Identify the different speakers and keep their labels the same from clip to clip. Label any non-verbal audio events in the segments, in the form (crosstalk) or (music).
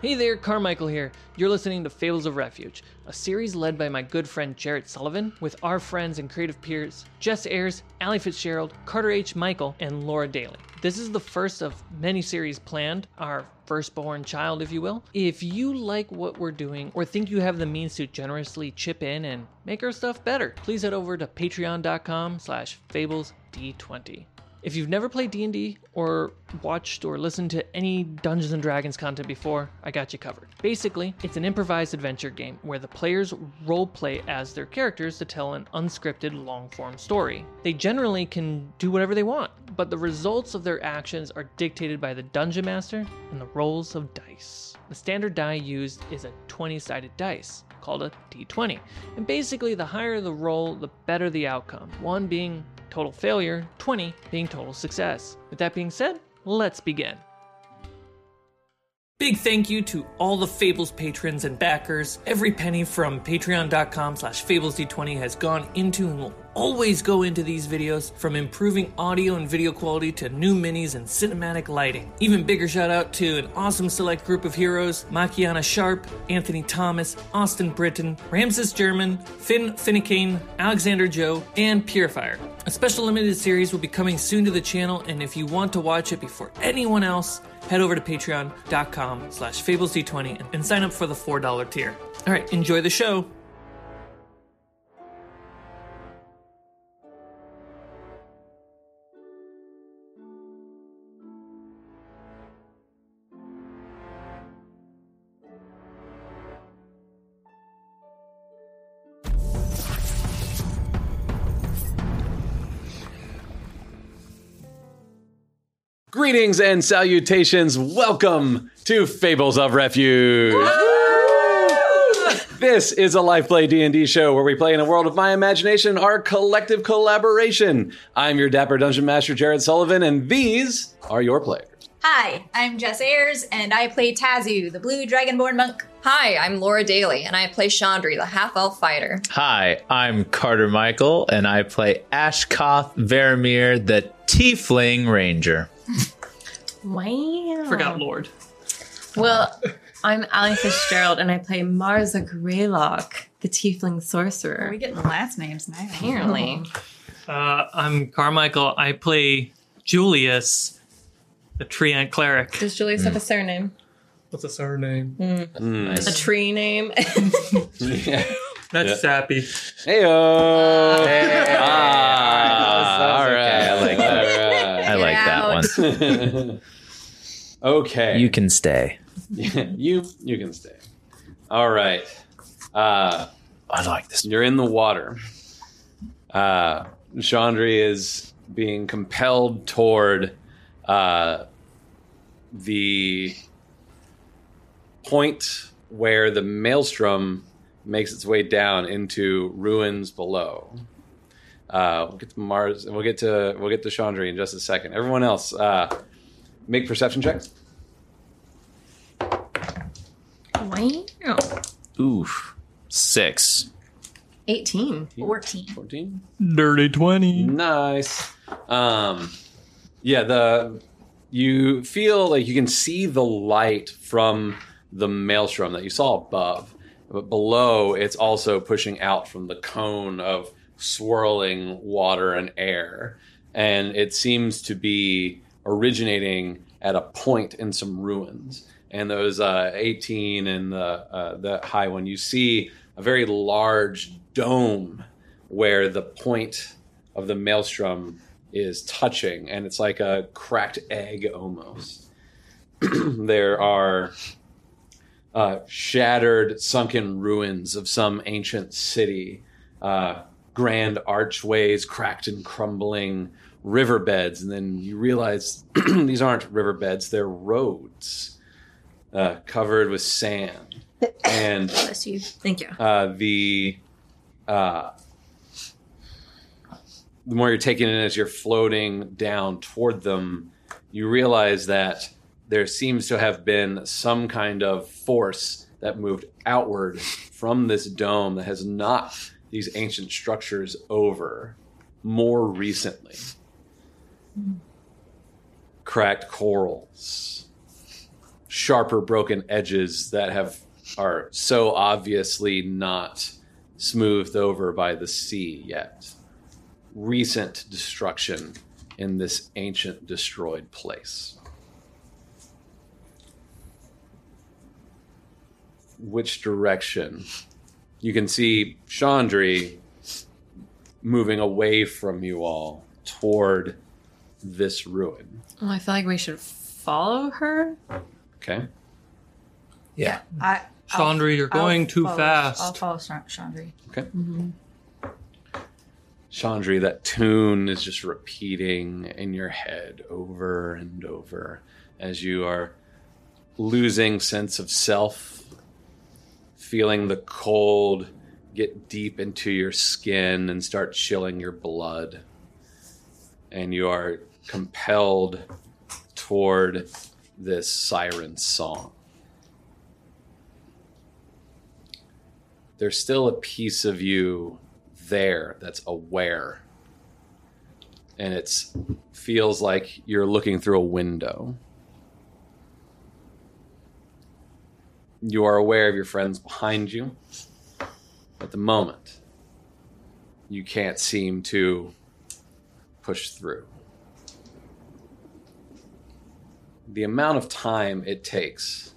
Speaker 1: Hey there, Carmichael here. You're listening to Fables of Refuge, a series led by my good friend Jarrett Sullivan with our friends and creative peers Jess Ayers, Allie Fitzgerald, Carter H. Michael, and Laura Daly. This is the first of many series planned, our firstborn child, if you will. If you like what we're doing or think you have the means to generously chip in and make our stuff better, please head over to patreon.com slash fablesd20. If you've never played D&D or watched or listened to any Dungeons and Dragons content before, I got you covered. Basically, it's an improvised adventure game where the players roleplay as their characters to tell an unscripted long-form story. They generally can do whatever they want, but the results of their actions are dictated by the dungeon master and the rolls of dice. The standard die used is a 20-sided dice called a d20. And basically, the higher the roll, the better the outcome. 1 being total failure, 20 being total success. With that being said, let's begin. Big thank you to all the Fables patrons and backers. Every penny from patreon.com slash fablesd20 has gone into and will always go into these videos, from improving audio and video quality to new minis and cinematic lighting. Even bigger shout out to an awesome select group of heroes, Makiana Sharp, Anthony Thomas, Austin Britton, Ramses German, Finn Finnecane, Alexander Joe, and Purifier. A special limited series will be coming soon to the channel, and if you want to watch it before anyone else, head over to patreon.com slash fablesd20 and sign up for the $4 tier. All right, enjoy the show.
Speaker 2: Greetings and salutations. Welcome to Fables of Refuge. This is a live play D&D show where we play in a world of my imagination, our collective collaboration. I'm your dapper dungeon master Jared Sullivan and these are your players.
Speaker 3: Hi, I'm Jess Ayers, and I play Tazu, the blue dragonborn monk.
Speaker 4: Hi, I'm Laura Daly, and I play Chandri, the half elf fighter.
Speaker 5: Hi, I'm Carter Michael, and I play Ashkoth Veramir, the Tiefling Ranger.
Speaker 6: Wow.
Speaker 1: Forgot Lord.
Speaker 6: Well,
Speaker 1: (laughs)
Speaker 6: I'm Allie Fitzgerald and I play Marza Greylock, the tiefling sorcerer. Oh.
Speaker 3: getting last names now.
Speaker 6: Apparently.
Speaker 1: Uh, I'm Carmichael. I play Julius, the Treant cleric.
Speaker 6: Does Julius have a surname?
Speaker 1: Mm.
Speaker 6: Mm.
Speaker 1: What's his surname?
Speaker 6: A tree name? (laughs)
Speaker 1: That's sappy.
Speaker 2: Heyo.
Speaker 5: Hey.
Speaker 2: Ah,
Speaker 5: Ah,
Speaker 2: all
Speaker 5: okay. I like
Speaker 2: right.
Speaker 5: I like that
Speaker 4: out.
Speaker 5: one.
Speaker 2: (laughs) okay.
Speaker 5: You can stay.
Speaker 2: you you can stay. All right. Uh
Speaker 5: I like this.
Speaker 2: You're in the water. Uh, Chandri is being compelled toward uh, the point where the maelstrom makes its way down into ruins below. Uh, we'll get to Mars, and we'll get to we'll get to Chandri in just a second. Everyone else, uh, make perception checks.
Speaker 6: wow.
Speaker 5: Oof. Six.
Speaker 6: 18.
Speaker 3: 14.
Speaker 2: 14.
Speaker 1: Dirty 20.
Speaker 2: Nice. Um, yeah, the you feel like you can see the light from the maelstrom that you saw above, but below it's also pushing out from the cone of swirling water and air, and it seems to be originating at a point in some ruins. And those uh, 18 and the uh, the high one, you see a very large dome where the point of the maelstrom is touching, and it's like a cracked egg almost. (clears throat) there are uh, shattered, sunken ruins of some ancient city, uh, grand archways cracked and crumbling, riverbeds, and then you realize (clears throat) these aren't riverbeds, they're roads uh, covered with sand. And
Speaker 3: Bless you.
Speaker 6: Thank you.
Speaker 2: uh, the uh, the more you're taking in as you're floating down toward them, you realize that there seems to have been some kind of force that moved outward from this dome that has knocked these ancient structures over more recently. Cracked corals, sharper broken edges that have are so obviously not smoothed over by the sea yet. Recent destruction in this ancient destroyed place. Which direction? You can see Chandri moving away from you all toward this ruin.
Speaker 6: Oh, I feel like we should follow her.
Speaker 2: Okay.
Speaker 5: Yeah.
Speaker 3: I,
Speaker 7: Chandri, you're
Speaker 3: I'll
Speaker 7: going too
Speaker 3: follow-
Speaker 7: fast.
Speaker 3: I'll follow Chan- Chandri.
Speaker 2: Okay. Chandri, that tune is just repeating in your head over and over as you are losing sense of self, feeling the cold get deep into your skin and start chilling your blood. And you are compelled toward this siren song. there's still a piece of you there that's aware and it's feels like you're looking through a window you are aware of your friends behind you at the moment you can't seem to push through the amount of time it takes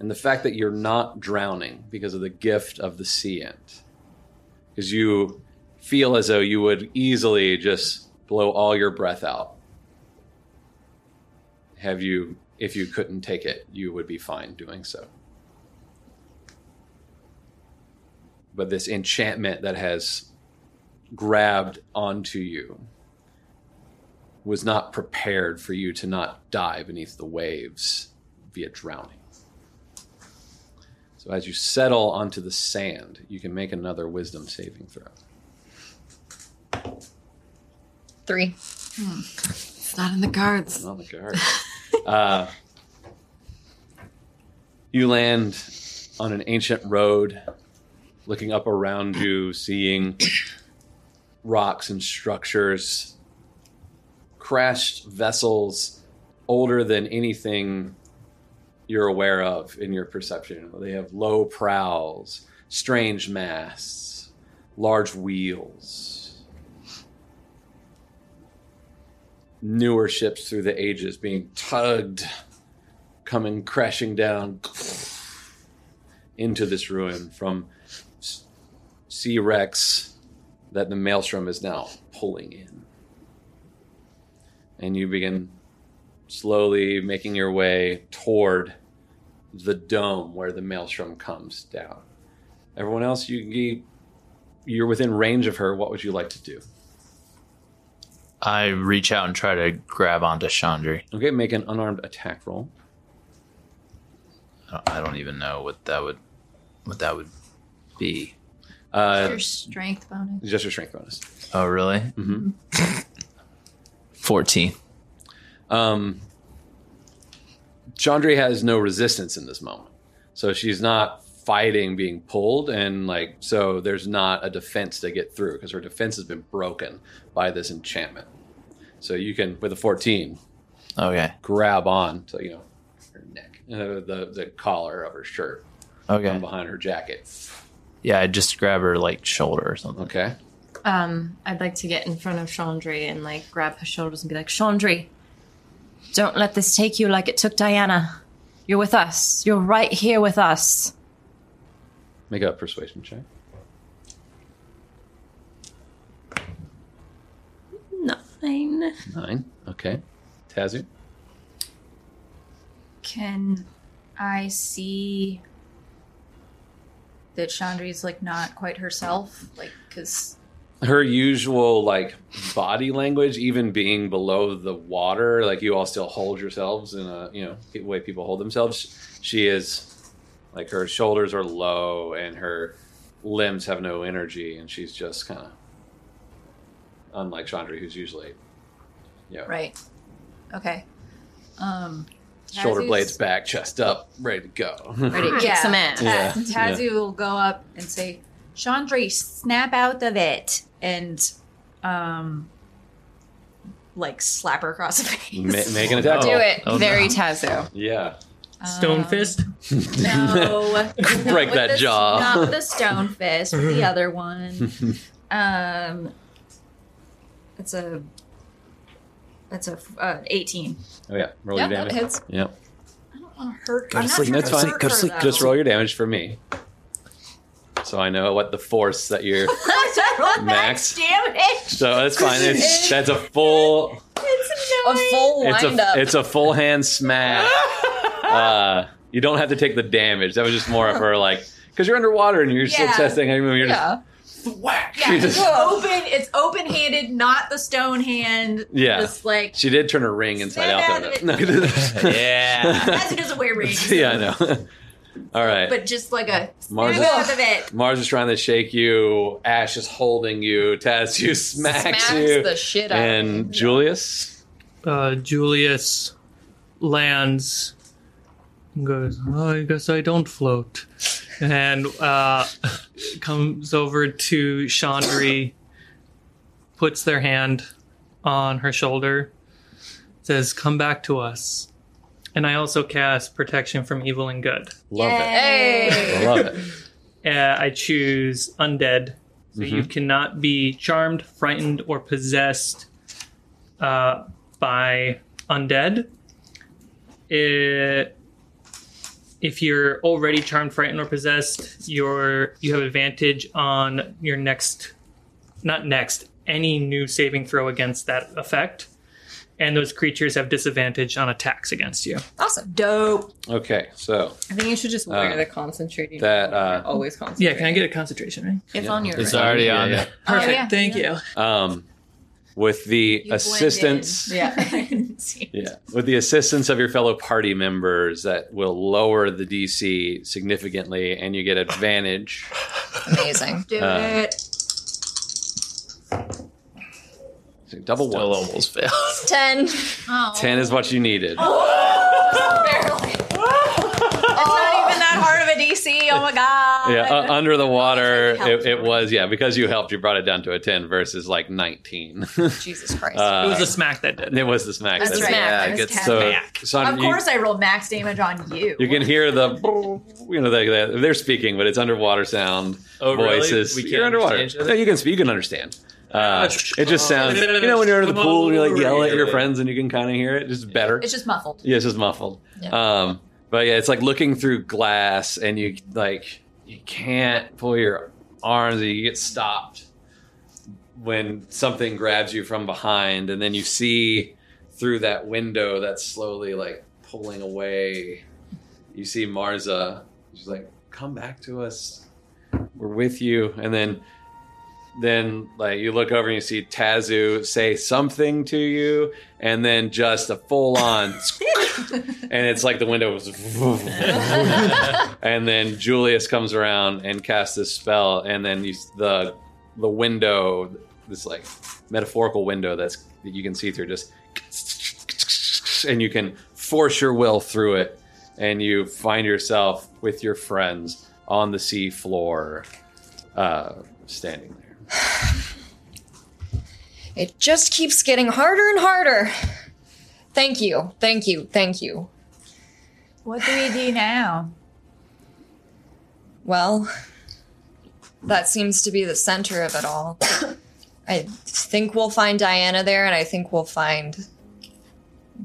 Speaker 2: and the fact that you're not drowning because of the gift of the sea ant because you feel as though you would easily just blow all your breath out have you if you couldn't take it you would be fine doing so but this enchantment that has grabbed onto you was not prepared for you to not die beneath the waves via drowning so as you settle onto the sand, you can make another wisdom saving throw.
Speaker 4: Three.
Speaker 6: It's not in the guards.
Speaker 2: Oh my god. uh, you land on an ancient road, looking up around you, seeing rocks and structures, crashed vessels older than anything you're aware of in your perception. They have low prows, strange masts, large wheels. newer ships through the ages being tugged, coming crashing down into this ruin from s- sea wrecks that the maelstrom is now pulling in. And you begin slowly making your way toward the dome where the maelstrom comes down. Everyone else, you- you you're within range of her. What would you like to do?
Speaker 5: I reach out and try to grab onto Chandri.
Speaker 2: Okay, make an unarmed attack roll.
Speaker 5: I don't- I don't even know what that would what that would be.
Speaker 2: Uh,
Speaker 3: Your strength bonus.
Speaker 2: Just your strength bonus.
Speaker 5: Oh, really? Mm-hmm. (laughs) 14.
Speaker 2: Um, Chandri has no resistance in this moment, so she's not fighting being pulled, and like so, there's not a defense to get through because her defense has been broken by this enchantment. So you can, with a 14,
Speaker 5: Okay.
Speaker 2: grab on to you know her neck, uh, the the collar of her shirt,
Speaker 5: Okay.
Speaker 2: from behind her jacket.
Speaker 5: Yeah, I just grab her like shoulder or something.
Speaker 2: Okay,
Speaker 6: Um, I'd like to get in front of Chandri and like grab her shoulders and be like, Chandri, don't let this take you like it took Diana. You're with us. You're right here with us.
Speaker 2: make a persuasion check.
Speaker 6: Nine.
Speaker 2: Nine. Okay, Tazu.
Speaker 3: Can I see that Chandri's like not quite herself? Like, because
Speaker 2: her usual like body language even being below the water like you all still hold yourselves in a you know the way people hold themselves she is like her shoulders are low and her limbs have no energy and she's just kind of unlike chandra who's usually you know
Speaker 3: right, okay, um,
Speaker 2: shoulder
Speaker 3: Tazu's-
Speaker 2: blades back chest up ready to go
Speaker 6: Ready to kick
Speaker 3: Yeah.
Speaker 6: some ass.
Speaker 2: Yeah.
Speaker 3: Ta- Tazu will go up and say, Chandri, snap out of it. And, um, like slap her across the face.
Speaker 2: (laughs) Ma- make an attack
Speaker 4: Do
Speaker 2: roll.
Speaker 4: it.
Speaker 5: Oh, no.
Speaker 4: Very Tazo.
Speaker 2: yeah
Speaker 3: Um,
Speaker 8: Uh,
Speaker 3: (laughs)
Speaker 1: Stone fist.
Speaker 8: No,
Speaker 2: (laughs) Break
Speaker 8: with
Speaker 2: that
Speaker 8: the-
Speaker 2: jaw.
Speaker 8: Not with the stone fist, with
Speaker 1: (laughs)
Speaker 8: the other one.
Speaker 2: (laughs)
Speaker 8: Um, it's a that's a uh, eighteen.
Speaker 2: Oh yeah, roll
Speaker 4: Yeah,
Speaker 2: your
Speaker 4: that
Speaker 2: damage.
Speaker 4: hits.
Speaker 2: Yeah,
Speaker 8: I don't want to hurt.
Speaker 9: Go to
Speaker 8: I'm not
Speaker 9: sleep,
Speaker 8: trying
Speaker 9: that's
Speaker 8: to
Speaker 9: fine.
Speaker 8: hurt
Speaker 9: Go to
Speaker 8: her,
Speaker 9: sleep, go to
Speaker 8: though.
Speaker 2: just roll your damage for me, so I know what the force that you're.
Speaker 3: (laughs)
Speaker 2: Max.
Speaker 8: damage.
Speaker 2: So that's fine. It's, that's a full.
Speaker 8: It's
Speaker 4: A
Speaker 8: annoying.
Speaker 4: full
Speaker 2: It's
Speaker 4: wind
Speaker 2: a
Speaker 4: up.
Speaker 2: it's a full hand
Speaker 8: (laughs)
Speaker 2: smash. Uh, you don't have to take the damage. That was just more for like because you're underwater and you're still
Speaker 8: Yeah.
Speaker 2: testing. I mean, you're just
Speaker 4: yeah.
Speaker 2: whack.
Speaker 8: Yeah,
Speaker 2: She,
Speaker 8: (laughs) it's
Speaker 2: just-
Speaker 8: open. It's open-handed, not the stone hand.
Speaker 2: (laughs) Yeah.
Speaker 8: just like
Speaker 2: she did turn her ring inside
Speaker 8: Snap
Speaker 2: out.
Speaker 8: out
Speaker 2: though.
Speaker 8: of
Speaker 2: No, (laughs)
Speaker 5: (laughs) Yeah.
Speaker 8: Master doesn't wear rings.
Speaker 2: yeah, I know. (laughs) All right.
Speaker 8: but just like a
Speaker 2: Mars
Speaker 8: snap
Speaker 2: is-
Speaker 8: out of it.
Speaker 2: Mars is trying to shake you. Ash is holding you. Taz, you smacks,
Speaker 4: Smacks
Speaker 2: you.
Speaker 4: the shit out of
Speaker 2: and Julius,
Speaker 1: Uh, Julius lands and goes, oh, I guess I don't float. And uh, (laughs) comes over to Chandri, puts their hand on her shoulder, says, Come back to us. And I also cast Protection from Evil and Good.
Speaker 2: love
Speaker 4: Hey.
Speaker 2: it. Love it.
Speaker 1: uh, I choose undead. So you cannot be charmed, frightened, or possessed uh, by undead. It, if you're already charmed, frightened, or possessed, you're you have advantage on your next, not next, any new saving throw against that effect, and those creatures have disadvantage on attacks against you.
Speaker 4: Awesome.
Speaker 8: Dope.
Speaker 2: Okay, so
Speaker 6: I think you should just
Speaker 2: wear Uh, the
Speaker 6: concentrating.
Speaker 2: that, uh,
Speaker 6: always concentrate.
Speaker 1: Yeah, can I get a concentration? Right?
Speaker 8: It's on your.
Speaker 5: It's
Speaker 8: right.
Speaker 5: already
Speaker 2: Yeah,
Speaker 5: on.
Speaker 2: yeah.
Speaker 1: Perfect.
Speaker 8: Oh, yeah.
Speaker 1: Thank you.
Speaker 2: um, with the
Speaker 8: You blend
Speaker 2: assistance.
Speaker 8: in. Yeah. (laughs) I didn't see it.
Speaker 2: Yeah, with the assistance of your fellow party members, that will lower the DC significantly, and you get advantage. (laughs)
Speaker 4: Amazing.
Speaker 8: Do
Speaker 2: Uh,
Speaker 8: it.
Speaker 2: So double
Speaker 5: Still
Speaker 2: one.
Speaker 5: almost failed.
Speaker 4: (laughs) Ten.
Speaker 8: Oh.
Speaker 2: Ten is what you needed.
Speaker 4: Barely.
Speaker 8: not even that hard of a DC. Oh my god.
Speaker 2: Yeah, uh, under the water,
Speaker 8: It
Speaker 2: it,
Speaker 8: helped.
Speaker 2: it was yeah because you helped, you brought it down to a ten versus like nineteen. (laughs)
Speaker 4: Jesus Christ.
Speaker 1: It was
Speaker 2: Uh,
Speaker 1: a smack that did. it.
Speaker 2: it was the smack.
Speaker 8: That's right.
Speaker 5: Yeah,
Speaker 8: I was
Speaker 5: good
Speaker 8: tapped.
Speaker 2: So,
Speaker 1: Smack.
Speaker 2: so
Speaker 8: Of
Speaker 2: uh, you,
Speaker 8: course, I roll max damage on you.
Speaker 2: (laughs) you can hear the you know the, the, they're speaking, but it's underwater sound
Speaker 5: Oh, really?
Speaker 2: voices.
Speaker 5: We can't
Speaker 2: you're underwater.
Speaker 5: understand each other?
Speaker 2: No, you can speak. You can understand.
Speaker 5: (laughs)
Speaker 2: Uh, it just sounds you know when you're under the pool and you're like yell at your friends and you can kind of hear it. Just better.
Speaker 8: It's just muffled.
Speaker 2: Yeah, it's just muffled.
Speaker 4: Yeah.
Speaker 2: Um, but yeah, it's like looking through glass, and you like you can't pull your arms, and you get stopped when something grabs you from behind, and then you see through that window that's slowly like pulling away. You see Marza. She's like, "Come back to us. We're with you." And then. Then, like, you look over and you see Tazu say something to you, and then just a full on and it's like the window was (laughs) and then julius comes around and casts this spell and then you, the the window this like metaphorical window that's that you can see through just and you can force your will through it and you find yourself with your friends on the sea floor uh, standing there
Speaker 4: It just keeps getting harder and harder. Thank you. Thank you. Thank you.
Speaker 8: What do we do now?
Speaker 4: Well, that seems to be the center of
Speaker 2: (coughs)
Speaker 4: it all. I think we'll find Diana there, and I think we'll find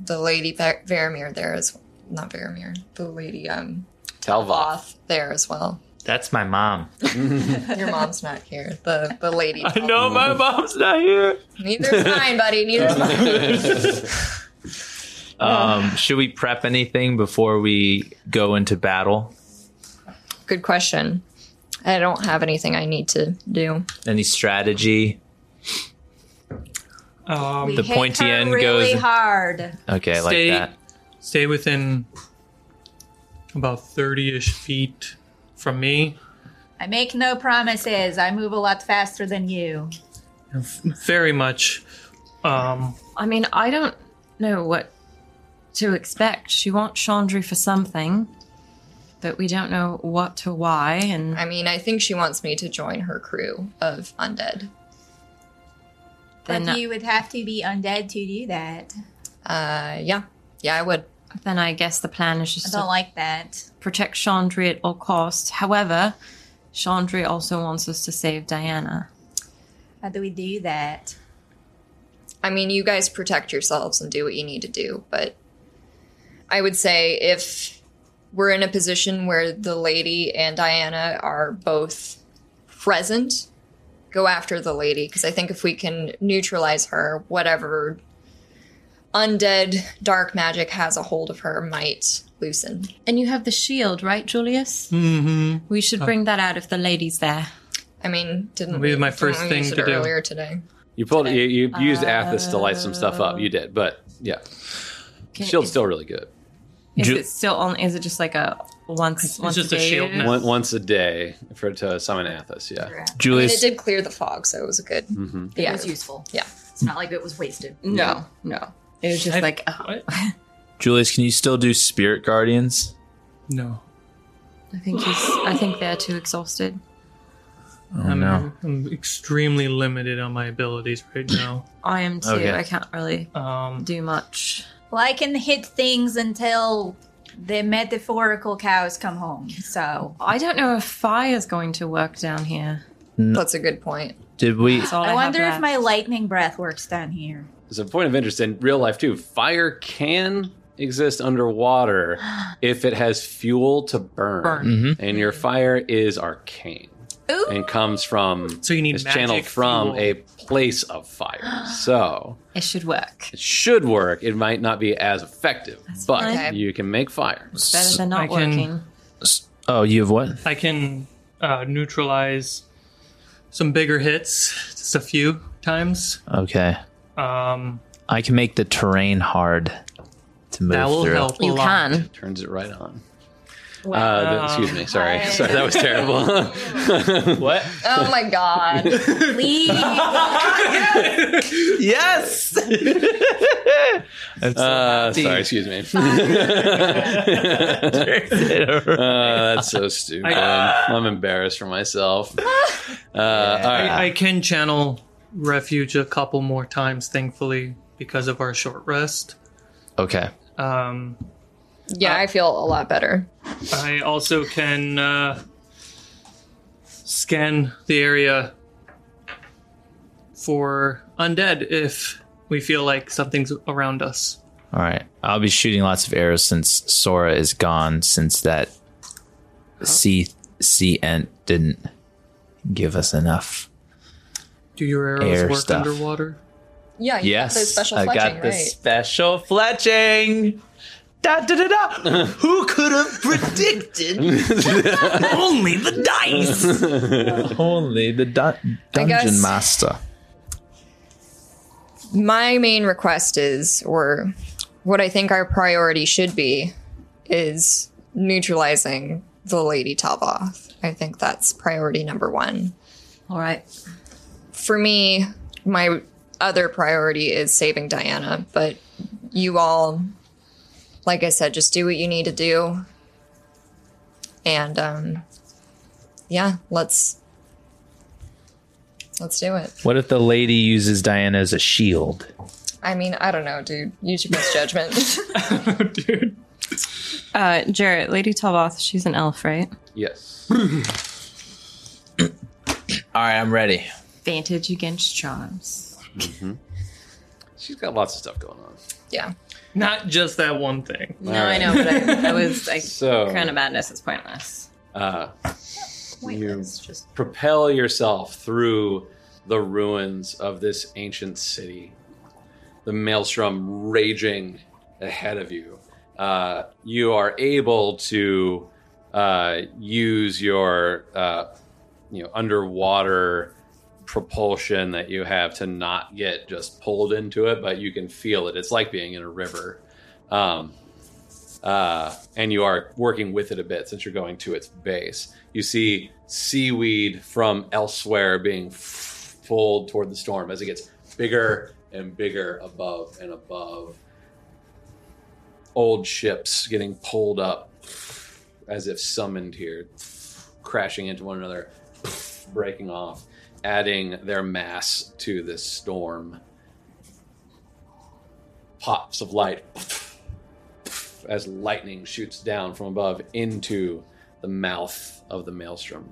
Speaker 4: the lady Ver- Vermeer there as well. Not Vermeer, the lady um
Speaker 2: talva
Speaker 4: Voth there as well.
Speaker 5: That's my mom.
Speaker 4: Your mom's not here. The the lady. Voth.
Speaker 5: No, my mom's not here.
Speaker 4: Neither's mine, buddy. Neither's mine.
Speaker 5: Um, should we prep anything before we go into battle?
Speaker 4: Good question. I don't have anything I need to do.
Speaker 5: Any strategy?
Speaker 1: Um,
Speaker 5: The
Speaker 8: Hit
Speaker 5: pointy
Speaker 8: her
Speaker 5: end
Speaker 8: really
Speaker 5: goes.
Speaker 8: hard.
Speaker 5: Okay, I like
Speaker 1: Stay-
Speaker 5: that.
Speaker 1: stay within about 30-ish feet from me
Speaker 8: I make no promises. I move a lot faster than you.
Speaker 1: very much um
Speaker 6: I mean, I don't know what to expect. She wants Chandru for something, but we don't know what or why. And
Speaker 4: I mean, I think she wants me to join her crew of undead.
Speaker 8: But
Speaker 6: then
Speaker 8: you would have to be undead to do that.
Speaker 4: Uh, yeah, yeah, I would.
Speaker 6: Then I guess the plan is
Speaker 3: I
Speaker 6: just
Speaker 3: don't
Speaker 6: to
Speaker 3: like that.
Speaker 6: protect Chandri at all costs. However, Chandri also wants us to save Diana.
Speaker 3: How do we do that?
Speaker 4: I mean, you guys protect yourselves and do what you need to do, but I would say if we're in a position where the lady and Diana are both present, go after the lady because I think if we can neutralize her, whatever undead dark magic has a hold of her might loosen.
Speaker 6: And you have the shield, right, Julius?
Speaker 7: Mm-hmm.
Speaker 6: We should bring that out if the lady's there.
Speaker 4: I mean, didn't
Speaker 7: That'll be
Speaker 4: we-
Speaker 7: my
Speaker 4: didn't
Speaker 7: first
Speaker 4: we
Speaker 7: thing
Speaker 4: use it
Speaker 7: to do.
Speaker 4: earlier today?
Speaker 2: You pulled. You, you used Athos to light some stuff up. You did, but yeah,
Speaker 6: Uh, Can-
Speaker 2: shield's
Speaker 6: is-
Speaker 2: still really good.
Speaker 6: Is
Speaker 5: Ju-
Speaker 6: it still on? Is it just like a once? once
Speaker 7: just a
Speaker 6: day?
Speaker 7: shield now.
Speaker 2: One, once a day for to summon Athos. Yeah.
Speaker 4: I mean, it
Speaker 5: Julius,
Speaker 4: did clear the fog, so it was a good.
Speaker 8: It was useful.
Speaker 4: Yeah.
Speaker 8: It's not like it was wasted.
Speaker 6: No, no. It was just
Speaker 7: I-
Speaker 6: like oh,
Speaker 7: What?
Speaker 5: Julius, can you still do Spirit Guardians?
Speaker 7: No.
Speaker 6: I think he's. I think they're too exhausted.
Speaker 1: Oh,
Speaker 7: I'm,
Speaker 5: no.
Speaker 7: I'm extremely limited on my abilities right now.
Speaker 6: I am too.
Speaker 5: Okay.
Speaker 6: I can't really
Speaker 7: Um,
Speaker 6: do much.
Speaker 3: Well, I can hit things until the metaphorical cows come home. So
Speaker 8: Oh,
Speaker 6: I don't know if fire's going to work down here.
Speaker 4: That's a good point.
Speaker 5: Did we?
Speaker 6: That's all I,
Speaker 3: I
Speaker 6: have
Speaker 3: wonder if
Speaker 6: left.
Speaker 3: my lightning breath works down here.
Speaker 2: As a point of interest in real life too, fire can exist underwater if it has fuel to burn.
Speaker 7: Burn.
Speaker 2: And your fire is arcane. And comes from
Speaker 7: So you need
Speaker 2: it's channeled
Speaker 7: magic
Speaker 2: from
Speaker 7: fuel.
Speaker 2: a place of fire. So
Speaker 6: it should work.
Speaker 2: it should work. It might not be as effective, but
Speaker 6: fine.
Speaker 4: Okay.
Speaker 2: you can make fire.
Speaker 6: It's better than
Speaker 7: I
Speaker 6: not
Speaker 7: can-
Speaker 6: working.
Speaker 5: Oh, you have what?
Speaker 7: I can uh, neutralize some bigger hits just a few times.
Speaker 5: Okay.
Speaker 7: Um,
Speaker 5: I can make the terrain hard to move
Speaker 7: that will
Speaker 5: through.
Speaker 7: help. a
Speaker 6: You
Speaker 7: lot.
Speaker 6: can.
Speaker 2: Turns it right on. uh, the- excuse me. Sorry. (laughs) Sorry, that was terrible.
Speaker 5: What?
Speaker 4: Oh my god.
Speaker 2: (laughs)
Speaker 5: Yes.
Speaker 2: Uh, sorry, excuse me. (laughs) Uh, that's so stupid. I'm embarrassed for myself. Uh, all right.
Speaker 7: I, I can channel refuge a couple more times, thankfully, because of our short rest.
Speaker 5: (laughs) okay.
Speaker 7: Um,
Speaker 4: Yeah, I feel a lot better.
Speaker 7: I also can uh, scan the area for undead if we feel like something's around us.
Speaker 5: All right. I'll be shooting lots of arrows since Sora is gone. Since that C C ent didn't give us enough.
Speaker 7: Do your arrows
Speaker 5: Air
Speaker 7: work
Speaker 5: stuff.
Speaker 7: underwater? (laughs)
Speaker 4: Yeah, you
Speaker 5: Yes,
Speaker 4: got the special
Speaker 5: I
Speaker 4: fletching,
Speaker 5: got the
Speaker 4: right?
Speaker 5: special fletching. Da da da (laughs) da. Who could have (laughs) predicted? Only the dice. (laughs) Only the dun-
Speaker 4: guess-
Speaker 5: dungeon master.
Speaker 4: My main request is, or what I think our priority should be, is neutralizing the Lady Taboth. I think that's priority number one.
Speaker 6: All right.
Speaker 4: For me, my other priority is saving Diana, but you all, like I said, just do what you need to do. And um, yeah, let's let's do it.
Speaker 5: What if the lady uses Diana as a shield?
Speaker 4: I mean, I don't know, dude. Use your best judgment. (laughs)
Speaker 7: Dude.
Speaker 6: Uh, Jarrett, Lady Talboth, she's an elf, right?
Speaker 2: yes.
Speaker 5: All right, I'm ready.
Speaker 6: Vantage against charms.
Speaker 2: She's got lots of stuff going on.
Speaker 4: yeah.
Speaker 7: Not just that one thing.
Speaker 6: No,
Speaker 2: All
Speaker 6: I
Speaker 2: right.
Speaker 6: know, but
Speaker 7: (laughs)
Speaker 6: I, I was like,
Speaker 2: So-
Speaker 6: Crown of Madness is pointless.
Speaker 2: Uh, you
Speaker 8: Pointless. Just
Speaker 2: propel yourself through the ruins of this ancient city. The maelstrom raging ahead of you. Uh, you are able to uh, use your uh, you know underwater propulsion that you have to not get just pulled into it, but you can feel it. It's like being in a river. Um, uh, and you are working with it a bit since you're going to its base. You see seaweed from elsewhere being f- pulled toward the storm as it gets bigger and bigger above and above. Old ships getting pulled up as if summoned here, crashing into one another, breaking off, adding their mass to this storm. Pops of light as lightning shoots down from above into the mouth of the maelstrom.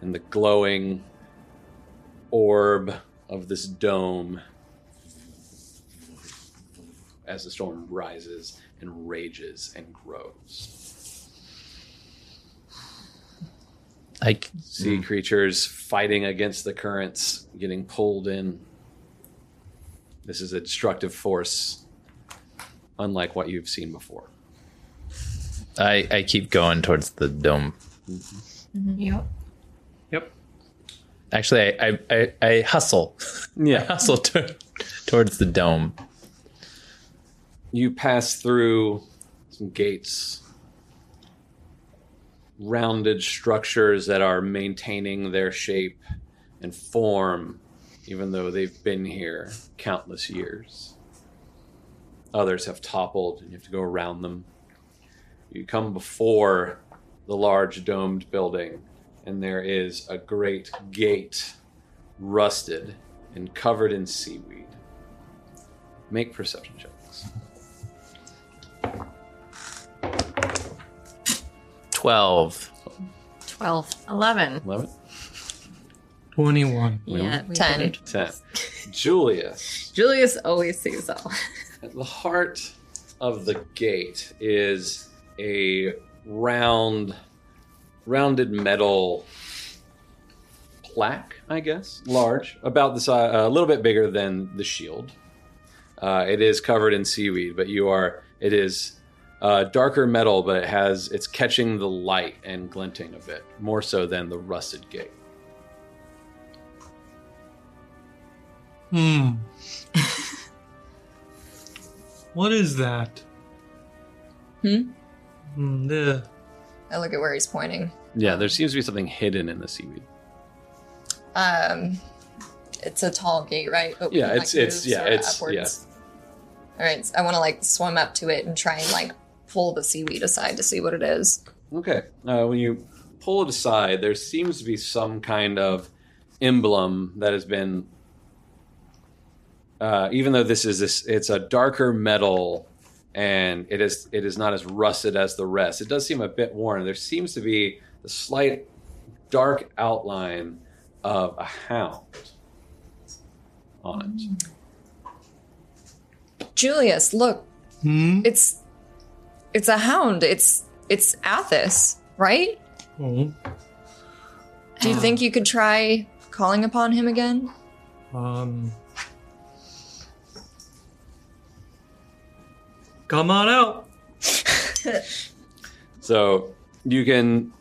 Speaker 2: And the glowing orb of this dome as the storm rises and rages and grows.
Speaker 5: I
Speaker 2: Sea creatures fighting against the currents, getting pulled in. This is a destructive force, unlike what you've seen before.
Speaker 5: I, I keep going towards the dome.
Speaker 6: Yep.
Speaker 7: Yep.
Speaker 5: Actually, I I, I, I hustle, (laughs)
Speaker 2: Yeah.
Speaker 5: hustle to, towards the dome.
Speaker 2: you pass through some gates, rounded structures that are maintaining their shape and form, even though they've been here countless years. Others have toppled, and you have to go around them. You come before the large domed building, and there is a great gate, rusted and covered in seaweed. Make perception checks.
Speaker 5: Twelve.
Speaker 6: 12. 11.
Speaker 2: 11?
Speaker 7: 21.
Speaker 6: Yeah, we
Speaker 4: 10.
Speaker 6: did it.
Speaker 2: 10. Julius,
Speaker 6: Julius always sees all.
Speaker 2: at the heart of the gate is a round, rounded metal plaque, I guess, large, about the size, a little bit bigger than the shield. Uh, it is covered in seaweed, but you are, it is uh, darker metal, but it has, it's catching the light and glinting a bit, more so than the rusted gate.
Speaker 7: Hmm. what is that?
Speaker 4: Hmm?
Speaker 7: Hmm, the-
Speaker 4: I look at where he's pointing.
Speaker 2: Yeah, there seems to be something hidden in the seaweed.
Speaker 4: Um, it's a tall gate, right? But
Speaker 2: Yeah,
Speaker 4: can,
Speaker 2: it's- it's-
Speaker 4: move
Speaker 2: yeah,
Speaker 4: sorta
Speaker 2: it's-
Speaker 4: All right, so I want to like swim up to it and try and like pull the seaweed aside to see what it is.
Speaker 2: Okay. Uh, when you pull it aside, there seems to be some kind of emblem that has been. Uh, even though this is this, it's a darker metal, and it is it is not as rusted as the rest. It does seem a bit worn. There seems to be the slight dark outline of a hound on it.
Speaker 4: Julius, look,
Speaker 7: Hmm?
Speaker 4: it's it's a hound. It's it's Athos, right?
Speaker 7: Oh.
Speaker 4: Do you think you could try calling upon him again?
Speaker 7: Um. Come on out.
Speaker 2: So you can,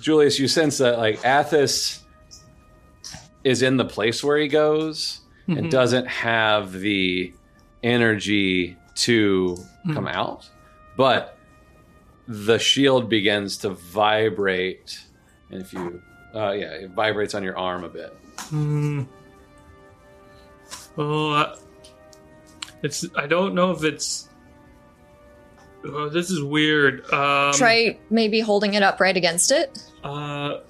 Speaker 2: Julius, you sense that like Athos is in the place where he goes and doesn't have the energy to come out, but the shield begins to vibrate, and if you, uh, yeah, it vibrates on your arm a bit.
Speaker 7: Hmm. Oh, I, it's. I don't know if it's. Oh, this is weird. Um,
Speaker 4: try maybe holding it up right against it.
Speaker 7: Uh,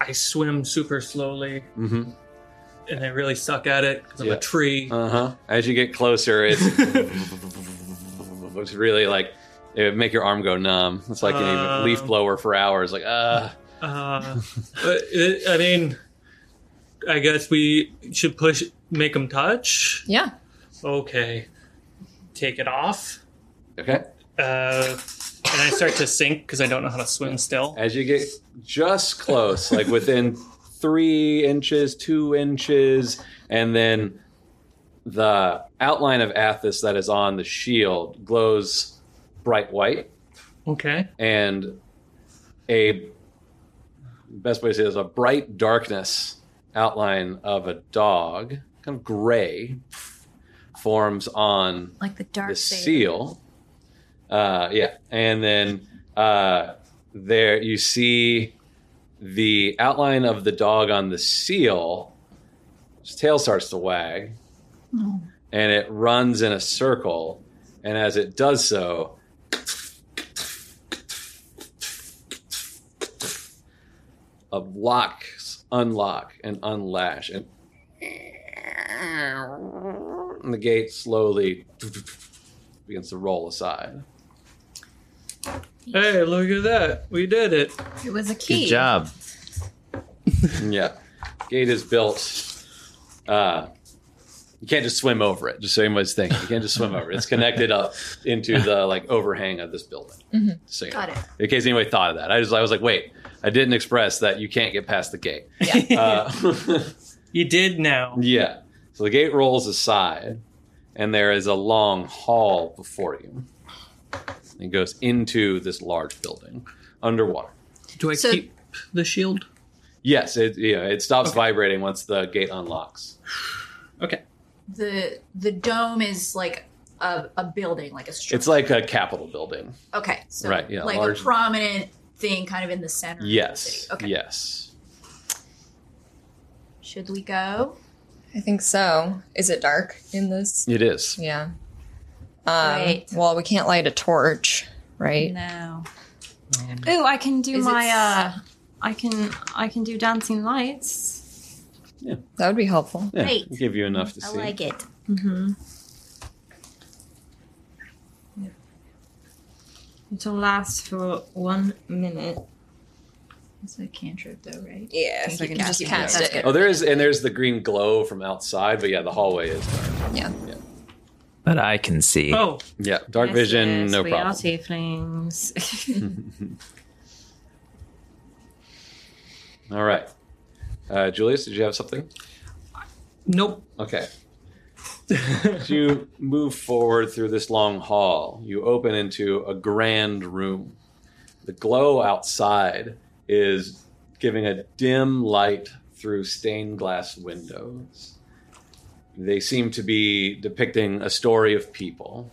Speaker 7: I swim super slowly,
Speaker 2: Mm-hmm.
Speaker 7: and I really suck at it because I'm
Speaker 2: Yeah.
Speaker 7: a tree.
Speaker 2: Uh huh. As you get closer, it's, it's really like it would make your arm go numb. It's like a
Speaker 7: Um.
Speaker 2: leaf blower for hours. Like ah.
Speaker 7: Uh, but it, I mean, I guess we should push, make them touch.
Speaker 4: Yeah.
Speaker 7: Okay, take it off,
Speaker 2: Okay.
Speaker 7: uh, and I start to sink because I don't know how to swim still.
Speaker 2: As you get just close, like within three inches, two inches, and then the outline of Athos that is on the shield glows bright white,
Speaker 7: Okay,
Speaker 2: and a best way to say this a bright darkness outline of a dog, kind of gray, forms on
Speaker 6: (laughs) Like the dark
Speaker 2: the seal. Uh, yeah, and then uh, there you see the outline of the dog on the seal. Its tail starts to wag, and it runs in a circle. And as it does so, of locks unlock and unlash and And the gate slowly begins to roll aside.
Speaker 7: Hey, look at that. We did it.
Speaker 6: It was a key.
Speaker 5: Good job.
Speaker 2: Yeah. Gate is built. Uh, you can't just swim over it. Just so anybody's thinking, you can't just swim over it. It's connected up into the like overhang of this building. So, yeah.
Speaker 8: Mm-hmm. Got it.
Speaker 2: In case anybody thought of that, I just I was like, wait, I didn't express that you can't get past the
Speaker 8: (laughs)
Speaker 2: gate. Uh,
Speaker 7: (laughs)
Speaker 2: (laughs)
Speaker 7: You did now.
Speaker 2: yeah. So the gate rolls aside, and there is a long hall before you. It goes into this large building underwater.
Speaker 7: Do I
Speaker 8: So-
Speaker 7: keep the shield?
Speaker 2: Yes, it yeah, it stops vibrating once the gate unlocks.
Speaker 7: Okay.
Speaker 8: The the dome is like a, a building, like a structure.
Speaker 2: It's like a capitol building.
Speaker 8: okay, so
Speaker 2: Right, yeah,
Speaker 8: like
Speaker 2: large-
Speaker 8: a prominent thing, kind of in the center. of the
Speaker 2: Yes.
Speaker 8: city. Okay.
Speaker 2: Yes.
Speaker 8: Should we go?
Speaker 4: I think so. Is it dark in this?
Speaker 2: It is.
Speaker 4: Yeah. Um,
Speaker 8: Right.
Speaker 4: Well, we can't light a torch, right?
Speaker 8: No.
Speaker 6: Ooh, I can do
Speaker 8: Is it
Speaker 6: my.
Speaker 8: s-
Speaker 6: Uh, I can I can do dancing lights.
Speaker 4: That would be helpful.
Speaker 2: Yeah,
Speaker 8: Great.
Speaker 2: it'll give you enough to see.
Speaker 8: it.
Speaker 6: Mm-hmm. It'll last for one minute.
Speaker 8: It's a cantrip, though, right?
Speaker 4: Yeah,
Speaker 8: so I can just cast it.
Speaker 2: Oh, there is, and there's the green glow from outside, but yeah, the hallway is dark.
Speaker 5: But I can see.
Speaker 7: Oh,
Speaker 2: Yeah, dark vision,
Speaker 6: Yes, yes,
Speaker 2: no
Speaker 6: we
Speaker 2: problem. Mm-hmm.
Speaker 6: are (laughs) tieflings.
Speaker 2: All right, uh, Julius, did you have something?
Speaker 7: nope. (laughs)
Speaker 2: Okay. As you move forward through this long hall, you open into a grand room. The glow outside is giving a dim light through stained glass windows. They seem to be depicting a story of people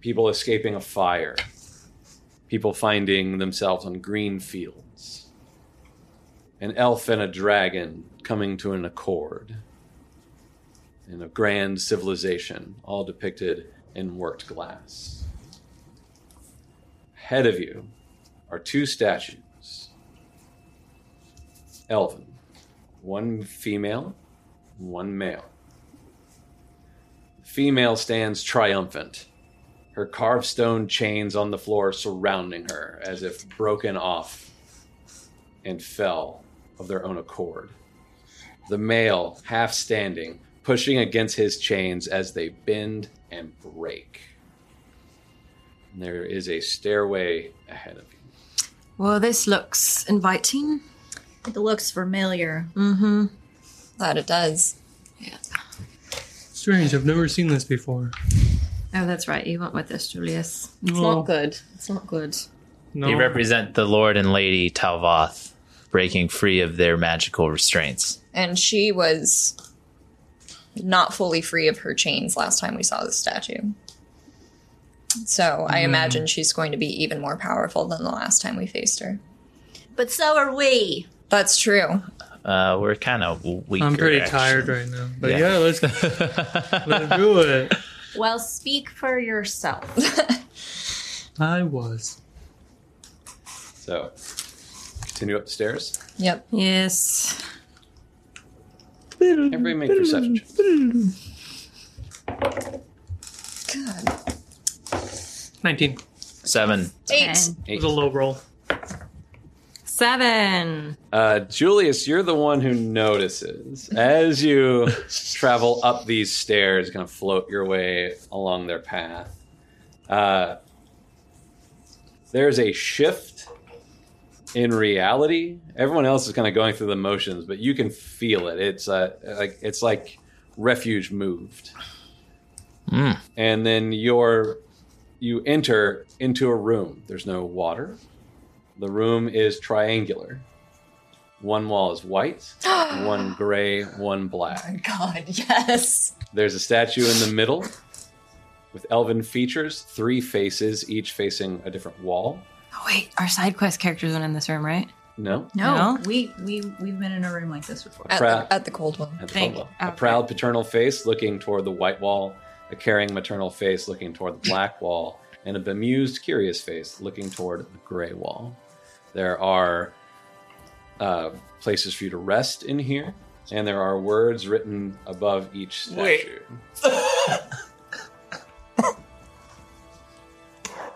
Speaker 2: people escaping a fire, people finding themselves on green fields an elf and a dragon coming to an accord in a grand civilization, all depicted in worked glass. Ahead of you are two statues elven, one female, one male. The female stands triumphant, her carved stone chains on the floor surrounding her as if broken off and fell of their own accord. The male, half standing, pushing against his chains as they bend and break. And there is a stairway ahead of you.
Speaker 6: well, this looks inviting.
Speaker 8: It looks familiar.
Speaker 4: That it does.
Speaker 7: Strange. I've never seen this before.
Speaker 6: Oh, that's right. You went with this, Julius. It's
Speaker 7: Well-
Speaker 6: not good. It's not good.
Speaker 7: No.
Speaker 5: You represent the Lord and Lady Talvoth, breaking free of their magical restraints.
Speaker 4: And she was not fully free of her chains last time we saw the statue. So
Speaker 8: Hmm.
Speaker 4: I imagine she's going to be even more powerful than the last time we faced her.
Speaker 8: But so are we.
Speaker 4: That's true.
Speaker 5: Uh, we're kind of weaker.
Speaker 7: I'm pretty
Speaker 5: actually.
Speaker 7: tired right now. But
Speaker 5: Yeah.
Speaker 7: yeah, let's, let's do
Speaker 2: (laughs)
Speaker 7: it.
Speaker 8: Well, speak for yourself.
Speaker 7: I was.
Speaker 2: So, continue up the stairs.
Speaker 4: Yep.
Speaker 6: Yes.
Speaker 2: Everybody make perception checks.
Speaker 4: God.
Speaker 7: 19. It
Speaker 5: (laughs) Seven.
Speaker 4: Eight.
Speaker 8: And
Speaker 2: Eight.
Speaker 7: was a low roll.
Speaker 6: Seven.
Speaker 2: Uh, Julius, you're the one who notices as you travel up these stairs, kind of float your way along their path. Uh, there's a shift in reality. Everyone else is kind of going through the motions, but you can feel it. It's uh, like it's like refuge moved,
Speaker 5: Mm.
Speaker 2: and then you're you enter into a room. There's no water. The room is triangular. One wall is white, one gray, one black.
Speaker 4: Oh God, (laughs) yes.
Speaker 2: There's a statue in the middle with elven features, three faces, each facing a different wall.
Speaker 6: Oh, wait. Our side quest characters aren't in this room, right?
Speaker 2: No?
Speaker 8: no,
Speaker 6: No?
Speaker 8: we we we've been in a room like this before.
Speaker 4: At
Speaker 2: Proud-
Speaker 4: the, at the cold one.
Speaker 2: at the
Speaker 6: Thank
Speaker 2: front wall.
Speaker 6: you. Oh,
Speaker 2: A proud paternal face looking toward the white wall, a caring maternal face looking toward the black wall, and a bemused, curious face looking toward the gray wall. There are uh, places for you to rest in here, and there are words written above each statue.
Speaker 5: Wait.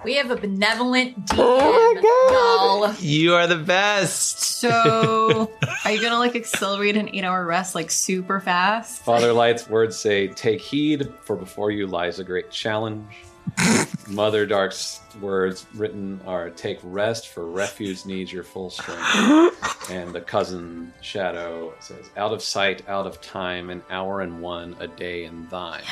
Speaker 8: We have a benevolent
Speaker 5: Oh
Speaker 8: DM,
Speaker 5: You are the best.
Speaker 6: So, are you gonna like accelerate an eight-hour rest like super fast?
Speaker 2: Father Light's words say, Take heed, for before you lies a great challenge. Mother Dark's words written are, Take rest, for refuge needs your full strength. and the cousin Shadow says, Out of sight, out of time, an hour and one, a day in thine.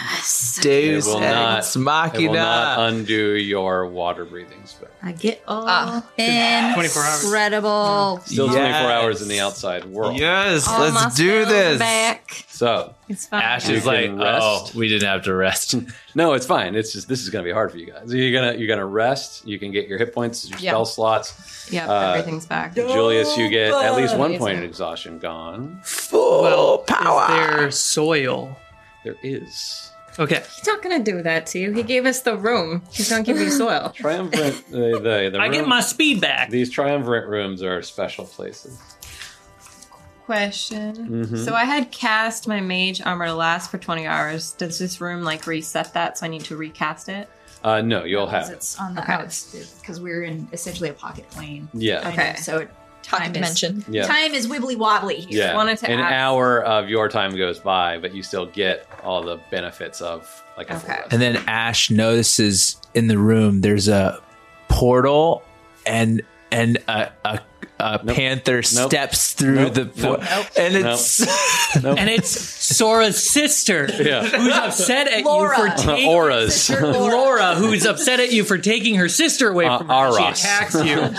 Speaker 5: Deus
Speaker 2: It will not-
Speaker 5: ex
Speaker 2: It will not
Speaker 5: machina.
Speaker 2: undo your water breathing spell.
Speaker 6: I get all.
Speaker 4: Ah.
Speaker 7: hours.
Speaker 3: Incredible.
Speaker 2: Still 24
Speaker 5: Yes.
Speaker 2: hours in the outside world.
Speaker 5: yes,
Speaker 6: all my
Speaker 5: let's do
Speaker 6: spells
Speaker 5: this.
Speaker 6: Back.
Speaker 2: So,
Speaker 6: It's fine.
Speaker 5: Ash
Speaker 2: You
Speaker 5: is like,
Speaker 2: can
Speaker 5: oh,
Speaker 2: rest.
Speaker 5: we didn't have to rest.
Speaker 2: No, it's fine. It's just this is going to be hard for you guys. You're gonna you're gonna rest. You can get your hit points, your
Speaker 6: Yeah.
Speaker 2: spell slots.
Speaker 6: Yep,
Speaker 2: uh,
Speaker 6: everything's back.
Speaker 2: Julius, you get at least one
Speaker 4: Amazing.
Speaker 2: point in exhaustion gone.
Speaker 5: Full power.
Speaker 7: Is there soil?
Speaker 2: There is
Speaker 7: Okay.
Speaker 6: He's not gonna do that to you. He gave us the room. He's gonna give you soil.
Speaker 2: triumvirate. the, the, the
Speaker 7: I get
Speaker 2: room-
Speaker 7: my speed back.
Speaker 2: These triumvirate rooms are special places.
Speaker 6: (laughs) Question.
Speaker 2: Mhm.
Speaker 6: So I had cast my mage armor to last for 20 hours. Does this room like reset that? So I need to recast it.
Speaker 2: Uh, no, you'll
Speaker 8: because
Speaker 2: have it.
Speaker 8: it's on the
Speaker 6: Okay.
Speaker 8: outs because we're in essentially a pocket plane.
Speaker 2: Yeah,
Speaker 6: Okay.
Speaker 8: kind of, so time is
Speaker 4: dimension.
Speaker 2: yeah,
Speaker 8: time is wibbly wobbly here.
Speaker 2: yeah.
Speaker 6: wanted to
Speaker 2: An
Speaker 6: ask-
Speaker 2: hour of your time goes by, but you still get all the benefits of like a full
Speaker 6: Okay.
Speaker 2: rest.
Speaker 5: And then Ash notices in the room there's a portal and and a a, a
Speaker 2: Nope.
Speaker 5: panther
Speaker 2: Nope.
Speaker 5: steps through
Speaker 2: Nope.
Speaker 5: the portal.
Speaker 2: Nope.
Speaker 5: And
Speaker 2: Nope.
Speaker 5: it's (laughs)
Speaker 7: And it's Sora's sister
Speaker 2: (laughs)
Speaker 1: (laughs)
Speaker 2: Yeah.
Speaker 7: (laughs) who's upset at you
Speaker 8: Laura.
Speaker 7: for (laughs) taking
Speaker 2: auras.
Speaker 7: Laura, who's upset at you for taking her sister away
Speaker 2: Uh,
Speaker 7: from her. She
Speaker 2: Aras.
Speaker 5: (laughs)
Speaker 7: attacks you.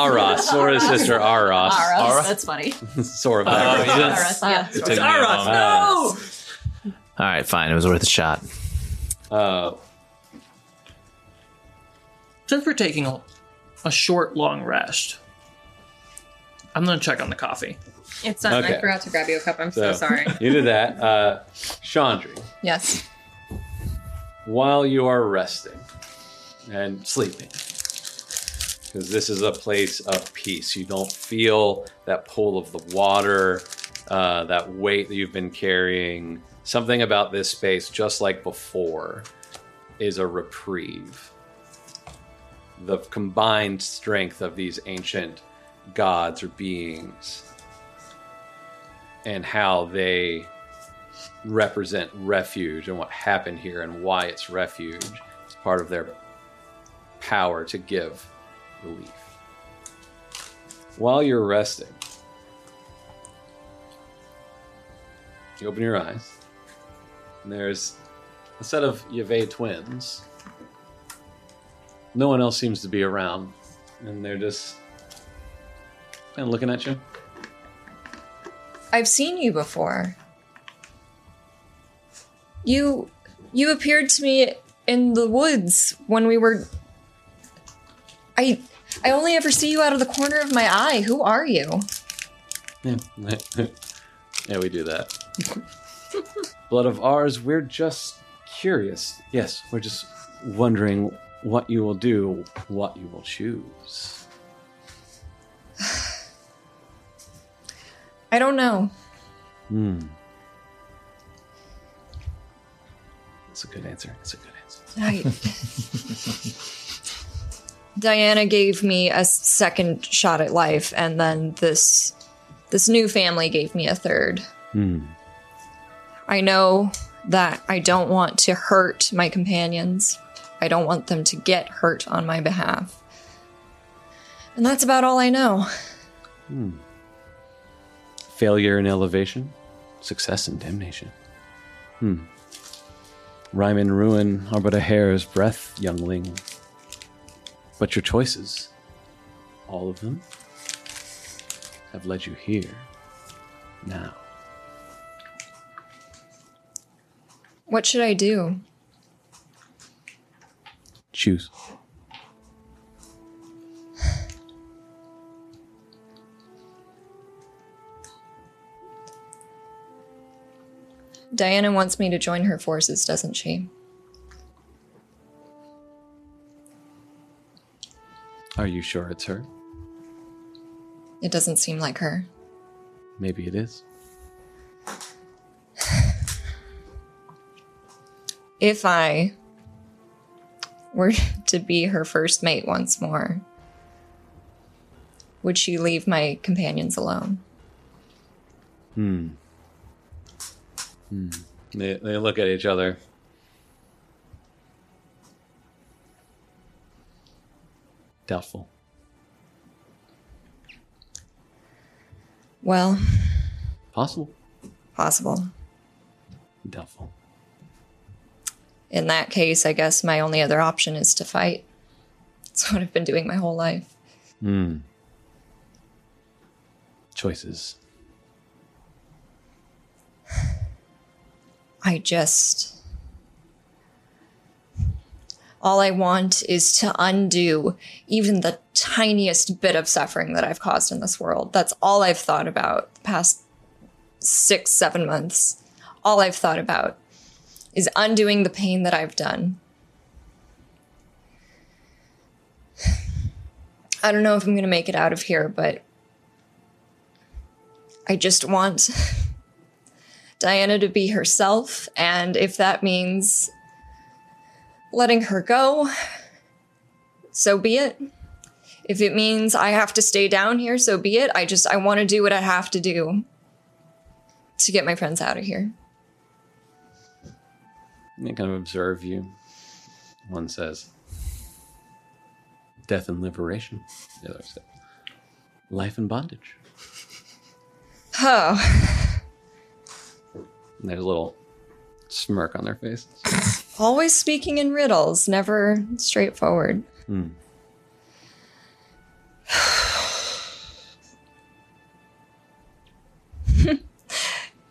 Speaker 2: Aras, Sora's sister Aras,
Speaker 5: Aura?
Speaker 8: That's funny.
Speaker 2: Sora.
Speaker 5: Oh,
Speaker 2: backwards.
Speaker 5: yeah.
Speaker 8: Aras,
Speaker 6: Uh,
Speaker 8: yeah.
Speaker 5: It took me
Speaker 7: It's
Speaker 5: a
Speaker 7: Aras,
Speaker 5: moment.
Speaker 7: no!
Speaker 5: All right, fine. It was worth a shot.
Speaker 2: Uh,
Speaker 7: Since we're taking a, a short, long rest, I'm going to check on the coffee.
Speaker 6: It's done.
Speaker 2: Okay.
Speaker 6: I forgot to grab you a cup. I'm so, sorry.
Speaker 2: You did that. Uh, Chandri,
Speaker 4: Yes.
Speaker 2: while you are resting and sleeping, because this is a place of peace, you don't feel that pull of the water, uh, that weight that you've been carrying. Something about this space, just like before, is a reprieve. The combined strength of these ancient gods or beings and how they represent refuge and what happened here and why it's refuge. It's part of their power to give relief. While you're resting, you open your eyes, and there's a set of Yaveh twins. No one else seems to be around, and they're just kind of looking at you.
Speaker 4: I've seen you before. You you appeared to me in the woods when we were I I only ever see you out of the corner of my eye. Who are you?
Speaker 2: Yeah, (laughs) yeah, we do that. (laughs) Blood of ours, we're just curious. Yes, we're just wondering what you will do, what you will choose.
Speaker 4: I don't know.
Speaker 2: Hmm. That's a good answer. That's a good answer.
Speaker 4: I Diana gave me a second shot at life and then this this new family gave me a third.
Speaker 2: Hmm.
Speaker 4: I know that I don't want to hurt my companions. I don't want them to get hurt on my behalf. And that's about all I know.
Speaker 2: Failure in elevation, success in damnation. Hmm. Rhyme and ruin are but a hair's breadth, youngling. But your choices, all of them, have led you here. Now.
Speaker 4: What should I do?
Speaker 2: Choose.
Speaker 4: Diana wants me to join her forces, doesn't she?
Speaker 2: Are you sure it's her?
Speaker 4: It doesn't seem like her.
Speaker 2: Maybe it is.
Speaker 4: if I were (laughs) to be her first mate once more, would she leave my companions alone?
Speaker 2: They, they look at each other. Doubtful.
Speaker 4: Well,
Speaker 2: Possible.
Speaker 4: possible.
Speaker 2: Doubtful.
Speaker 4: In that case, I guess my only other option is to fight. That's (laughs) what I've been doing my whole life.
Speaker 2: Choices.
Speaker 4: I just. All I want is to undo even the tiniest bit of suffering that I've caused in this world. That's all I've thought about the past six, seven months. All I've thought about is undoing the pain that I've done. I don't know if I'm going to make it out of here, but I just want. Diana to be herself, and if that means letting her go, so be it. If it means I have to stay down here, so be it. I just I want to do what I have to do to get my friends out of here.
Speaker 2: They kind of observe you. One says, Death and liberation. The other says, Life and bondage.
Speaker 4: Oh,
Speaker 2: And there's a little smirk on their faces.
Speaker 4: always speaking in riddles, never straightforward. (sighs)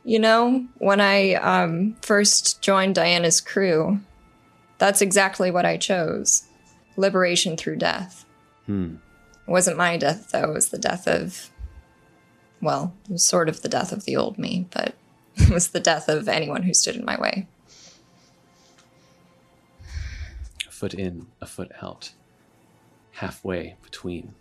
Speaker 4: You know, when I um, first joined Diana's crew, that's exactly what I chose liberation through death. It wasn't my death, though. It was the death of, well, it was sort of the death of the old me, but (laughs) it was the death of anyone who stood in my way.
Speaker 2: A foot in, a foot out. Halfway between.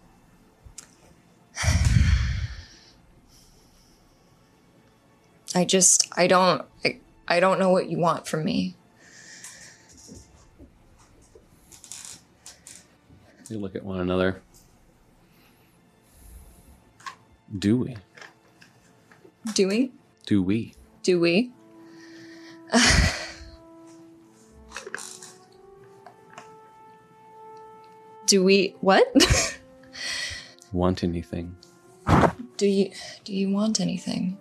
Speaker 4: I just, I don't, I, I don't know what you want from me.
Speaker 2: They look at one another. Do we?
Speaker 4: Do we?
Speaker 2: Do we?
Speaker 4: Do we? (sighs) Do we what? (laughs)
Speaker 2: Want anything?
Speaker 4: Do you do you want anything?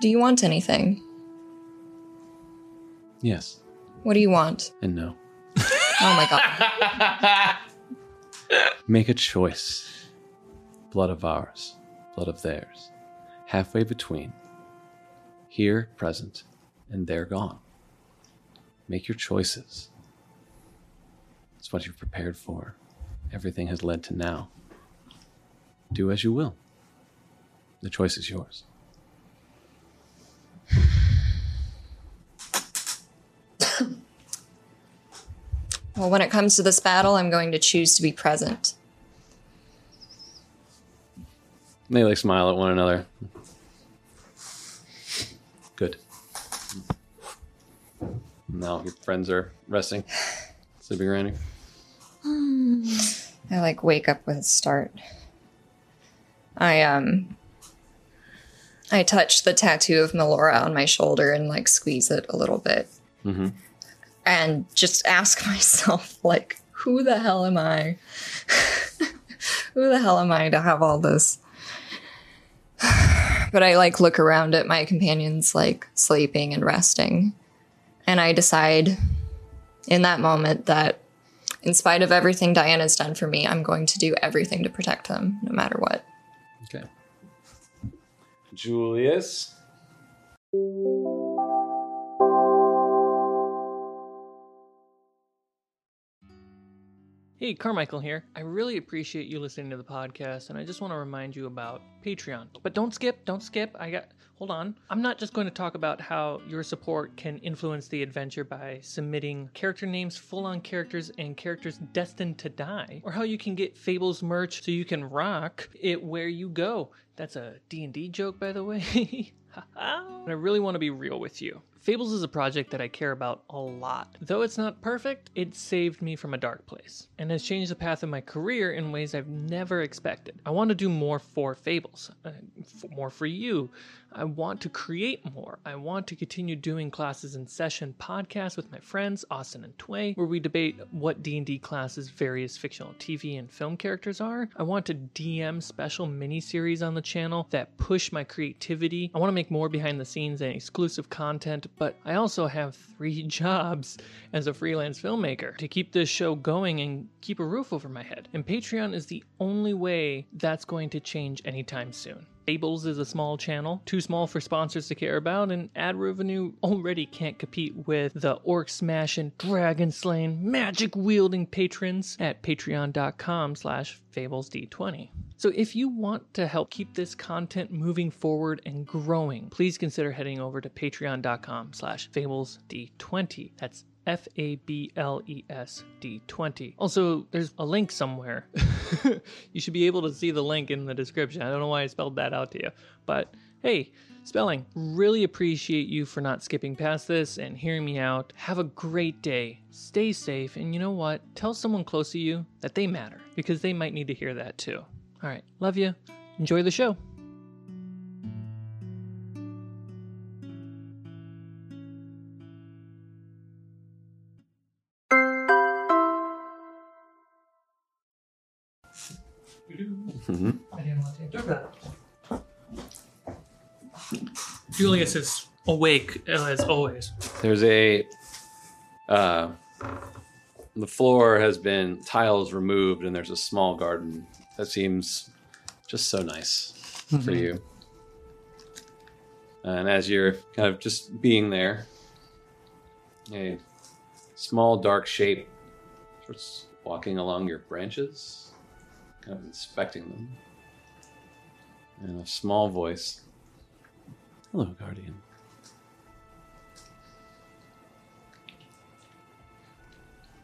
Speaker 4: Do you want anything?
Speaker 2: Yes
Speaker 4: What do you want?
Speaker 2: and no.
Speaker 4: Oh my god.
Speaker 2: Make a choice. Blood of ours, blood of theirs. Halfway between. Here, present, and there, gone. Make your choices. It's what you've prepared for. Everything has led to now. Do as you will. The choice is yours.
Speaker 4: Well, when it comes to this battle, I'm going to choose to be present.
Speaker 2: And they like smile at one another. Good. Now your friends are resting, sleeping, running.
Speaker 4: I like wake up with a start. I um I touch the tattoo of Melora on my shoulder and like squeeze it a little bit.
Speaker 2: Mhm.
Speaker 4: And just ask (laughs) myself like who the hell am I? (laughs) who the hell am I to have all this? (sighs) but I like look around at my companions like sleeping and resting. And I decide in that moment that in spite of everything Diana's done for me, I'm going to do everything to protect them, no matter what.
Speaker 2: Okay. Julius.
Speaker 1: Hey, Carmichael here. I really appreciate you listening to the podcast, and I just want to remind you about Patreon. But don't skip, don't skip. I got, hold on. I'm not just going to talk about how your support can influence the adventure by submitting character names, full on characters, and characters destined to die, or how you can get Fables merch so you can rock it where you (laughs) go. That's a D&D joke, by the way. and I really want to be real with you. Fables is a project that I care about a lot. Though it's not perfect, it saved me from a dark place and has changed the path of my career in ways I've never expected. I want to do more for Fables, uh, f- more for you. I want to create more. I want to continue doing classes in session podcasts with my friends Austin and Tway, where we debate what D&D classes various fictional TV and film characters are. I want to DM special miniseries on the channel that push my creativity. I want to make more behind the scenes and exclusive content, but I also have three (laughs) jobs as a freelance filmmaker to keep this show going and keep a roof over my head. And Patreon is the only way that's going to change anytime soon. Fables is a small channel, too small for sponsors to care about, and ad revenue already can't compete with the orc smashing, dragon slaying, magic wielding patrons at patreon.com slash fablesd20. So if you want to help keep this content moving forward and growing, please consider heading over to patreon.com slash fablesd20. That's F A B L E S D 20. Also, there's a link somewhere. (laughs) you should be able to see the link in the description. I don't know why I spelled that out to you, but hey, spelling, really appreciate you for not skipping past this and hearing me out. Have a great day. Stay safe, and you know what? Tell someone close to you that they matter because they might need to hear that too. All right, love you. Enjoy the show.
Speaker 7: Julius is awake uh, as always.
Speaker 2: There's a uh, the floor has been tiles removed, and there's a small garden that seems just so nice for you. And as you're kind of just being there, a small dark shape starts walking along your branches, kind of inspecting them, and a small voice. Hello, Guardian.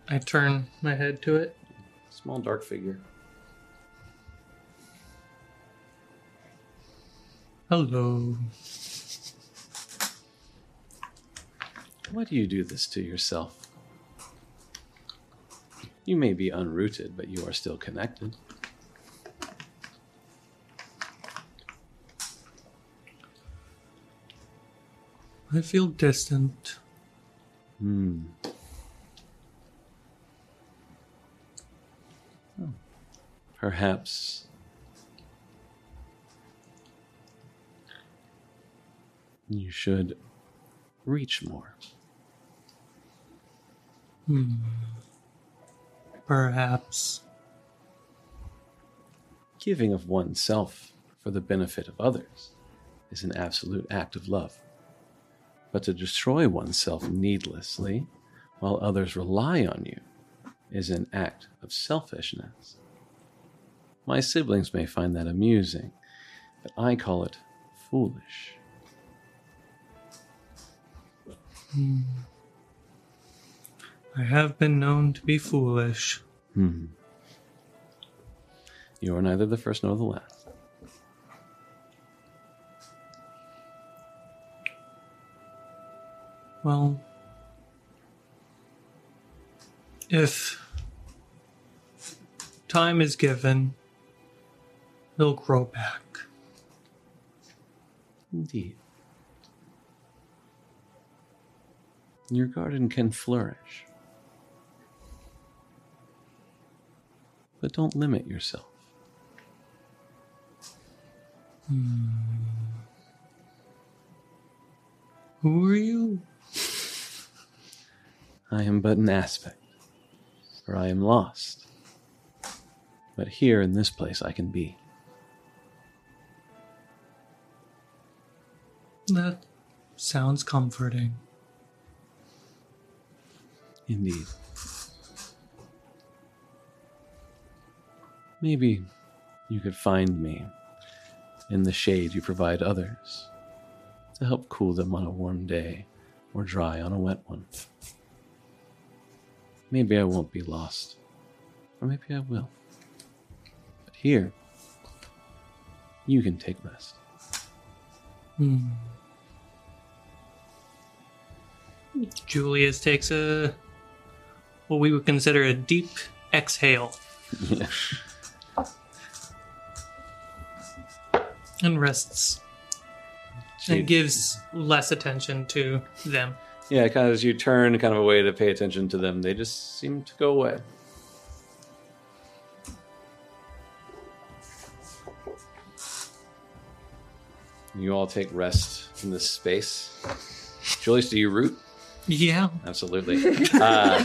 Speaker 7: I turn my head to it.
Speaker 2: Small dark figure.
Speaker 7: Hello.
Speaker 2: Why do you do this to yourself? You may be unrooted, but you are still connected.
Speaker 7: I feel distant.
Speaker 2: Hmm. Perhaps you should reach more.
Speaker 7: Perhaps.
Speaker 2: Giving of oneself for the benefit of others is an absolute act of love. But to destroy oneself needlessly while others rely on you is an act of selfishness. My siblings may find that amusing, but I call it foolish.
Speaker 7: I have been known to be foolish.
Speaker 2: You are neither the first nor the last.
Speaker 7: Well, if time is given, they'll grow back.
Speaker 2: Indeed. Your garden can flourish. But don't limit yourself.
Speaker 7: Who are you?
Speaker 2: I am but an aspect, for I am lost. But here in this place I can be.
Speaker 7: That sounds comforting.
Speaker 2: Indeed. Maybe you could find me in the shade you provide others to help cool them on a warm day or dry on a wet one. Maybe I won't be lost, or maybe I will. But here, you can take rest.
Speaker 7: Julius takes a what we would consider a deep exhale and rests
Speaker 2: She-
Speaker 7: and gives less attention to them.
Speaker 2: Yeah, kind of as you turn kind of away to pay attention to them, they just seem to go away. You all take rest in this space. Julius, do you root?
Speaker 7: Yeah,
Speaker 2: Absolutely. Uh,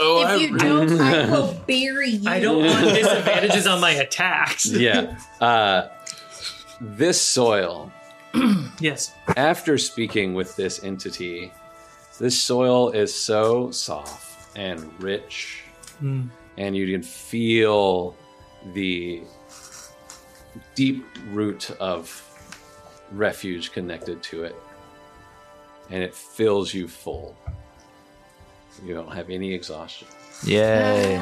Speaker 5: Oh,
Speaker 8: If you don't, I
Speaker 5: (laughs)
Speaker 8: will bury you.
Speaker 7: I don't want disadvantages on my attacks.
Speaker 2: yeah. Uh, this soil
Speaker 7: Yes,
Speaker 2: after speaking with this entity, this soil is so soft and rich, and you can feel the deep root of refuge connected to it, and it fills you full. You don't have any exhaustion.
Speaker 8: (laughs)
Speaker 5: Yay.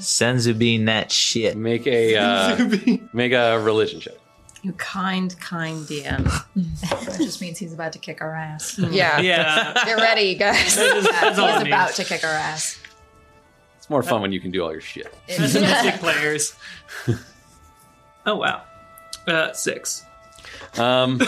Speaker 5: Senzu being that shit.
Speaker 2: Make a uh, make a religion check.
Speaker 6: You kind, kind DM.
Speaker 8: That just means he's about to kick our ass.
Speaker 4: Yeah.
Speaker 7: (laughs) yeah.
Speaker 4: Get ready, guys.
Speaker 7: (laughs) That's all it
Speaker 8: he's about
Speaker 7: means.
Speaker 8: to kick our ass.
Speaker 2: It's more fun when you can do all your shit.
Speaker 8: (laughs)
Speaker 7: pessimistic (laughs) players. Oh wow, uh, six.
Speaker 2: Um,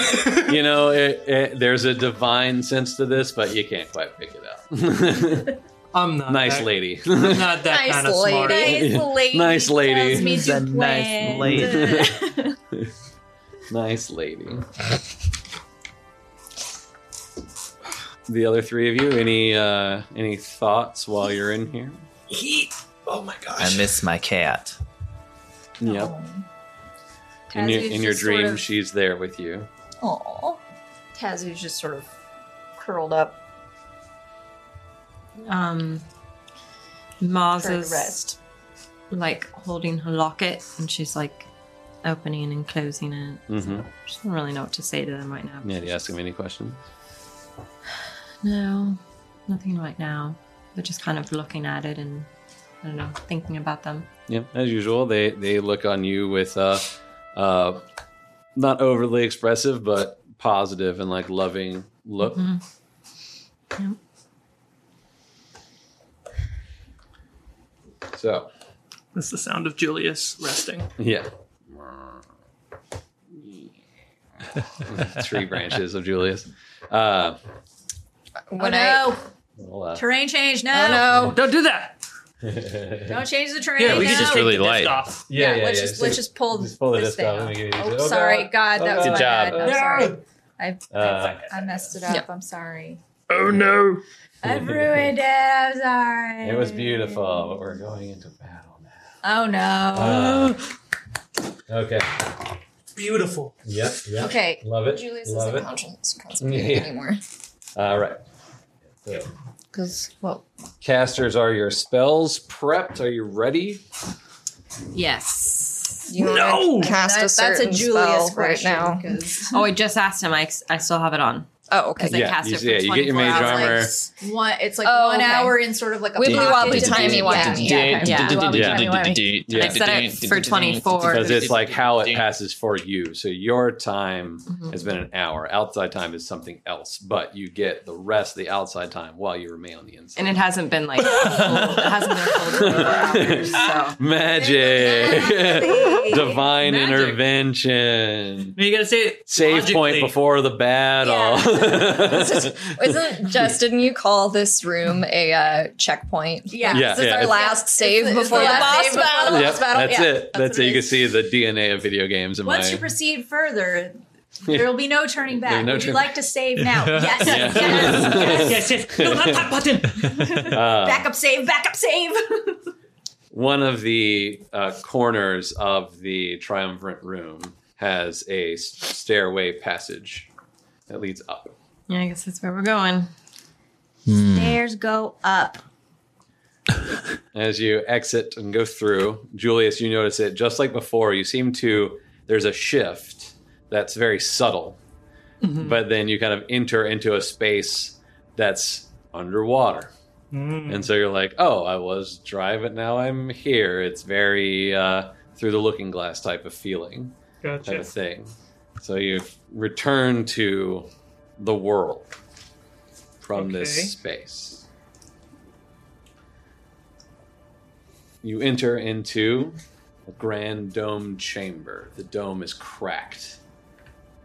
Speaker 2: you know, it, it, there's a divine sense to this, but you can't quite pick it out.
Speaker 7: I'm
Speaker 2: (laughs)
Speaker 7: not
Speaker 2: nice
Speaker 7: that,
Speaker 2: lady.
Speaker 7: I'm not that
Speaker 4: Nice
Speaker 7: kind of
Speaker 4: lady.
Speaker 7: smart.
Speaker 2: lady. (laughs) Nice lady. tells me
Speaker 5: She's a nice lady.
Speaker 8: (laughs)
Speaker 2: nice lady. the other three of you, any uh, any thoughts while you're in here?
Speaker 5: I miss my cat.
Speaker 2: Yep. In your, in your dream, she's there with you.
Speaker 3: Oh, Tazu's just sort of curled up,
Speaker 6: Um, Mars is like holding her locket, and she's like opening and closing it.
Speaker 2: Mhm.
Speaker 6: She doesn't really know what to say to them right now.
Speaker 2: Yeah, do you ask him any questions?
Speaker 6: No, nothing right now. They're just kind of looking at it and I don't know, thinking about them.
Speaker 2: Yeah, as usual, they they look on you with uh, uh, not overly expressive, but positive and like loving look.
Speaker 6: Yep.
Speaker 2: So,
Speaker 7: That's the sound of Julius resting.
Speaker 2: yeah. Tree branches of Julius. Uh,
Speaker 4: When
Speaker 8: Oh, no.
Speaker 2: well, (laughs) uh,
Speaker 8: Terrain change. No.
Speaker 4: I, oh
Speaker 7: Don't do that.
Speaker 8: Don't change the terrain.
Speaker 7: Yeah, we
Speaker 8: no.
Speaker 7: could just
Speaker 5: really
Speaker 7: take the
Speaker 5: light.
Speaker 7: disc off.
Speaker 2: yeah,
Speaker 8: let's just let's just pull
Speaker 2: just pull the
Speaker 8: this
Speaker 2: disc off and
Speaker 8: thing
Speaker 2: we give you
Speaker 8: off.
Speaker 2: the-
Speaker 8: Oh,
Speaker 2: Oh,
Speaker 8: sorry,
Speaker 2: God.
Speaker 8: God, that was
Speaker 2: Good
Speaker 8: my
Speaker 2: job.
Speaker 8: bad. I'm sorry. I,
Speaker 2: Uh,
Speaker 8: I messed it up.
Speaker 4: Yeah.
Speaker 2: (laughs)
Speaker 8: I'm sorry.
Speaker 7: Oh no.
Speaker 8: I've ruined it. I'm sorry.
Speaker 2: it was beautiful, but we're going into battle now.
Speaker 8: Oh no.
Speaker 2: Uh, okay.
Speaker 7: Beautiful.
Speaker 2: Yep. Yep.
Speaker 4: Okay.
Speaker 2: Love it.
Speaker 4: Julius
Speaker 2: Love
Speaker 4: isn't
Speaker 2: it.
Speaker 4: conscious
Speaker 2: Yeah.
Speaker 4: anymore.
Speaker 2: All right. So,
Speaker 4: Because, well,
Speaker 2: casters, are your spells prepped? Are you ready?
Speaker 6: Yes.
Speaker 4: you
Speaker 7: No!
Speaker 4: want to cast a
Speaker 8: That- that's
Speaker 4: certain
Speaker 8: a Julius
Speaker 4: spell right
Speaker 8: question,
Speaker 4: now.
Speaker 8: 'cause-
Speaker 6: Oh, I just asked him. I, I still have it on.
Speaker 4: Oh, okay.
Speaker 6: Because I cast
Speaker 2: you,
Speaker 6: it for
Speaker 2: yeah, you get your
Speaker 6: 24
Speaker 2: mage
Speaker 6: hours.
Speaker 2: armor.
Speaker 8: One, it's like
Speaker 4: Oh,
Speaker 8: one
Speaker 4: okay.
Speaker 8: hour in sort of like a
Speaker 4: Wibbly
Speaker 8: pocket
Speaker 4: wobbly
Speaker 8: dimension.
Speaker 4: timey wimey.
Speaker 8: Yeah,
Speaker 6: Yeah.
Speaker 8: yeah. Wibbly
Speaker 2: Yeah.
Speaker 8: timey wimey.
Speaker 7: (laughs)
Speaker 2: Yeah.
Speaker 6: I set it for 24.
Speaker 2: Because it's like how it passes for you. So your time
Speaker 6: Mm-hmm.
Speaker 2: has been an hour. Outside time is something else, but you get the rest of the outside time while you remain on the inside.
Speaker 6: And it hasn't been like, full- it hasn't been full
Speaker 2: (laughs)
Speaker 6: 24 hours. So. (laughs)
Speaker 2: Magic, divine
Speaker 7: Magic.
Speaker 2: intervention,
Speaker 7: You gotta say it.
Speaker 2: save point
Speaker 7: logically.
Speaker 2: before the
Speaker 6: (laughs)
Speaker 2: battle. (laughs)
Speaker 4: Isn't Jess? Didn't you call this room a uh, checkpoint?
Speaker 8: Yeah.
Speaker 2: Yeah.
Speaker 4: this is our
Speaker 2: it's-
Speaker 4: last save
Speaker 8: it's the
Speaker 4: before
Speaker 8: last
Speaker 4: the
Speaker 8: save
Speaker 4: boss battle.
Speaker 8: before
Speaker 2: Yep, that's
Speaker 8: Yeah,
Speaker 2: it. That's,
Speaker 8: what
Speaker 2: it. You can see the DNA of video games in
Speaker 8: Once
Speaker 2: my.
Speaker 8: you proceed further, there will be no turning back.
Speaker 2: There's no
Speaker 8: Would you
Speaker 2: turn-
Speaker 8: like to save
Speaker 2: (laughs)
Speaker 8: now? Yes,
Speaker 2: Yeah.
Speaker 8: yes,
Speaker 2: (laughs)
Speaker 8: yes.
Speaker 7: Yes, yes. No, not that button.
Speaker 2: Uh,
Speaker 8: Backup save, backup save. (laughs)
Speaker 2: one of the uh, corners of the triumvirate room has a s- stairway passage that leads up.
Speaker 6: Yeah, I guess that's where we're going.
Speaker 8: Stairs go up.
Speaker 2: As you exit and go through, Julius, you notice it just like before. You seem to there's a shift that's very subtle,
Speaker 8: Mm-hmm.
Speaker 2: but then you kind of enter into a space that's underwater,
Speaker 7: Mm,
Speaker 2: and so you're like, "Oh, I was dry, but now I'm here." It's very uh, through the looking glass type of feeling, type
Speaker 7: Gotcha.
Speaker 2: of thing. So you've returned to the world. from
Speaker 7: Okay.
Speaker 2: this space. You enter into a grand dome chamber. The dome is cracked.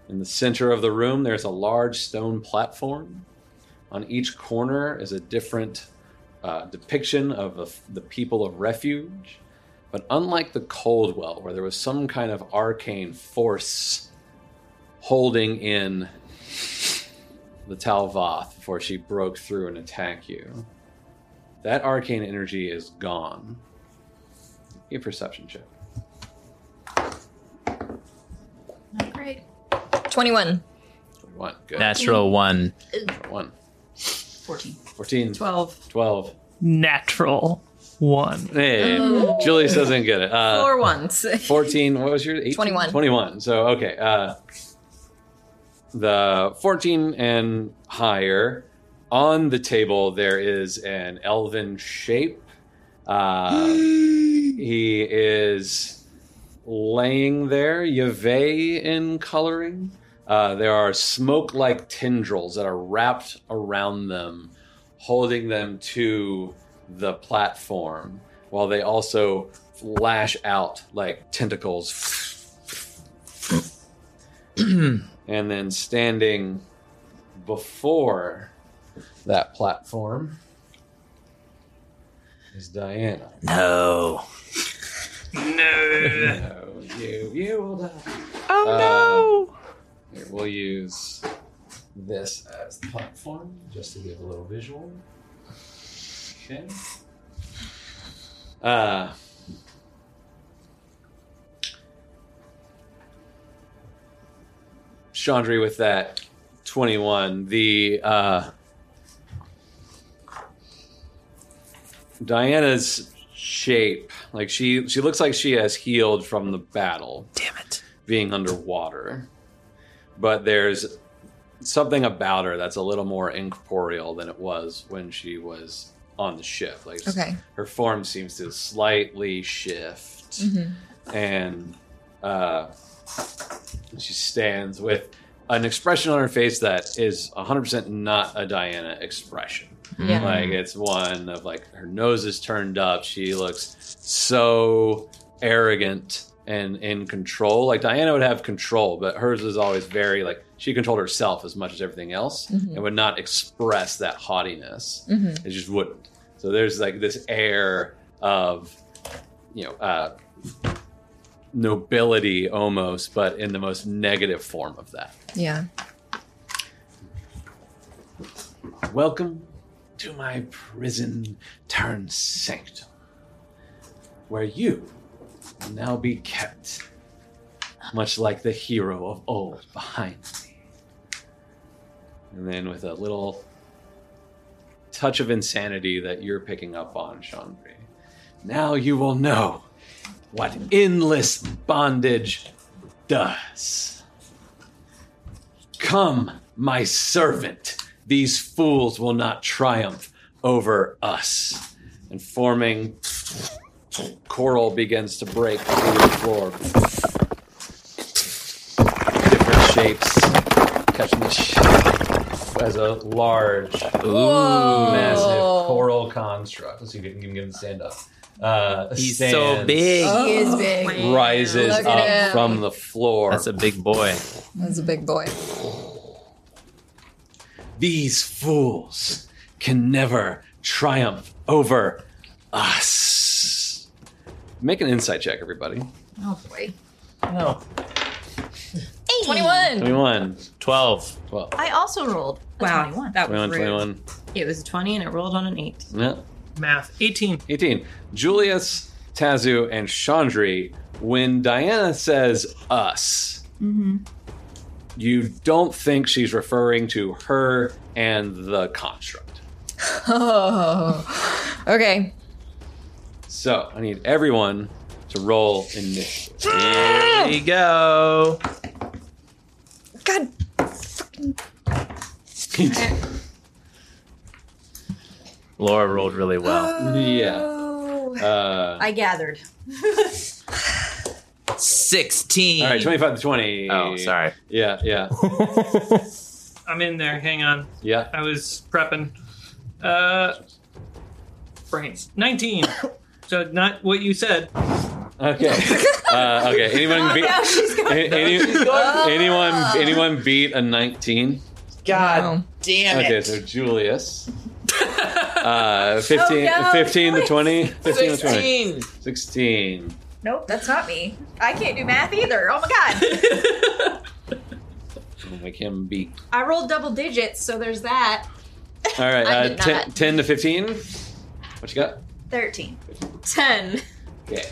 Speaker 2: In the center of the room, there's a large stone platform. On each corner is a different uh, depiction of the- the people of refuge. But unlike the Coldwell, where there was some kind of arcane force holding in the Talvoth before she broke through and attacked you, that arcane energy is gone. Give a perception check.
Speaker 8: Not great.
Speaker 4: 21.
Speaker 2: One. Good.
Speaker 5: Natural one.
Speaker 2: One.
Speaker 8: 14.
Speaker 2: 14.
Speaker 6: 12.
Speaker 2: 12.
Speaker 7: Natural one.
Speaker 2: Hey,
Speaker 6: Oh.
Speaker 2: Julius doesn't get it. Uh,
Speaker 6: Four ones. (laughs)
Speaker 2: 14 what was your 18?
Speaker 4: 21.
Speaker 2: 21 so okay uh the 14 and higher on the table there is an elven shape uh he is laying there Yavei in coloring uh, there are smoke like tendrils that are wrapped around them, holding them to the platform, while they also lash out like tentacles. (clears throat) and then standing before that platform is Diana.
Speaker 5: No.
Speaker 7: No.
Speaker 2: No, you, you will die. Um,
Speaker 7: Oh no.
Speaker 2: Here, we'll use this as the platform just to give a little visual. Okay. Uh, Chandri with that 21. The uh, Diana's shape, like she she looks like she has healed from the battle
Speaker 5: Damn it.
Speaker 2: being underwater. But there's something about her that's a little more incorporeal than it was when she was on the ship. Like
Speaker 4: Okay.
Speaker 2: her form seems to slightly shift, and uh, she stands with an expression on her face that is 100% not a Diana expression.
Speaker 6: Mm-hmm.
Speaker 4: Yeah.
Speaker 2: Mm-hmm. Like it's one of like her nose is turned up. She looks so arrogant and in control. Like Diana would have control, but hers is always very like she controlled herself as much as everything else and would not express that haughtiness. It just wouldn't. So there's like this air of you know uh nobility almost, but in the most negative form of that.
Speaker 4: Yeah.
Speaker 2: Welcome to my prison turn sanctum, where you will now be kept, much like the hero of old behind me. And then, with a little touch of insanity that you're picking up on, Chandri, now you will know what endless bondage does. Come, my servant. These fools will not triumph over us. And forming coral begins to break through the floor. Different shapes catching the sh- as a large, massive
Speaker 4: Oh.
Speaker 2: coral construct. Let's see if you can get him to stand up. Uh,
Speaker 5: He's so
Speaker 2: stands-
Speaker 5: big.
Speaker 8: He is big.
Speaker 2: Rises
Speaker 4: Oh, Look at
Speaker 2: up
Speaker 4: him.
Speaker 2: from the floor.
Speaker 5: That's a big boy.
Speaker 4: That's a big boy.
Speaker 2: These fools can never triumph over us. Make an insight check, everybody.
Speaker 3: Oh boy.
Speaker 5: No.
Speaker 4: 21.
Speaker 2: 21,
Speaker 5: Twelve.
Speaker 2: 12,
Speaker 6: I also rolled. a
Speaker 8: Wow,
Speaker 6: 21.
Speaker 8: that
Speaker 2: 21,
Speaker 6: rude.
Speaker 2: 21.
Speaker 6: It was a 20 and it rolled on an 8.
Speaker 2: Yeah.
Speaker 7: Math. 18.
Speaker 2: 18. Julius, Tazu, and Chandri, when Diana says us, you don't think she's referring to her and the construct.
Speaker 4: Oh. Okay.
Speaker 2: So I need everyone to roll initiative. (laughs)
Speaker 5: There you go.
Speaker 4: God.
Speaker 5: Laura rolled really
Speaker 7: (gasps)
Speaker 5: well. (gasps)
Speaker 2: yeah.
Speaker 4: Oh.
Speaker 2: Uh,
Speaker 8: I gathered.
Speaker 5: Sixteen.
Speaker 2: all right, 25 to 20.
Speaker 5: Oh, sorry.
Speaker 2: Yeah, yeah.
Speaker 7: I'm in there. Hang on.
Speaker 5: (laughs)
Speaker 2: Yeah.
Speaker 7: I was prepping. Uh, brains.
Speaker 8: (coughs)
Speaker 7: 19. so not what you said.
Speaker 2: Okay. uh, okay. Anyone
Speaker 5: (laughs)
Speaker 2: beat? a- any-
Speaker 5: Oh.
Speaker 2: anyone? Anyone beat a nineteen?
Speaker 5: God damn it.
Speaker 2: Okay, so Julius. Uh, 15,
Speaker 3: Oh, no,
Speaker 2: 15 to 20? 15 to 20.
Speaker 5: 16.
Speaker 2: 16.
Speaker 8: Nope, that's not me. I can't do math either. Oh my god.
Speaker 2: Don't Make him beat.
Speaker 8: I rolled double digits, so there's that.
Speaker 2: All right,
Speaker 4: I
Speaker 2: uh,
Speaker 4: did
Speaker 2: 10,
Speaker 4: not.
Speaker 2: 10 to 15. What you got?
Speaker 8: 13.
Speaker 6: 10.
Speaker 2: Okay.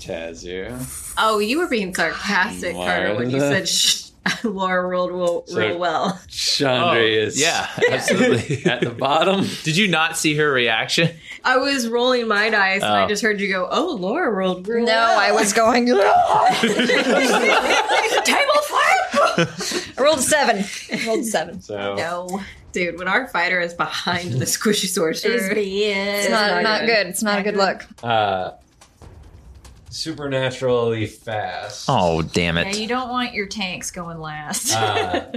Speaker 2: Tazir.
Speaker 6: Oh, you were being sarcastic,
Speaker 2: Why?
Speaker 6: Carter, when you said shh. (laughs) Laura rolled real,
Speaker 2: So-
Speaker 6: real well.
Speaker 5: Oh,
Speaker 2: Chandra is (laughs)
Speaker 5: yeah, (laughs) absolutely.
Speaker 2: at the bottom.
Speaker 5: Did you not see her reaction?
Speaker 6: I was rolling my dice, and I
Speaker 5: Oh.
Speaker 6: just heard you go, "Oh, Laura rolled real
Speaker 4: No,
Speaker 6: well."
Speaker 4: I was going. (laughs) Table flip. I rolled a seven. I rolled a seven.
Speaker 2: So
Speaker 6: No, dude, when our fighter is behind the squishy sorcerer,
Speaker 4: It's not, not good. It's not a good look.
Speaker 2: uh, supernaturally fast.
Speaker 5: Oh, damn
Speaker 8: Yeah, you don't want your tanks going last.
Speaker 2: Uh,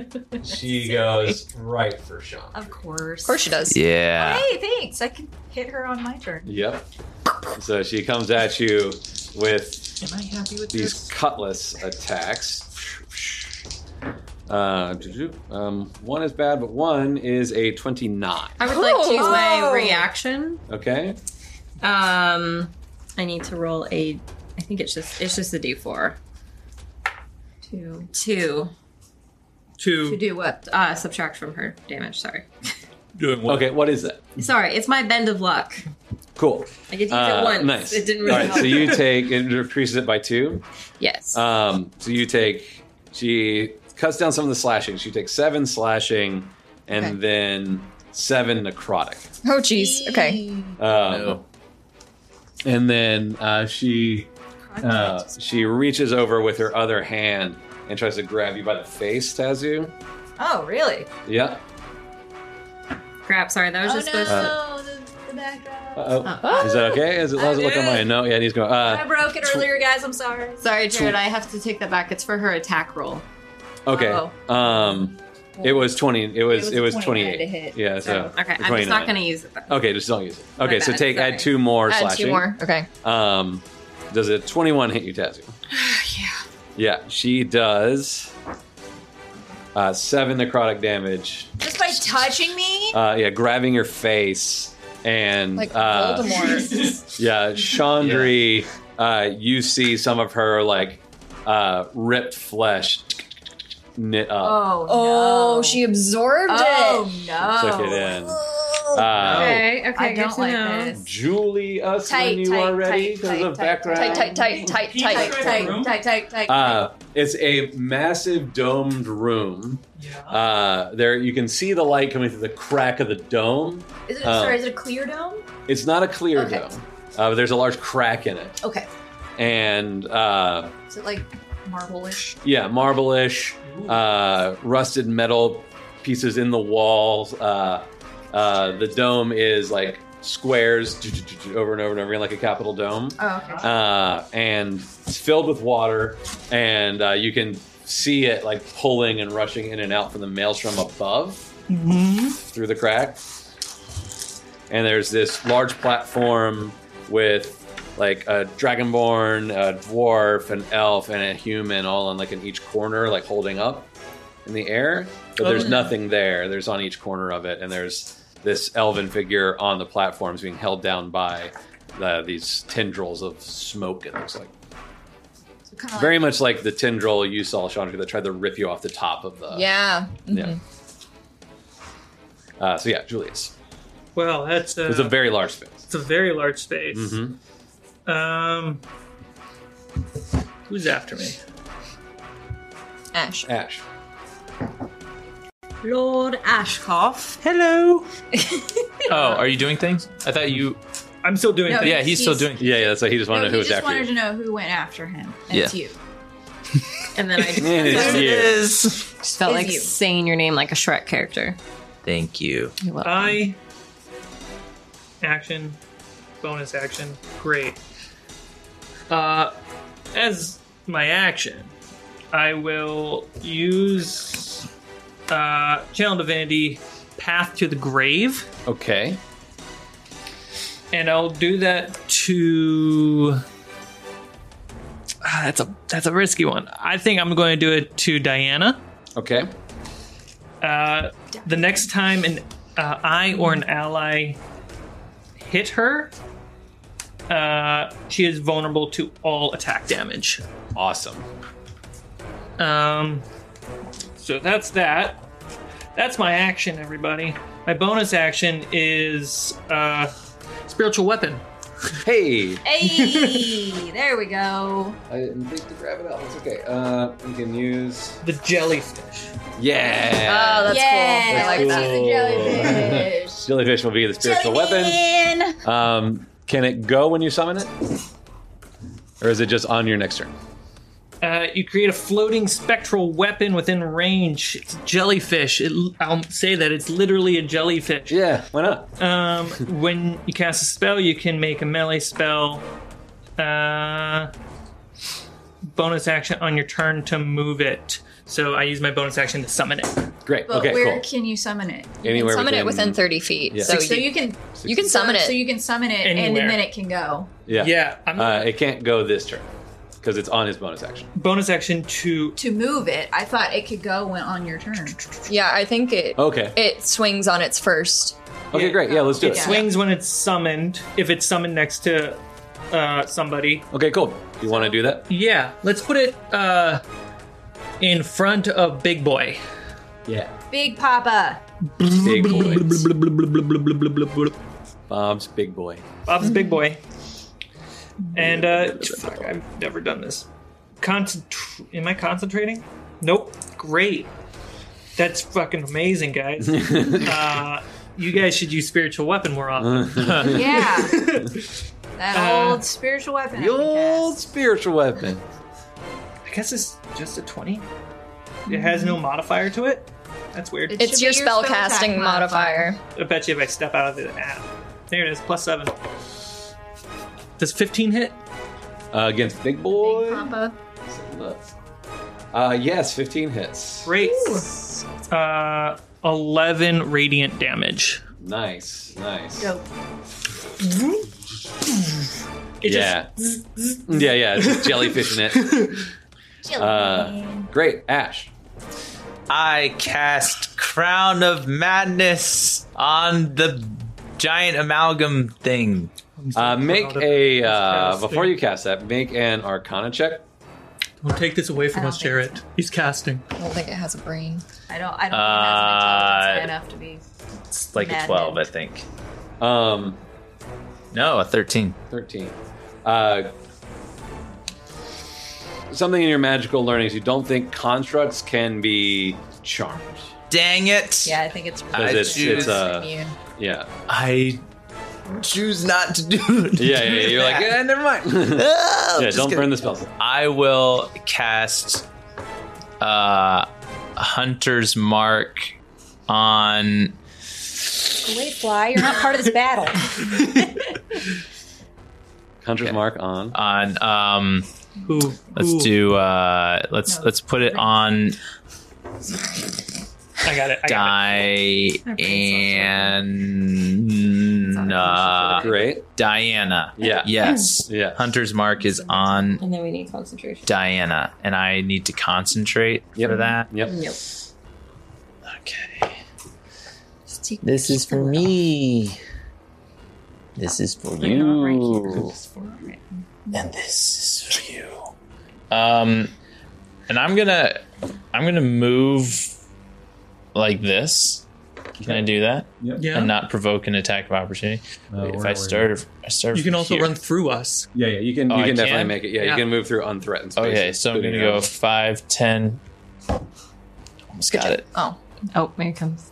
Speaker 2: she goes right for Sean.
Speaker 8: (laughs) of course.
Speaker 4: Of course she does.
Speaker 5: Yeah.
Speaker 8: Hey, thanks. I can hit her on my turn.
Speaker 2: Yep. So she comes at you with
Speaker 7: Am I happy with
Speaker 2: these cutlass attacks. Uh, um, one is bad, but one is a 29.
Speaker 6: I would like to use my
Speaker 4: Oh.
Speaker 6: reaction.
Speaker 2: Okay.
Speaker 6: Um, I need to roll a. I think it's just it's just a D four. Two. Two.
Speaker 7: Two.
Speaker 8: do what?
Speaker 6: Uh, subtract from her damage. Sorry.
Speaker 5: Doing
Speaker 2: Okay, what is that?
Speaker 6: Sorry, it's my bend of luck.
Speaker 2: Cool.
Speaker 6: I get to use
Speaker 2: Uh,
Speaker 6: it once.
Speaker 2: Nice.
Speaker 6: It didn't
Speaker 2: All
Speaker 6: really
Speaker 2: right,
Speaker 6: help.
Speaker 2: so you take, it increases it by two.
Speaker 6: yes.
Speaker 2: Um, so you take, she cuts down some of the slashing. She takes seven slashing and
Speaker 4: Okay.
Speaker 2: then seven necrotic.
Speaker 4: Oh, jeez. Okay.
Speaker 2: Um,
Speaker 5: No.
Speaker 2: And then uh, she uh, she reaches over with her other hand and tries to grab you by the face, Tazu.
Speaker 8: Oh, really?
Speaker 2: Yeah.
Speaker 6: Crap. Sorry,
Speaker 8: Oh,
Speaker 6: that was just supposed. to...
Speaker 8: the, the background.
Speaker 2: Uh oh. Is that okay? Is it, how's it look on mine? No. Yeah, he's going.
Speaker 8: I
Speaker 2: Uh,
Speaker 8: broke it earlier, guys. I'm sorry.
Speaker 6: Sorry, Jared. I have to take that back. It's for her attack roll.
Speaker 2: okay. Um, it was twenty. It was it was, twenty
Speaker 3: 29 to
Speaker 2: eight.
Speaker 3: hit.
Speaker 2: Yeah. So
Speaker 6: Okay, I'm just not
Speaker 2: 29.
Speaker 6: going to use it. Though.
Speaker 2: Okay, just don't use it. Okay, so
Speaker 6: bad,
Speaker 2: take
Speaker 6: sorry.
Speaker 2: add two more
Speaker 4: Add
Speaker 2: slashing.
Speaker 4: two more. Okay.
Speaker 2: Um, does a 21 hit you,
Speaker 8: (sighs)
Speaker 2: Tazu? yeah. Yeah, she does. Uh, seven necrotic damage.
Speaker 8: Just by touching me?
Speaker 2: Uh, yeah, grabbing your face. And
Speaker 4: Like
Speaker 2: uh, (laughs)
Speaker 4: Voldemort. (laughs)
Speaker 2: yeah, Chandri, Uh, you see some of her like uh, ripped flesh knit up.
Speaker 8: Oh,
Speaker 4: oh,
Speaker 8: no.
Speaker 4: she absorbed
Speaker 8: Oh,
Speaker 4: it.
Speaker 8: no.
Speaker 2: Took it in.
Speaker 4: Oh.
Speaker 2: Uh,
Speaker 6: Okay, okay,
Speaker 8: I
Speaker 6: good
Speaker 8: don't
Speaker 6: to
Speaker 8: like
Speaker 6: know.
Speaker 8: this.
Speaker 2: Julie, us
Speaker 8: Tight,
Speaker 2: when you
Speaker 8: tight,
Speaker 2: are ready
Speaker 8: tight,
Speaker 2: because
Speaker 8: tight,
Speaker 2: of
Speaker 8: tight,
Speaker 2: background.
Speaker 4: Tight, tight, tight, tight, tight.
Speaker 8: Tight, tight, tight, tight.
Speaker 2: Uh, it's a massive domed room.
Speaker 7: Yeah.
Speaker 2: Uh, there, you can see the light coming through the crack of the dome.
Speaker 8: is it,
Speaker 2: uh,
Speaker 8: sorry, is it a clear dome?
Speaker 2: It's not a clear
Speaker 8: Okay.
Speaker 2: dome, uh, but there's a large crack in it,
Speaker 8: Okay.
Speaker 2: and uh,
Speaker 8: Is it like marble-ish?
Speaker 2: yeah, marble-ish, uh, rusted metal pieces in the walls. Uh, uh, the dome is like squares (laughs) over and over and over again, like a capital dome.
Speaker 8: Oh, okay.
Speaker 2: uh, and it's filled with water, and uh, you can see it like pulling and rushing in and out from the maelstrom above through the crack. And there's this large platform with like a dragonborn, a dwarf, an elf, and a human all on like in each corner, like holding up in the air. But there's nothing there. There's on each corner of it, and there's this elven figure on the platforms being held down by uh, these tendrils of smoke. It looks like
Speaker 8: So kinda like-
Speaker 2: very much like the tendril you saw, Chandra, that tried to rip you off the top of the
Speaker 4: Yeah.
Speaker 2: yeah. Uh, so yeah, Julius,
Speaker 7: Well, that's a,
Speaker 2: it was a very large space.
Speaker 7: it's a very large space.
Speaker 2: Mhm.
Speaker 7: Um, who's after me?
Speaker 4: Ash.
Speaker 2: Ash,
Speaker 6: Lord Ashkoff.
Speaker 5: Hello. oh, are you doing things? I thought you.
Speaker 7: I'm still doing
Speaker 8: No,
Speaker 7: things.
Speaker 5: Yeah, he's, still doing.
Speaker 2: yeah, yeah. That's why he just wanted
Speaker 8: No,
Speaker 2: to know who
Speaker 8: he
Speaker 2: was
Speaker 8: just
Speaker 2: after
Speaker 8: wanted
Speaker 2: you.
Speaker 8: to know who went after
Speaker 5: (laughs)
Speaker 8: him. And
Speaker 5: Yeah.
Speaker 8: It's you.
Speaker 6: And then
Speaker 2: (laughs)
Speaker 6: I
Speaker 2: And it's you.
Speaker 5: is.
Speaker 6: just felt
Speaker 8: Is
Speaker 6: like
Speaker 8: you.
Speaker 6: saying your name like a Shrek character.
Speaker 5: Thank you.
Speaker 6: You're welcome.
Speaker 7: I action, bonus action, great. Uh, as my action, I will use
Speaker 1: uh, Channel Divinity, Path to the Grave,
Speaker 2: Okay.
Speaker 1: and I'll do that to. Ah, that's a that's a risky one. I think I'm going to do it to Diana.
Speaker 2: Okay.
Speaker 1: Uh, the next time an uh, I or an ally hit her, uh, she is vulnerable to all attack damage.
Speaker 2: Awesome.
Speaker 1: Um, so that's that. That's my action, everybody. My bonus action is uh, spiritual weapon.
Speaker 2: Hey.
Speaker 10: Hey, there we go.
Speaker 2: I didn't think to grab it out. It's okay. Uh, we can use.
Speaker 1: The jellyfish.
Speaker 2: Yeah.
Speaker 4: Oh,
Speaker 6: Oh,
Speaker 4: that's
Speaker 10: Yay.
Speaker 4: cool. I like
Speaker 10: Let's
Speaker 4: that.
Speaker 10: use the jellyfish.
Speaker 2: Jellyfish will be the spiritual weapon.
Speaker 10: Jellyman.
Speaker 2: Um, can it go when you summon it, or is it just on your next turn?
Speaker 1: Uh, you create a floating spectral weapon within range. It's a jellyfish. It, I'll say that it's literally a jellyfish.
Speaker 2: Yeah. Why not?
Speaker 1: Um, when you cast a spell, you can make a melee spell. Uh, bonus action on your turn to move it. So I use my bonus action to summon it.
Speaker 2: Great.
Speaker 8: But
Speaker 2: okay.
Speaker 8: where
Speaker 2: Cool.
Speaker 8: can you summon it?
Speaker 2: Anywhere
Speaker 4: Summon it within 30 feet.
Speaker 2: Yeah.
Speaker 4: So,
Speaker 8: So
Speaker 4: you,
Speaker 8: you can
Speaker 4: you can summon it.
Speaker 8: So you can summon it,
Speaker 1: Anywhere.
Speaker 8: and then it can go.
Speaker 2: Yeah.
Speaker 1: Yeah, I'm not
Speaker 2: Uh, it can't go this turn because it's on his bonus action.
Speaker 1: bonus action to
Speaker 8: To move it, I thought it could go when on your turn.
Speaker 4: yeah, I think it
Speaker 2: Okay.
Speaker 4: it swings on its first.
Speaker 2: okay. Great. Yeah. Let's do
Speaker 1: it
Speaker 2: it.
Speaker 1: swings when it's summoned. If it's summoned next to uh, somebody,
Speaker 2: Okay. Cool. You want to do that?
Speaker 1: yeah. Let's put it uh, in front of Big Boy.
Speaker 2: Yeah.
Speaker 8: Big Papa.
Speaker 2: Big boy. Bob's big boy.
Speaker 1: Bob's Big Boy. And uh, fuck, I've never done this. Concentr Am I concentrating? Nope. Great. That's fucking amazing, guys. uh, you guys should use spiritual weapon more often.
Speaker 8: Yeah.
Speaker 2: (laughs)
Speaker 8: that
Speaker 1: Uh,
Speaker 8: old spiritual weapon. I
Speaker 2: The
Speaker 8: can
Speaker 2: old
Speaker 8: cast.
Speaker 2: spiritual weapon.
Speaker 1: I guess it's just a twenty. It has no modifier to it. That's weird.
Speaker 8: It
Speaker 4: It's
Speaker 8: should
Speaker 4: your
Speaker 8: be
Speaker 4: spell
Speaker 8: attack
Speaker 4: casting modifier.
Speaker 1: I bet you if I step out of the app. There it is, plus seven. Does 15 hit?
Speaker 2: Uh, against big boy.
Speaker 8: Big Papa.
Speaker 2: Look. Uh, yes, 15 hits.
Speaker 1: Great. Uh, 11 radiant damage.
Speaker 2: Nice, nice.
Speaker 8: Dope.
Speaker 1: It
Speaker 2: Yeah. yeah, yeah, it's just jellyfish
Speaker 5: (laughs)
Speaker 2: in it. Uh, great, Ash. uh,
Speaker 5: I cast Crown of Madness on the giant amalgam thing.
Speaker 2: Uh, make a, uh, before you cast that, make an Arcana check.
Speaker 1: Don't take this away from us, Jarrett. He's casting.
Speaker 4: I don't think it has a brain.
Speaker 8: I don't. I don't think
Speaker 5: Uh,
Speaker 8: that's an intelligence high enough to be.
Speaker 5: It's like a
Speaker 8: Madness.
Speaker 5: 12, I think.
Speaker 2: Um,
Speaker 5: No, a 13.
Speaker 2: 13. Uh, something in your magical learnings, you don't think constructs can be charmed.
Speaker 5: Dang it!
Speaker 10: Yeah, I think it's.
Speaker 5: I
Speaker 2: it's,
Speaker 5: choose-
Speaker 2: it's, uh,
Speaker 10: immune.
Speaker 5: (laughs)
Speaker 2: yeah.
Speaker 5: I choose not
Speaker 1: (laughs)
Speaker 5: to do it.
Speaker 2: Yeah, yeah, yeah, you're
Speaker 5: (laughs)
Speaker 2: like, eh, never mind.
Speaker 1: Oh,
Speaker 2: yeah, don't burn the spells.
Speaker 5: I will cast uh, Hunter's Mark on.
Speaker 10: Wait, fly, you're not part of this
Speaker 4: (laughs)
Speaker 10: battle.
Speaker 2: Hunter's Mark on.
Speaker 5: on um,
Speaker 1: Who?
Speaker 5: let's
Speaker 1: who-
Speaker 5: do. Uh, let's let's put it on
Speaker 1: I got it. I got
Speaker 5: Di and uh,
Speaker 2: Great.
Speaker 5: Diana.
Speaker 2: Yeah.
Speaker 5: Yes.
Speaker 2: Yeah.
Speaker 5: Hunter's Mark is on
Speaker 6: And then we need concentration.
Speaker 5: Diana, and I need to concentrate for that.
Speaker 2: Yep.
Speaker 6: Nope.
Speaker 5: Okay.
Speaker 6: Just take
Speaker 11: This is for me. This is for you. And this is for you.
Speaker 5: Um, and I'm gonna, I'm gonna move like this. Can I do that
Speaker 1: it. Yeah.
Speaker 5: and not provoke an attack of opportunity? Wait, if I start, if I start.
Speaker 1: you can
Speaker 5: from
Speaker 1: also
Speaker 5: here-
Speaker 1: run through us.
Speaker 2: Yeah, yeah, you can
Speaker 5: Oh,
Speaker 2: you
Speaker 5: I
Speaker 2: can definitely
Speaker 5: can?
Speaker 2: make it. Yeah,
Speaker 1: Yeah.
Speaker 2: you can move through unthreatened spaces.
Speaker 5: Okay, so I'm gonna
Speaker 2: including
Speaker 5: go
Speaker 2: us.
Speaker 5: five, ten. Almost got it.
Speaker 4: Oh,
Speaker 6: Oh, here it comes.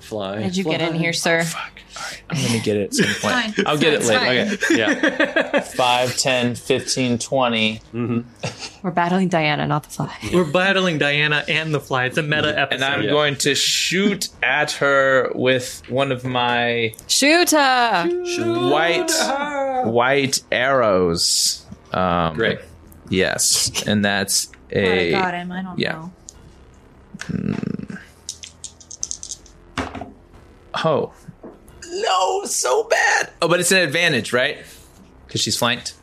Speaker 2: fly.
Speaker 6: How'd you get in
Speaker 2: fly.
Speaker 6: here, sir?
Speaker 5: I'm gonna get it at some
Speaker 8: Fine.
Speaker 5: point. I'll get it
Speaker 8: It's
Speaker 5: later.
Speaker 8: fine.
Speaker 5: Okay.
Speaker 2: Yeah.
Speaker 8: (laughs)
Speaker 5: 5, 10, 15, 20.
Speaker 6: We're battling Diana, not the fly.
Speaker 1: We're battling Diana and the fly. It's a meta episode.
Speaker 5: And I'm
Speaker 2: Yeah.
Speaker 5: going to shoot at her with one of my
Speaker 6: Shoot her!
Speaker 5: white white arrows. Um,
Speaker 2: Great.
Speaker 6: Oh,
Speaker 5: Yes, and that's
Speaker 8: I
Speaker 5: a
Speaker 8: got him. I don't
Speaker 5: yeah.
Speaker 8: know.
Speaker 5: Oh. No, so bad. Oh, but it's an advantage, right? Because she's flanked.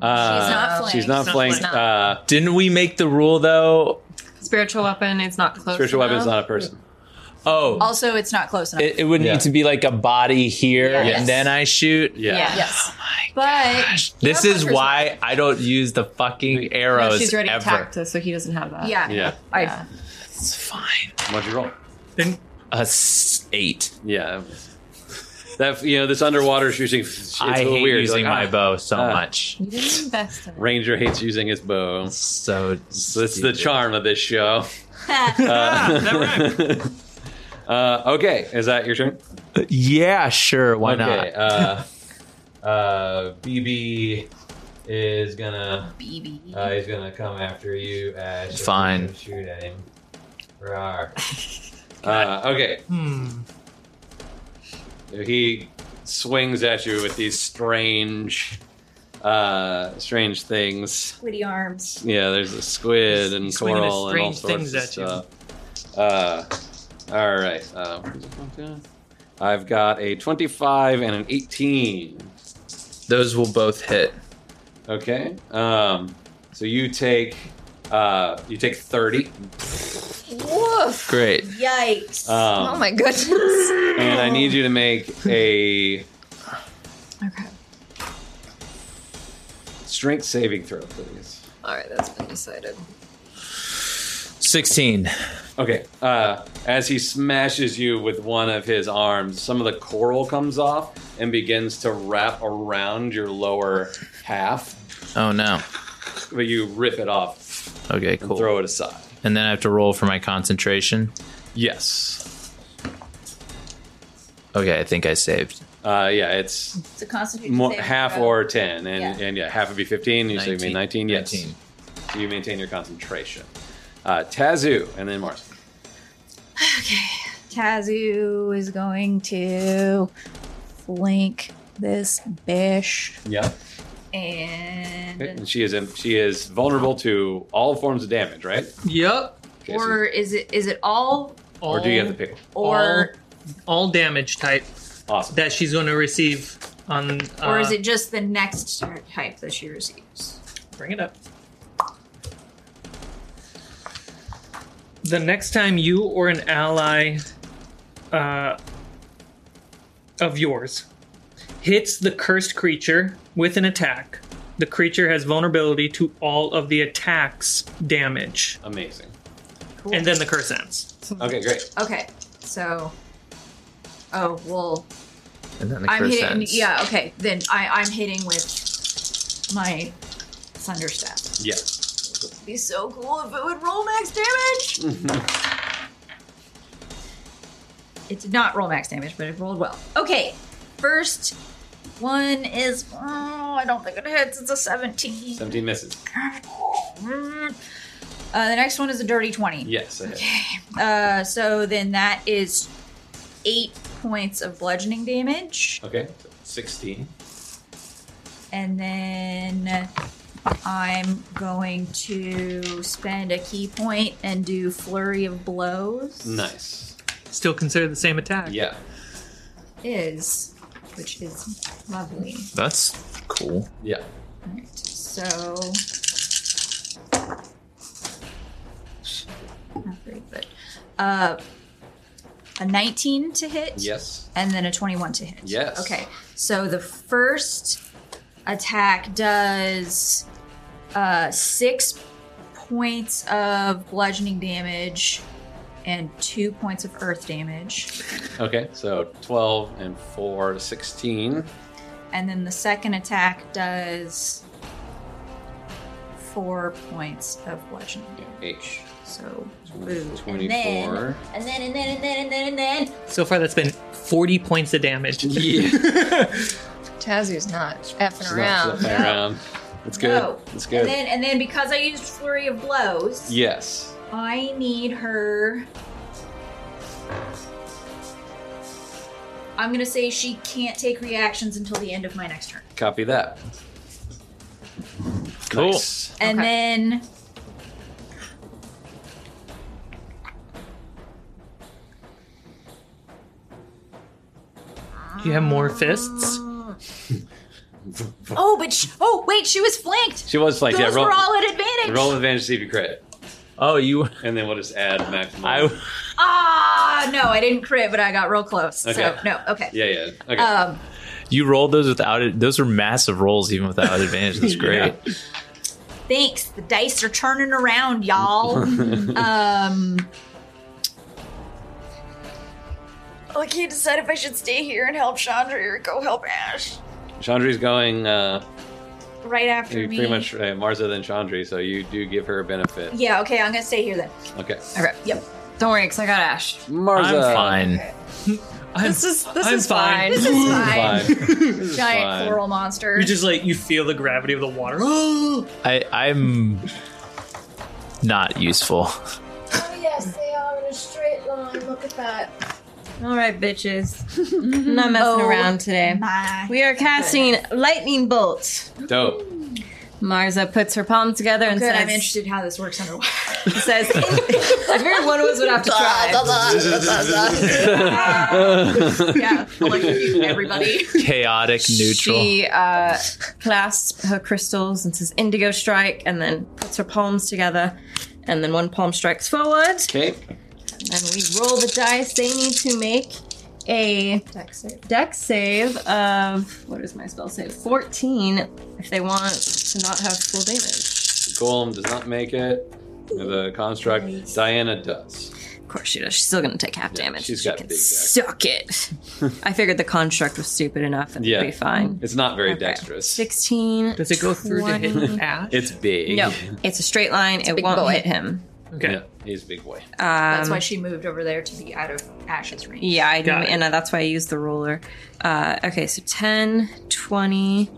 Speaker 2: Uh, she's not flanked.
Speaker 6: flanked.
Speaker 2: Uh,
Speaker 5: Didn't we make the rule though?
Speaker 6: Spiritual weapon, it's not close.
Speaker 2: spiritual weapon is
Speaker 6: enough.
Speaker 2: not a person.
Speaker 5: Oh,
Speaker 8: Also, it's not close enough.
Speaker 5: it, it would
Speaker 2: Yeah.
Speaker 5: need to be like a body here,
Speaker 2: Yes.
Speaker 5: and then I shoot.
Speaker 2: Yeah.
Speaker 6: Yeah.
Speaker 8: yes. but
Speaker 5: This
Speaker 8: Yeah,
Speaker 5: is
Speaker 8: Hunter's
Speaker 5: why I don't use the fucking arrows
Speaker 6: No, she's already
Speaker 5: ever.
Speaker 6: attacked us, so he doesn't have that.
Speaker 8: yeah.
Speaker 2: Yeah.
Speaker 6: Yeah.
Speaker 5: It's fine.
Speaker 2: What'd you roll?
Speaker 7: Then
Speaker 5: A s- eight.
Speaker 2: Yeah. that was- That you know this underwater shooting. It's a
Speaker 5: I
Speaker 2: little
Speaker 5: hate
Speaker 2: weird. You're
Speaker 5: using
Speaker 2: like,
Speaker 5: my
Speaker 2: ah,
Speaker 5: bow so
Speaker 2: ah.
Speaker 5: much.
Speaker 6: You didn't invest in it.
Speaker 2: Ranger hates using his bow.
Speaker 5: So
Speaker 2: That's the
Speaker 5: stupid. (laughs)
Speaker 2: charm of this show. Ah,
Speaker 7: that
Speaker 2: (laughs) Uh, okay, is that your turn?
Speaker 5: Yeah, sure. Why
Speaker 2: okay, Uh, uh, BB is gonna
Speaker 8: BB.
Speaker 2: uh, he's gonna come after you. Ash, and
Speaker 5: Fine.
Speaker 2: Shoot at him. Rawr.
Speaker 6: (laughs)
Speaker 2: uh, okay.
Speaker 7: Hmm.
Speaker 2: He swings at you with these strange, uh, strange things.
Speaker 3: Squiddy arms.
Speaker 2: Yeah, there's a squid and
Speaker 7: He's swinging his
Speaker 2: coral and all
Speaker 7: strange
Speaker 2: sorts of
Speaker 7: things at
Speaker 2: stuff. Uh, all right. Uh, I've got a 25 and an 18.
Speaker 5: not? Those will both hit.
Speaker 2: Okay. Um, so you take uh, you take 30.
Speaker 4: Woof.
Speaker 5: Great.
Speaker 3: Yikes.
Speaker 2: Um,
Speaker 4: oh my
Speaker 2: (laughs)
Speaker 4: goodness.
Speaker 2: and I need you to make a
Speaker 6: Okay.
Speaker 2: strength saving throw, please.
Speaker 4: All right, that's been decided.
Speaker 5: Sixteen.
Speaker 2: Okay. Uh, as he smashes you with one of his arms, some of the coral comes off and begins to wrap around your lower half,
Speaker 5: Oh no.
Speaker 2: but you rip it off
Speaker 5: Okay,
Speaker 2: and
Speaker 5: cool.
Speaker 2: throw it aside.
Speaker 5: And then I have to roll for my concentration.
Speaker 2: Yes.
Speaker 5: Okay, I think I saved.
Speaker 2: Uh, yeah, it's
Speaker 3: it's a constitution.
Speaker 2: more,
Speaker 3: saving
Speaker 2: half
Speaker 3: throw.
Speaker 2: or 10. And,
Speaker 3: Yeah.
Speaker 2: and yeah, half would be 15. You say you mean 19? Yes.
Speaker 5: 19.
Speaker 2: You maintain your concentration. Uh, Tazu, and then Mars.
Speaker 8: Kazu is going to flank this bish
Speaker 2: Yeah.
Speaker 8: and
Speaker 2: And she is she is vulnerable to all forms of damage, right?
Speaker 7: round. Yep.
Speaker 2: Okay, so-
Speaker 8: or is it is it all
Speaker 2: or do you have to pick?
Speaker 8: or
Speaker 7: all, all damage type
Speaker 2: Awesome.
Speaker 7: that she's going to receive on? Uh,
Speaker 8: or is it just the next type that she receives?
Speaker 7: Bring it up. The next time you or an ally uh, of yours hits the cursed creature with an attack, the creature has vulnerability to all of the attack's damage.
Speaker 2: Amazing.
Speaker 7: And then the curse ends.
Speaker 2: Okay, great.
Speaker 8: Okay, so oh well,
Speaker 5: And then the
Speaker 8: I'm
Speaker 5: curse
Speaker 8: hitting.
Speaker 5: ends.
Speaker 8: Yeah, okay, then I I'm hitting with my thunder staff.
Speaker 2: Yeah.
Speaker 8: It'd be so cool if it would roll max damage. it did not roll max damage, but it rolled well. Okay, first one is oh, I don't think it hits. It's a seventeen.
Speaker 2: 17 misses.
Speaker 8: Mm. Uh, the next one is a dirty twenty.
Speaker 2: Yes, I hit.
Speaker 8: Uh, so then that is eight points of bludgeoning damage,
Speaker 2: Okay. 16.
Speaker 8: and then I'm going to spend a key point and do flurry of blows.
Speaker 2: Nice.
Speaker 7: Still considered the same attack.
Speaker 2: Yeah.
Speaker 8: is, which is lovely.
Speaker 5: That's cool.
Speaker 2: Yeah.
Speaker 8: Alright, so. Not great, but. Uh, a 19 to hit?
Speaker 2: Yes.
Speaker 8: And then a 21 to hit?
Speaker 2: Yes.
Speaker 8: Okay, so the first attack does uh, six points of bludgeoning damage and two points of earth damage.
Speaker 2: Okay. So 12 and 4, 16.
Speaker 8: And then the second attack does four points of bludgeoning damage.
Speaker 2: H.
Speaker 8: So, boo. And then,
Speaker 2: 24.
Speaker 8: and then, and then, and then, and then, and then.
Speaker 7: So far, that's been 40 points of damage.
Speaker 2: (laughs) Yeah.
Speaker 8: (laughs)
Speaker 4: Tazu's not effing
Speaker 2: Around.
Speaker 4: around.
Speaker 2: around. It's good.
Speaker 8: No.
Speaker 2: It's good.
Speaker 8: And then, and then because I used Flurry of Blows,
Speaker 2: yes.
Speaker 8: I need her. I'm going to say she can't take reactions until the end of my next turn.
Speaker 2: Copy that.
Speaker 5: Cool.
Speaker 2: Nice.
Speaker 8: And
Speaker 6: Okay.
Speaker 8: then.
Speaker 7: Do you have more fists?
Speaker 8: Oh, but sh- oh wait, she was flanked.
Speaker 2: She was like,
Speaker 8: Those
Speaker 2: yeah, roll,
Speaker 8: were all at advantage.
Speaker 2: roll advantage to see if you crit.
Speaker 5: Oh, you.
Speaker 2: And then we'll just add maximum.
Speaker 5: I.
Speaker 8: Ah, no, I didn't crit, but I got real close. So
Speaker 2: Okay.
Speaker 8: no, okay.
Speaker 2: yeah, yeah. Okay.
Speaker 8: Um,
Speaker 5: You rolled those without it. Those were massive rolls, even without (laughs) advantage. That's great.
Speaker 8: thanks. The dice are turning
Speaker 2: (laughs)
Speaker 8: around, y'all. um,
Speaker 4: I can't decide if I should stay here and help Chandra or go help Ash.
Speaker 2: Chandri's going uh,
Speaker 8: right after
Speaker 2: pretty
Speaker 8: me.
Speaker 2: much uh, Marza than Chandri, so you do give her a benefit.
Speaker 8: Yeah. Okay, I'm gonna stay here then.
Speaker 2: Okay.
Speaker 8: Mm. Okay. Yep.
Speaker 6: Don't worry, because I got Ash.
Speaker 2: Marza.
Speaker 5: I'm fine.
Speaker 7: I'm,
Speaker 4: This is this
Speaker 7: I'm
Speaker 4: is fine.
Speaker 8: This is fine.
Speaker 2: Fine. This is
Speaker 8: Giant
Speaker 2: fine.
Speaker 8: floral monster.
Speaker 7: You just like you feel the gravity of the water. (gasps) Oh,
Speaker 5: I. I'm not useful.
Speaker 12: Oh, yes, they are in a straight line. Look at that.
Speaker 6: (laughs) All right,
Speaker 8: (laughs)
Speaker 6: bitches. I'm not messing
Speaker 8: Oh.
Speaker 6: around today.
Speaker 8: My.
Speaker 6: We are casting lightning bolt.
Speaker 2: Dope.
Speaker 6: Marza puts her palms together and
Speaker 8: Good.
Speaker 6: says,
Speaker 8: I'm interested how this works underwater. (laughs)
Speaker 6: says (laughs) I figured one of us would have to try.
Speaker 8: yeah. (laughs)
Speaker 2: (laughs)
Speaker 8: Electrocute everybody.
Speaker 5: Chaotic neutral.
Speaker 6: She uh, clasps her crystals and says indigo strike and then puts her palms together. And then one palm strikes forward.
Speaker 2: Okay.
Speaker 6: And we roll the dice. They need to make a
Speaker 4: Dex save.
Speaker 6: deck save of, what is my spell save? 14 if they want to not have full damage.
Speaker 2: Golem does not make it. The construct. Diana does.
Speaker 6: Of course she does. She's still going to take half damage.
Speaker 2: she's
Speaker 6: she
Speaker 2: got
Speaker 6: can
Speaker 2: big deck.
Speaker 6: suck
Speaker 2: (laughs)
Speaker 6: it. I figured the construct was stupid enough. It'd
Speaker 2: Yeah.
Speaker 6: be fine.
Speaker 2: It's not very
Speaker 6: Okay.
Speaker 2: dexterous.
Speaker 6: 16.
Speaker 7: does it go through to hit Ash?
Speaker 2: It's big.
Speaker 6: No, it's a straight line. it
Speaker 4: big
Speaker 6: won't
Speaker 4: boy.
Speaker 6: hit him.
Speaker 7: okay.
Speaker 2: Yeah, he's a big boy.
Speaker 8: That's why she moved over there to be out of Ash's range.
Speaker 6: Yeah, I knew,
Speaker 7: Got it.
Speaker 6: and uh, that's why I used the ruler. Uh, okay, so 10, 20,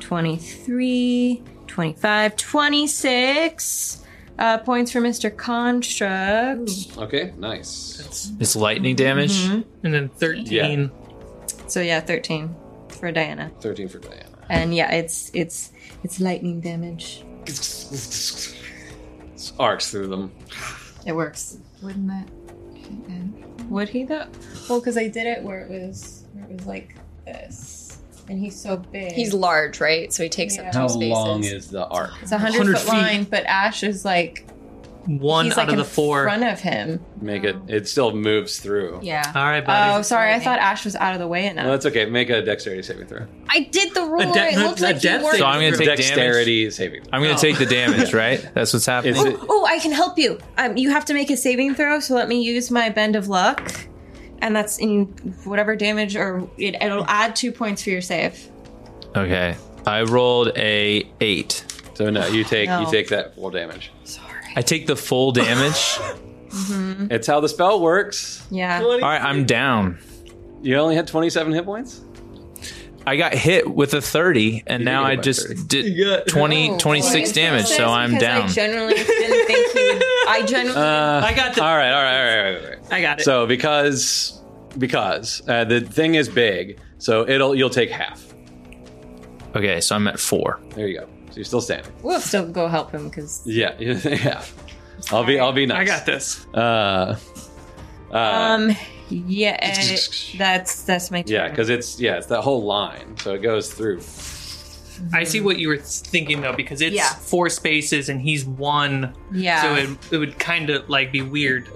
Speaker 6: 23, 25, 26 uh, points for Mr. Construct.
Speaker 2: Okay, nice.
Speaker 5: It's lightning damage.
Speaker 7: And then thirteen.
Speaker 6: So yeah, 13 for Diana.
Speaker 2: 13 for Diana.
Speaker 6: And yeah, it's it's it's lightning damage.
Speaker 2: Arcs through them.
Speaker 6: It works.
Speaker 3: Wouldn't that?
Speaker 6: Would he though? Well, because I did it where it was where it was like this, and he's so
Speaker 4: (laughs)
Speaker 6: big.
Speaker 4: He's large, right? So he takes up two
Speaker 2: How
Speaker 4: spaces.
Speaker 2: long is the arc?
Speaker 6: it's a hundred
Speaker 7: 100
Speaker 6: foot
Speaker 7: feet.
Speaker 6: line, but Ash is like
Speaker 7: One
Speaker 6: he's
Speaker 7: out
Speaker 6: like
Speaker 7: of
Speaker 6: in
Speaker 7: the four.
Speaker 6: front of him.
Speaker 2: Make it. It still moves through.
Speaker 8: Yeah.
Speaker 7: All right,
Speaker 6: Oh,
Speaker 7: buddy.
Speaker 6: sorry. I thought Ash was out of the way enough.
Speaker 2: Well, that's okay. Make a dexterity saving throw.
Speaker 6: I did the ruler.
Speaker 7: de-
Speaker 6: it looked
Speaker 7: a
Speaker 6: like you
Speaker 7: death
Speaker 6: were.
Speaker 5: So I'm gonna take damage.
Speaker 2: dexterity saving. Throw.
Speaker 5: I'm gonna take the damage, right? That's what's happening.
Speaker 6: (gasps)
Speaker 2: Is it-
Speaker 6: Oh, I can help you. Um, you have to make a saving throw, so let me use my bend of luck, and that's in whatever damage, or it, it'll add two points for your save.
Speaker 5: Okay. I rolled a eight.
Speaker 2: So no, you take
Speaker 6: No.
Speaker 2: you take that full damage.
Speaker 5: I take the full damage.
Speaker 2: It's how the spell works.
Speaker 6: Yeah.
Speaker 5: All right, I'm down.
Speaker 2: You only had 27 hit points.
Speaker 5: I got hit with a 30, and
Speaker 2: You
Speaker 5: now
Speaker 2: did
Speaker 5: I
Speaker 2: hit by
Speaker 5: just
Speaker 2: 30.
Speaker 5: did 20, 26 damage, so I'm
Speaker 6: Because
Speaker 5: down.
Speaker 6: I generally didn't think he would. I generally.
Speaker 2: Uh,
Speaker 7: I got the-
Speaker 2: All right, all right, all right, all right. all right.
Speaker 7: I got it.
Speaker 2: So because because uh, the thing is big, so it'll you'll take half.
Speaker 5: Okay, so I'm at four.
Speaker 2: There you go. So you're still standing.
Speaker 6: we'll still go help him because.
Speaker 2: Yeah, (laughs) yeah. I'll be I'll be nice.
Speaker 7: I got this.
Speaker 2: Uh, uh,
Speaker 6: Um. Yeah. eh, That's that's my. Turn.
Speaker 2: yeah, because it's yeah it's that whole line, so it goes through.
Speaker 7: I see what you were thinking though, because it's
Speaker 8: Yeah.
Speaker 7: four spaces and he's one,
Speaker 6: Yeah.
Speaker 7: so it, it would kind of like be weird.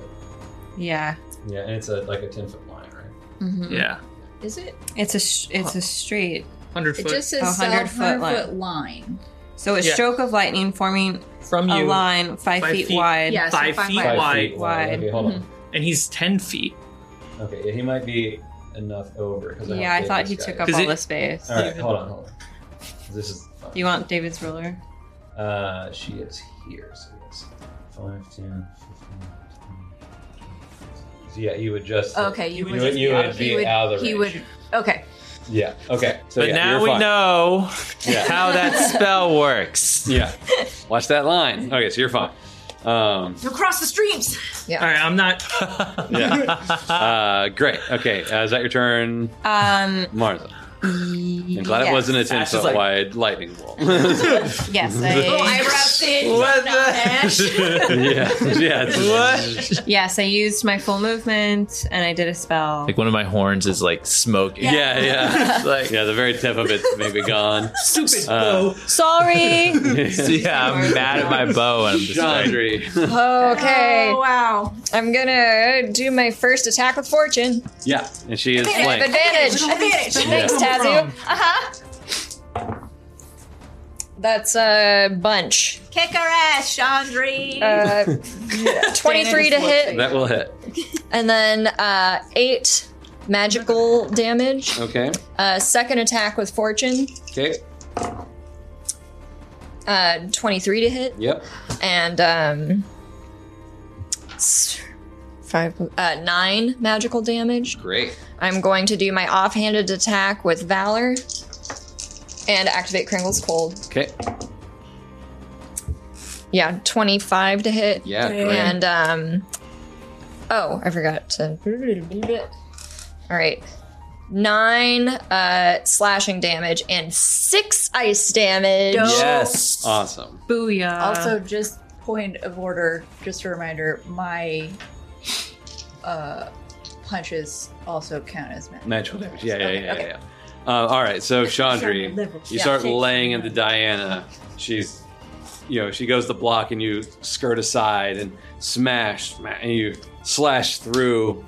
Speaker 6: yeah.
Speaker 2: Yeah, and it's a like a 10 foot line, right?
Speaker 7: Yeah,
Speaker 8: Mm-hmm. Is it?
Speaker 6: It's a sh- it's a straight.
Speaker 7: hundred
Speaker 8: It
Speaker 7: foot
Speaker 8: just
Speaker 6: A
Speaker 8: says
Speaker 6: hundred
Speaker 8: hundred
Speaker 6: foot
Speaker 8: foot
Speaker 6: line.
Speaker 8: line.
Speaker 6: So a
Speaker 7: Yeah.
Speaker 6: stroke of lightning forming
Speaker 7: from
Speaker 6: a
Speaker 7: you,
Speaker 6: line five,
Speaker 7: Five
Speaker 6: feet,
Speaker 7: feet.
Speaker 6: wide.
Speaker 8: Yeah, so
Speaker 7: five,
Speaker 8: five
Speaker 7: feet
Speaker 8: wide.
Speaker 7: wide,
Speaker 6: wide. Okay,
Speaker 2: hold
Speaker 7: and he's ten feet.
Speaker 2: on. Okay, yeah, he might be enough over. Cause
Speaker 6: Yeah, I thought he took up
Speaker 7: Does
Speaker 6: all
Speaker 7: it-
Speaker 6: the space.
Speaker 7: right, hold
Speaker 2: on, hold on. This is.
Speaker 6: Do you want David's ruler?
Speaker 2: Uh, she is here, so yes. 5, 10, 15, 20. So yeah, you would just.
Speaker 8: Okay,
Speaker 2: you
Speaker 8: you would.
Speaker 2: would, you would be
Speaker 8: he would,
Speaker 2: out of the
Speaker 8: he
Speaker 2: range.
Speaker 8: would. Okay.
Speaker 2: Yeah, okay. So
Speaker 5: But
Speaker 2: yeah,
Speaker 5: now
Speaker 2: you're
Speaker 5: we
Speaker 2: fine.
Speaker 5: know
Speaker 2: Yeah.
Speaker 5: (laughs) how that spell works.
Speaker 2: Yeah. Watch that line. Okay, so you're fine. Um,
Speaker 8: So cross the streams.
Speaker 7: All right, I'm not. (laughs)
Speaker 2: yeah. uh, great. Okay, uh, is that your turn,
Speaker 6: Um,
Speaker 2: Martha? I'm glad it wasn't a 10
Speaker 5: Ash is
Speaker 2: foot
Speaker 5: like-
Speaker 2: wide lightning bolt. (laughs)
Speaker 8: Yes, I.
Speaker 2: Oh,
Speaker 5: What the?
Speaker 2: yeah. Yeah. it's-
Speaker 5: what?
Speaker 6: Yes, I used my full movement and I did a spell.
Speaker 5: Like one of my horns is like smoking.
Speaker 2: Yeah, yeah.
Speaker 5: It's like
Speaker 2: Yeah, the very tip of it's maybe gone. (laughs)
Speaker 5: stupid
Speaker 2: Uh,
Speaker 6: Sorry.
Speaker 5: (laughs) yeah, I'm mad at my bow and I'm just like,
Speaker 2: Chandri.
Speaker 4: Okay,
Speaker 8: Oh, wow.
Speaker 4: I'm gonna do my first attack with fortune.
Speaker 2: Yeah, and she is
Speaker 4: I have
Speaker 2: flanked.
Speaker 4: advantage.
Speaker 8: Advantage.
Speaker 4: Thanks, Tazu. Uh huh. That's a bunch.
Speaker 8: Kick her ass, Chandri.
Speaker 4: Uh, 23 to hit,
Speaker 2: That will hit.
Speaker 4: and then uh, eight magical damage.
Speaker 2: Okay.
Speaker 4: Uh, second attack with fortune,
Speaker 2: Okay.
Speaker 4: uh, 23 to hit,
Speaker 2: Yep.
Speaker 4: and um, s- five, uh, nine magical damage.
Speaker 2: Great.
Speaker 4: I'm going to do my offhanded attack with valor and activate Kringle's cold.
Speaker 2: Okay.
Speaker 4: Yeah, 25 to hit.
Speaker 2: Yeah, great.
Speaker 4: And um oh, I forgot to All right. 9 uh slashing damage and 6 ice damage.
Speaker 2: Yes. Awesome.
Speaker 6: Booyah.
Speaker 8: Also, just point of order, just a reminder, my uh, punches also count as magic.
Speaker 2: Natural damage. Yeah, yeah,
Speaker 8: Okay,
Speaker 2: yeah,
Speaker 8: okay.
Speaker 2: yeah. Uh, all right, so Chandri,
Speaker 8: level.
Speaker 2: you
Speaker 8: Yeah,
Speaker 2: start
Speaker 8: take
Speaker 2: laying
Speaker 8: some.
Speaker 2: into Diana. She's, you know, she goes to block and you skirt aside and smash, sma- and you slash through,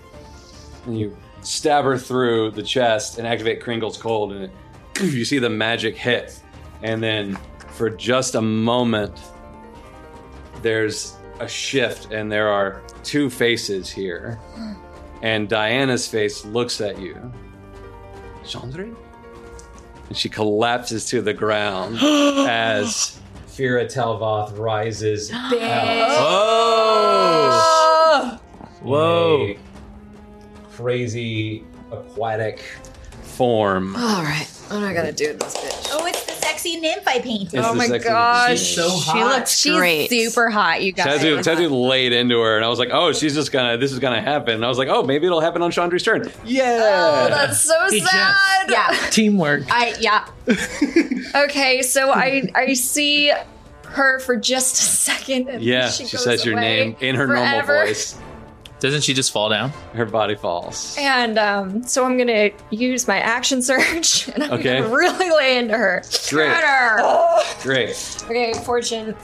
Speaker 2: and you stab her through the chest and activate Kringle's cold, and it, (clears throat) you see the magic hit, and then for just a moment, there's a shift, and there are two faces here, and Diana's face looks at you. Chandri? And she collapses to the ground as Fira Talvoth rises. out.
Speaker 5: oh, whoa.
Speaker 2: In a Crazy aquatic form.
Speaker 4: All right. What am I going to do with this bitch?
Speaker 8: Oh, it's the sexy nymph I painted.
Speaker 2: It's
Speaker 4: Oh
Speaker 2: the
Speaker 4: my
Speaker 2: sex of-
Speaker 4: gosh.
Speaker 2: She's
Speaker 5: so
Speaker 6: she looks
Speaker 4: She's
Speaker 6: great.
Speaker 4: super hot, you guys.
Speaker 2: Tazu, Tazu laid into her, and I was like, "Oh, she's just gonna. This is gonna happen." And I was like, "Oh, maybe it'll happen on Chandri's turn."
Speaker 4: Oh,
Speaker 2: Yeah.
Speaker 4: that's so
Speaker 7: Good job.
Speaker 4: sad.
Speaker 8: Yeah,
Speaker 7: Teamwork.
Speaker 8: I yeah.
Speaker 4: Okay, so I I see her for just a second. And
Speaker 2: yeah.
Speaker 4: then
Speaker 2: She,
Speaker 4: goes
Speaker 2: says your
Speaker 4: away
Speaker 2: name in her
Speaker 4: forever.
Speaker 2: normal voice.
Speaker 5: Doesn't she just fall down?
Speaker 2: Her body falls.
Speaker 4: And um, so I'm gonna use my action surge, (laughs) and I'm
Speaker 2: Okay.
Speaker 4: gonna really lay into her.
Speaker 2: Great.
Speaker 4: Her.
Speaker 2: Great.
Speaker 4: Okay, fortune.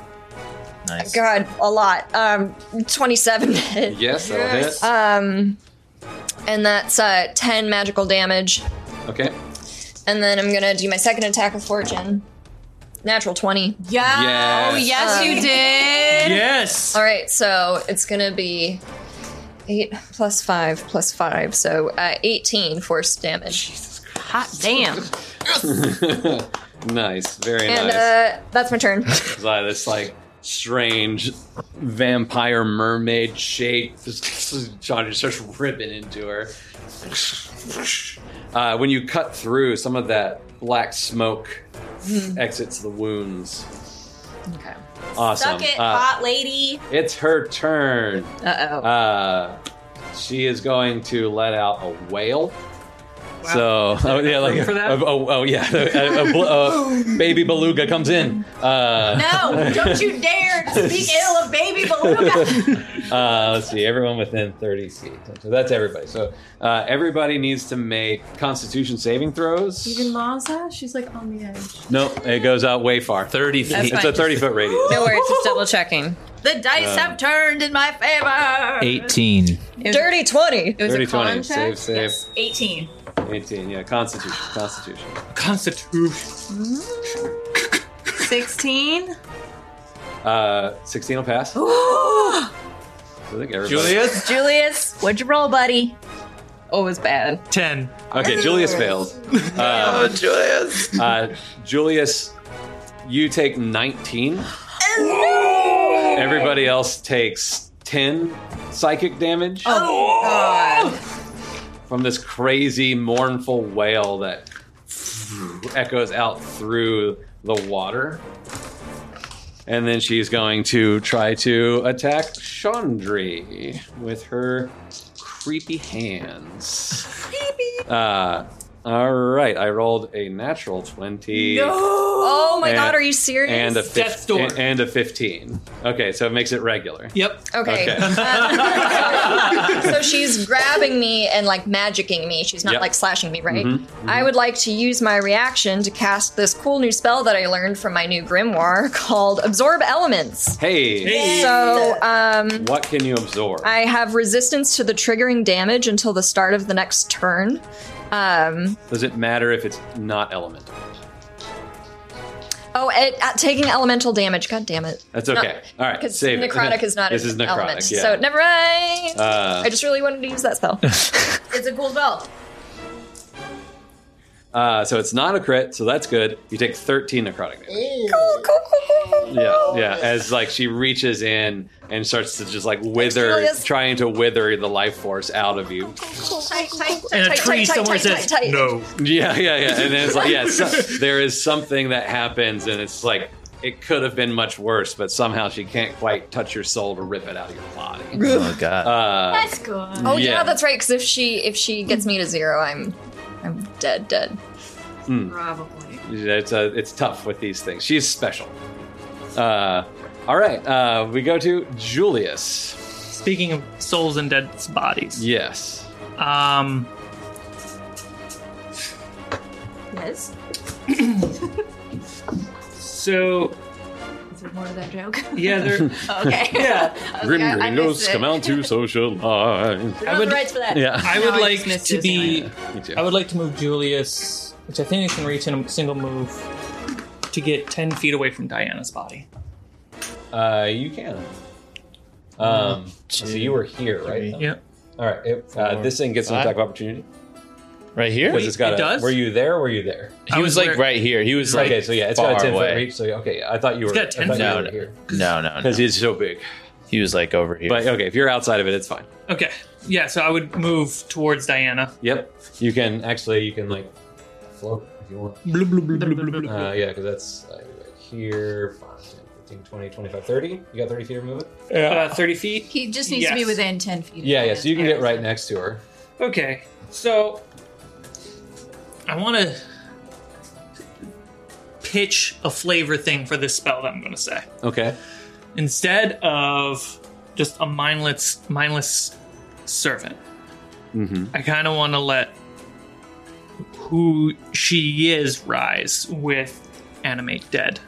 Speaker 5: Nice.
Speaker 4: God, a lot. Um, (laughs) 27 hit.
Speaker 2: Yes, that'll hit.
Speaker 4: Um, and that's uh 10 magical damage.
Speaker 2: Okay.
Speaker 4: And then I'm gonna do my second attack with fortune. Natural 20.
Speaker 2: Yeah.
Speaker 6: yes, you did.
Speaker 7: Yes.
Speaker 4: All right, so it's gonna be eight plus five plus five, so uh, eighteen force damage,
Speaker 6: Hot Ah, damn.
Speaker 2: (laughs) nice. Very
Speaker 4: and
Speaker 2: nice.
Speaker 4: uh, that's my turn.
Speaker 2: It's like this like strange vampire mermaid shape. (laughs) Just- John just starts ripping into her. (laughs) Uh, when you cut through, some of that black smoke
Speaker 7: Hmm.
Speaker 2: exits the wounds.
Speaker 4: Okay.
Speaker 2: Awesome.
Speaker 8: Suck it,
Speaker 2: Uh,
Speaker 8: hot lady.
Speaker 2: it's her turn.
Speaker 6: Uh oh.
Speaker 2: Uh, she is going to let out a whale. So, oh yeah, like
Speaker 7: for that?
Speaker 2: oh, oh, oh, yeah, (laughs) a, a bl-
Speaker 7: (laughs)
Speaker 2: a baby beluga comes in. Uh,
Speaker 8: No, don't you (laughs) dare speak ill of baby beluga.
Speaker 2: Uh, let's see, everyone within 30 feet. So that's everybody. So uh, everybody needs to make Constitution saving throws.
Speaker 6: Maza, she's like on the edge.
Speaker 2: no, it goes out way far.
Speaker 5: 30 feet.
Speaker 2: It's a 30 foot radius.
Speaker 6: No worries, just double checking.
Speaker 8: The dice have turned in my favor.
Speaker 5: 18.
Speaker 6: It was,
Speaker 4: Dirty twenty.
Speaker 6: It was
Speaker 2: 30,
Speaker 6: a con
Speaker 2: 20. Save,
Speaker 6: check.
Speaker 2: save.
Speaker 8: Eighteen.
Speaker 2: 18. Yeah, Constitution. Constitution.
Speaker 7: Constitution.
Speaker 6: Sixteen.
Speaker 2: Uh, 16 will pass. So I think everybody.
Speaker 5: Julius?
Speaker 8: Julius, what'd you roll, buddy?
Speaker 6: Oh, it was bad.
Speaker 7: Ten.
Speaker 2: Okay, Julius fails. Uh,
Speaker 5: Julius.
Speaker 2: uh, Julius, you take 19. Everybody else takes 10 psychic damage.
Speaker 6: God.
Speaker 2: from this crazy mournful wail that echoes out through the water. And then she's going to try to attack Chandri with her creepy hands. Creepy. Uh, All right, I rolled a natural 20.
Speaker 4: Oh my
Speaker 2: And-
Speaker 4: god, are you serious?
Speaker 2: And a, fif-
Speaker 7: Death's door.
Speaker 2: and- and a 15. Okay, so it makes it regular.
Speaker 7: Yep.
Speaker 4: Okay.
Speaker 2: Okay.
Speaker 4: Um, (laughs) so she's grabbing me and like magicking me. She's not
Speaker 2: Yep.
Speaker 4: like slashing me, right?
Speaker 2: Mm-hmm.
Speaker 4: I would like to use my reaction to cast this cool new spell that I learned from my new grimoire (laughs) called Absorb Elements.
Speaker 2: (laughs) Hey,
Speaker 4: So um,
Speaker 2: what can you absorb?
Speaker 4: I have resistance to the triggering damage until the start of the next turn. Um,
Speaker 2: Does it matter if it's not elemental?
Speaker 4: oh, it, uh, taking elemental damage. God damn it.
Speaker 2: That's okay. All right,
Speaker 4: Because
Speaker 2: save it.
Speaker 4: necrotic is
Speaker 2: (laughs)
Speaker 4: not
Speaker 2: This
Speaker 4: an
Speaker 2: is necrotic,
Speaker 4: element.
Speaker 2: yeah.
Speaker 4: So never mind.
Speaker 2: Uh,
Speaker 4: I just really wanted to use
Speaker 2: (laughs)
Speaker 4: that spell.
Speaker 3: It's a cool spell.
Speaker 2: uh, so it's not a crit, so that's good. You take 13 necrotic damage.
Speaker 4: cool, cool, cool, cool.
Speaker 2: Yeah, yeah. As like she reaches in and starts to just like wither,
Speaker 4: Julius.
Speaker 2: trying to wither the life force out of you.
Speaker 7: And a tree somewhere says, no.
Speaker 2: Yeah, yeah, yeah. And then it's like, yeah,
Speaker 7: (laughs)
Speaker 2: so, there is something that happens, and it's like it could have been much worse, but somehow she can't quite touch your soul to rip it out of your body.
Speaker 13: Oh god.
Speaker 2: Uh,
Speaker 8: That's cool.
Speaker 4: Oh yeah,
Speaker 2: yeah.
Speaker 4: that's right. Because if she if she gets me to zero, I'm I'm dead, dead.
Speaker 8: Probably.
Speaker 2: it's uh, it's tough with these things. She's special. Uh, all right, uh, we go to Julius.
Speaker 7: Speaking of souls and dead bodies.
Speaker 2: Yes.
Speaker 7: Um,
Speaker 8: Yes.
Speaker 7: so,
Speaker 8: Is there more to that joke?
Speaker 7: (laughs) yeah, there,
Speaker 4: (laughs)
Speaker 8: okay. Yeah.
Speaker 2: Grim Gringos come out to socialize.
Speaker 7: I would,
Speaker 8: for that.
Speaker 2: Yeah.
Speaker 7: I would
Speaker 8: No, I
Speaker 7: like
Speaker 8: just missed
Speaker 7: to
Speaker 8: his
Speaker 7: be.
Speaker 2: Me too.
Speaker 7: I would like to move Julius, which I think I can reach in a single move, to get 10 feet away from Diana's body.
Speaker 2: Uh, you can. Um, so you were here, right?
Speaker 7: Mm, Yeah.
Speaker 2: All right. It, uh, this thing gets an attack of opportunity
Speaker 13: Uh, right here?
Speaker 2: because it's got.
Speaker 7: It
Speaker 2: a,
Speaker 7: does?
Speaker 2: Were you there? or Were you there?
Speaker 7: I
Speaker 13: He was
Speaker 7: was
Speaker 13: like
Speaker 7: where-
Speaker 13: right here. He was like
Speaker 2: okay, so yeah, it's got a
Speaker 13: far
Speaker 2: ten
Speaker 13: away.
Speaker 2: foot reach. So yeah, okay, I thought you were.
Speaker 7: got 10
Speaker 2: I thought you
Speaker 7: foot.
Speaker 2: were
Speaker 13: No,
Speaker 2: (laughs) here
Speaker 13: No, no, no.
Speaker 2: because it's so big.
Speaker 13: He was like over here.
Speaker 2: But okay, if you're outside of it, it's fine.
Speaker 7: Okay. Yeah, so I would move towards Diana.
Speaker 2: Yep, you can actually you can like float if you want.
Speaker 7: Blub, blub, blub, blub, blub, blub.
Speaker 2: Uh, yeah, because that's uh, right here. 5, 10, 15, 20, 25, 30. You got 30 feet of movement?
Speaker 7: Uh, 30 feet.
Speaker 8: He just needs to be
Speaker 7: Yes.
Speaker 8: within 10 feet.
Speaker 2: Yeah,
Speaker 8: of
Speaker 2: yeah,
Speaker 8: Diana's
Speaker 2: so you can get
Speaker 8: eyes.
Speaker 2: right next to her.
Speaker 7: Okay, so I want to pitch a flavor thing for this spell that I'm going to say.
Speaker 2: Okay.
Speaker 7: Instead of just a mindless, mindless servant, I kind of want to let who she is rise with animate dead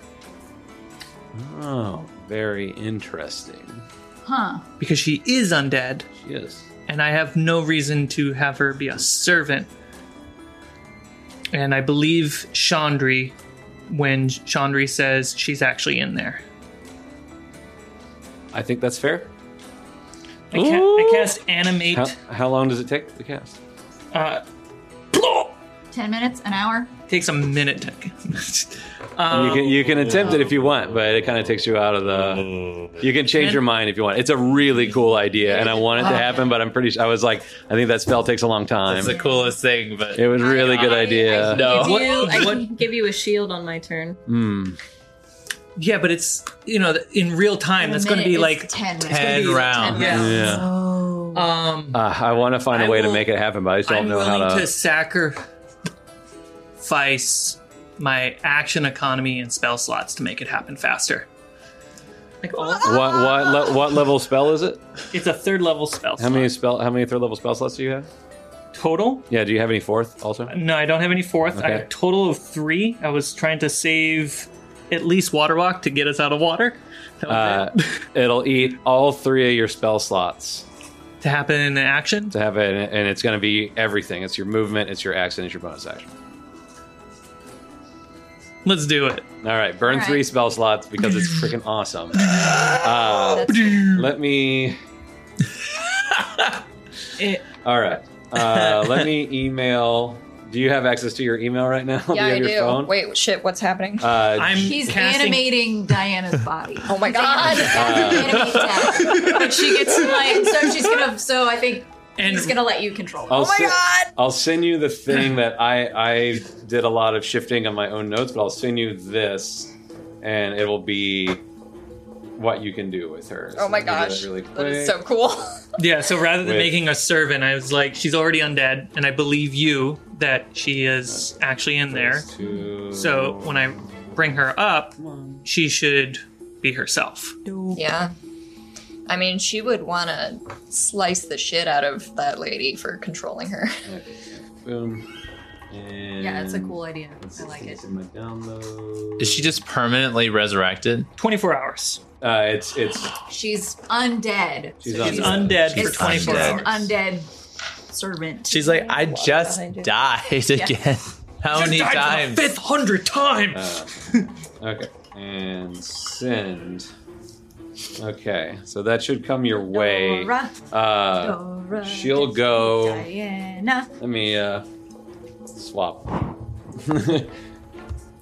Speaker 2: Oh, very interesting.
Speaker 8: Huh.
Speaker 7: because she is undead,
Speaker 2: She is.
Speaker 7: and I have no reason to have her be a servant. And I believe Chandri when Chandri says she's actually in there.
Speaker 2: I think that's fair.
Speaker 7: I, ca- I cast animate.
Speaker 2: How, how long does it take to cast?
Speaker 7: Uh,
Speaker 8: 10 minutes? An hour?
Speaker 7: takes a minute. To- (laughs) um, Mm.
Speaker 2: you can you can attempt it if you want, but it kind of takes you out of the. You can change your mind if you want. It's a really cool idea, and I want
Speaker 7: Ah.
Speaker 2: it to happen, but I'm pretty. su- I was like, I think that spell takes a long time.
Speaker 13: That's the coolest thing, but
Speaker 2: It was a really good
Speaker 8: I- I-
Speaker 2: idea.
Speaker 13: no.
Speaker 5: Oh.
Speaker 6: Give you- I
Speaker 7: what-
Speaker 6: can give you a shield on my turn.
Speaker 2: Mm.
Speaker 7: yeah, but it's you know in real time. That's going to be like
Speaker 8: 10 minutes.
Speaker 13: 10 rounds.
Speaker 7: yeah.
Speaker 2: Yeah,
Speaker 7: Um,
Speaker 2: uh, I want to find a
Speaker 7: I
Speaker 2: way to
Speaker 7: will-
Speaker 2: make it happen, but I just don't
Speaker 7: I'm
Speaker 2: know
Speaker 7: willing
Speaker 2: how
Speaker 7: to,
Speaker 2: to.
Speaker 7: sacrifice my action economy and spell slots to make it happen faster. Like
Speaker 2: (laughs)
Speaker 7: all,
Speaker 2: What what le- what level spell is it?
Speaker 7: it's a third level spell.
Speaker 2: How many
Speaker 7: slot.
Speaker 2: spell? How many third level spell slots do you have?
Speaker 7: total?
Speaker 2: Yeah, do you have any fourth also?
Speaker 7: No, I don't have any fourth. I
Speaker 2: Okay.
Speaker 7: have a total of three. I was trying to save at least water walk to get us out of water. That was
Speaker 2: Uh,
Speaker 7: it.
Speaker 2: it'll eat all three of your spell slots
Speaker 7: to happen in an action.
Speaker 2: to have it, and it's going to be everything. It's your movement, it's your action, it's your bonus action.
Speaker 7: Let's do it.
Speaker 2: All right, burn
Speaker 8: All
Speaker 2: three
Speaker 8: right.
Speaker 2: spell slots because it's freaking
Speaker 4: (laughs)
Speaker 2: awesome. Uh, let me.
Speaker 7: It-
Speaker 2: (laughs) All right, uh, let me email. Do you have access to your email right now? (laughs) do you
Speaker 4: Yeah,
Speaker 2: have
Speaker 4: I
Speaker 2: your
Speaker 4: do.
Speaker 2: phone?
Speaker 4: Wait, shit, what's happening?
Speaker 2: Uh,
Speaker 7: I'm
Speaker 8: He's
Speaker 7: casting-
Speaker 8: animating Diana's body.
Speaker 4: (laughs) oh my god.
Speaker 8: Animate
Speaker 5: (laughs)
Speaker 8: death. But she gets to, like, so she's gonna, so I think
Speaker 7: and
Speaker 8: he's gonna let you control it.
Speaker 2: I'll oh my god! I'll send
Speaker 4: (laughs)
Speaker 2: you the thing that I I did a lot of shifting on my own notes, but I'll send you this, and it will be what you can do with her.
Speaker 4: oh my
Speaker 2: I'll do that
Speaker 4: gosh.
Speaker 2: Really
Speaker 4: that is
Speaker 2: quick.
Speaker 4: so cool.
Speaker 2: (laughs)
Speaker 7: Yeah, so rather than
Speaker 2: With-
Speaker 7: making a servant, I was like, she's already undead, and I believe you that she is actually in there.
Speaker 2: Two.
Speaker 7: So when I bring her up, she should be herself.
Speaker 4: Yeah. I mean, she would want to slice the shit out of that lady for controlling her. (laughs)
Speaker 2: Boom. And
Speaker 3: Yeah, that's a cool idea.
Speaker 2: Let's
Speaker 3: I
Speaker 2: see
Speaker 3: like
Speaker 2: if
Speaker 3: it.
Speaker 2: it's in my download.
Speaker 5: Is she just permanently resurrected?
Speaker 7: 24 hours.
Speaker 2: Uh, it's it's
Speaker 3: She's undead.
Speaker 2: she's,
Speaker 7: She's
Speaker 2: on.
Speaker 7: undead
Speaker 3: It's
Speaker 7: for 24
Speaker 3: an
Speaker 7: hours.
Speaker 3: undead servant.
Speaker 5: She's like, I just
Speaker 6: behind it.
Speaker 5: died (laughs) again. How many times?
Speaker 7: Fifth hundred times.
Speaker 2: Uh, okay, and send. Okay, so that should come your way.
Speaker 3: Dora,
Speaker 2: Uh,
Speaker 3: Dora,
Speaker 2: she'll go.
Speaker 3: Diana.
Speaker 5: um,
Speaker 2: Let me uh, swap. (laughs)